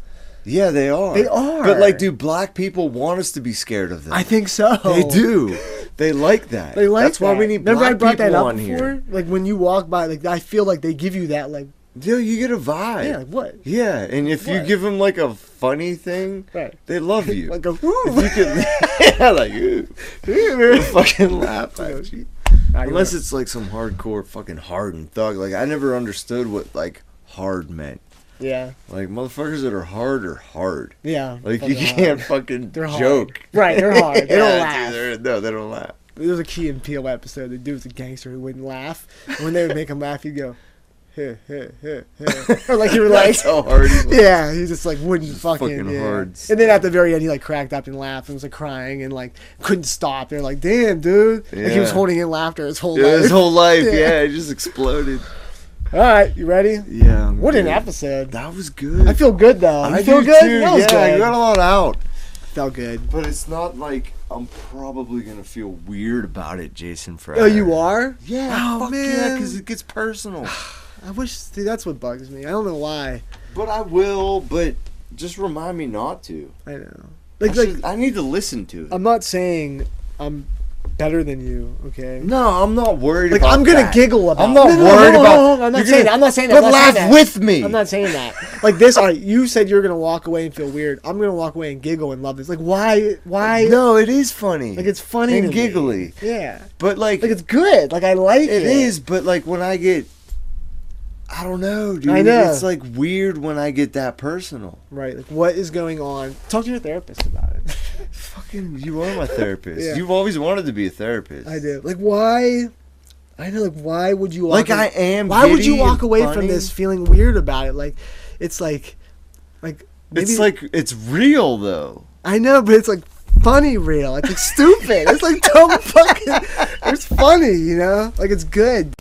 S2: Yeah, they are.
S1: They are.
S2: But like, do black people want us to be scared of them?
S1: I think so.
S2: They do. They like that.
S1: They like
S2: That's why
S1: that.
S2: we need
S1: Remember
S2: black
S1: I brought
S2: people
S1: that up
S2: on
S1: before?
S2: here.
S1: Like when you walk by, like I feel like they give you that. Like
S2: Yo, you get a vibe.
S1: yeah, like, what?
S2: Yeah, and if you
S1: What?
S2: give them like a funny thing,
S1: Right.
S2: they love you.
S1: Like a woo.
S2: you can, yeah, like ooh, they fucking laugh at you. Unless it's like some hardcore fucking hardened thug. Like I never understood what like hard meant.
S1: yeah,
S2: Like motherfuckers that are hard are hard.
S1: yeah.
S2: Like
S1: Fucking
S2: you
S1: hard.
S2: can't fucking
S1: They're hard.
S2: joke.
S1: Right, they're hard. They don't
S2: Yeah, dude,
S1: laugh.
S2: they're- no, they don't laugh.
S1: There was a Key and Peele episode. The dude was a gangster who wouldn't laugh. And when they would make him laugh, he'd go, heh, heh, heh, heh. Or like you were like,
S2: That's how hard. he was.
S1: yeah, he just like wouldn't fucking,
S2: fucking
S1: yeah.
S2: hard
S1: And then at the very end, he like cracked up and laughed and was like crying and like couldn't stop. They're like, damn, dude. Like he was
S2: Yeah.
S1: holding in laucter his whole
S2: Yeah,
S1: life.
S2: his whole life,
S1: Yeah.
S2: yeah. it just exploded.
S1: All right, you ready?
S2: Yeah. I'm
S1: What an
S2: good.
S1: episode.
S2: That was good.
S1: I feel good though. You
S2: I
S1: feel
S2: do
S1: good?
S2: too,
S1: That was
S2: yeah,
S1: good.
S2: I got a lot out.
S1: Felt good.
S2: But it's not like I'm probably gonna feel weird about it, Jason. Forever.
S1: Oh, you are?
S2: Yeah.
S1: Oh,
S2: fuck
S1: man.
S2: yeah, because it gets personal.
S1: I wish. See, that's what bugs me. I don't know why.
S2: but I will. But just remind me not to.
S1: I know.
S2: I,
S1: Like, um, like
S2: should- I need to listen to it.
S1: I'm not saying I'm better than you, okay?
S2: no, I'm not worried.
S1: Like
S2: about
S1: I'm gonna
S2: that.
S1: giggle about.
S2: I'm not
S1: No, no, no,
S2: worried
S1: no, no,
S2: about.
S1: no, no, I'm not
S2: You're
S1: saying.
S2: gonna-
S1: I'm not saying that.
S2: But
S1: I'm not
S2: laugh
S1: saying that.
S2: with me.
S1: I'm not saying that. Like this, all right, you said you're gonna walk away and feel weird. I'm gonna walk away and giggle and love this. Like why? Why?
S2: no, it is funny.
S1: Like it's funny
S2: and
S1: to me.
S2: giggly.
S1: Yeah.
S2: But like,
S1: Like it's good. Like I like it.
S2: It is, but like when I get, I don't know, dude.
S1: I know.
S2: It's like weird when I get that personal.
S1: right. Like what is going on? Talk to your therapist about it.
S2: Fucking, you are my therapist.
S1: Yeah.
S2: You've always wanted to be a therapist.
S1: I do. Like why? I know. Like why would you?
S2: Like
S1: walk
S2: I am.
S1: Why would you
S2: giddy
S1: walk
S2: and
S1: away from
S2: funny.
S1: this feeling weird about it? Like it's like, like maybe,
S2: It's like it's real though.
S1: I know, but it's like funny real. It's like stupid. It's like dumb fucking. It's funny, you know. Like it's good.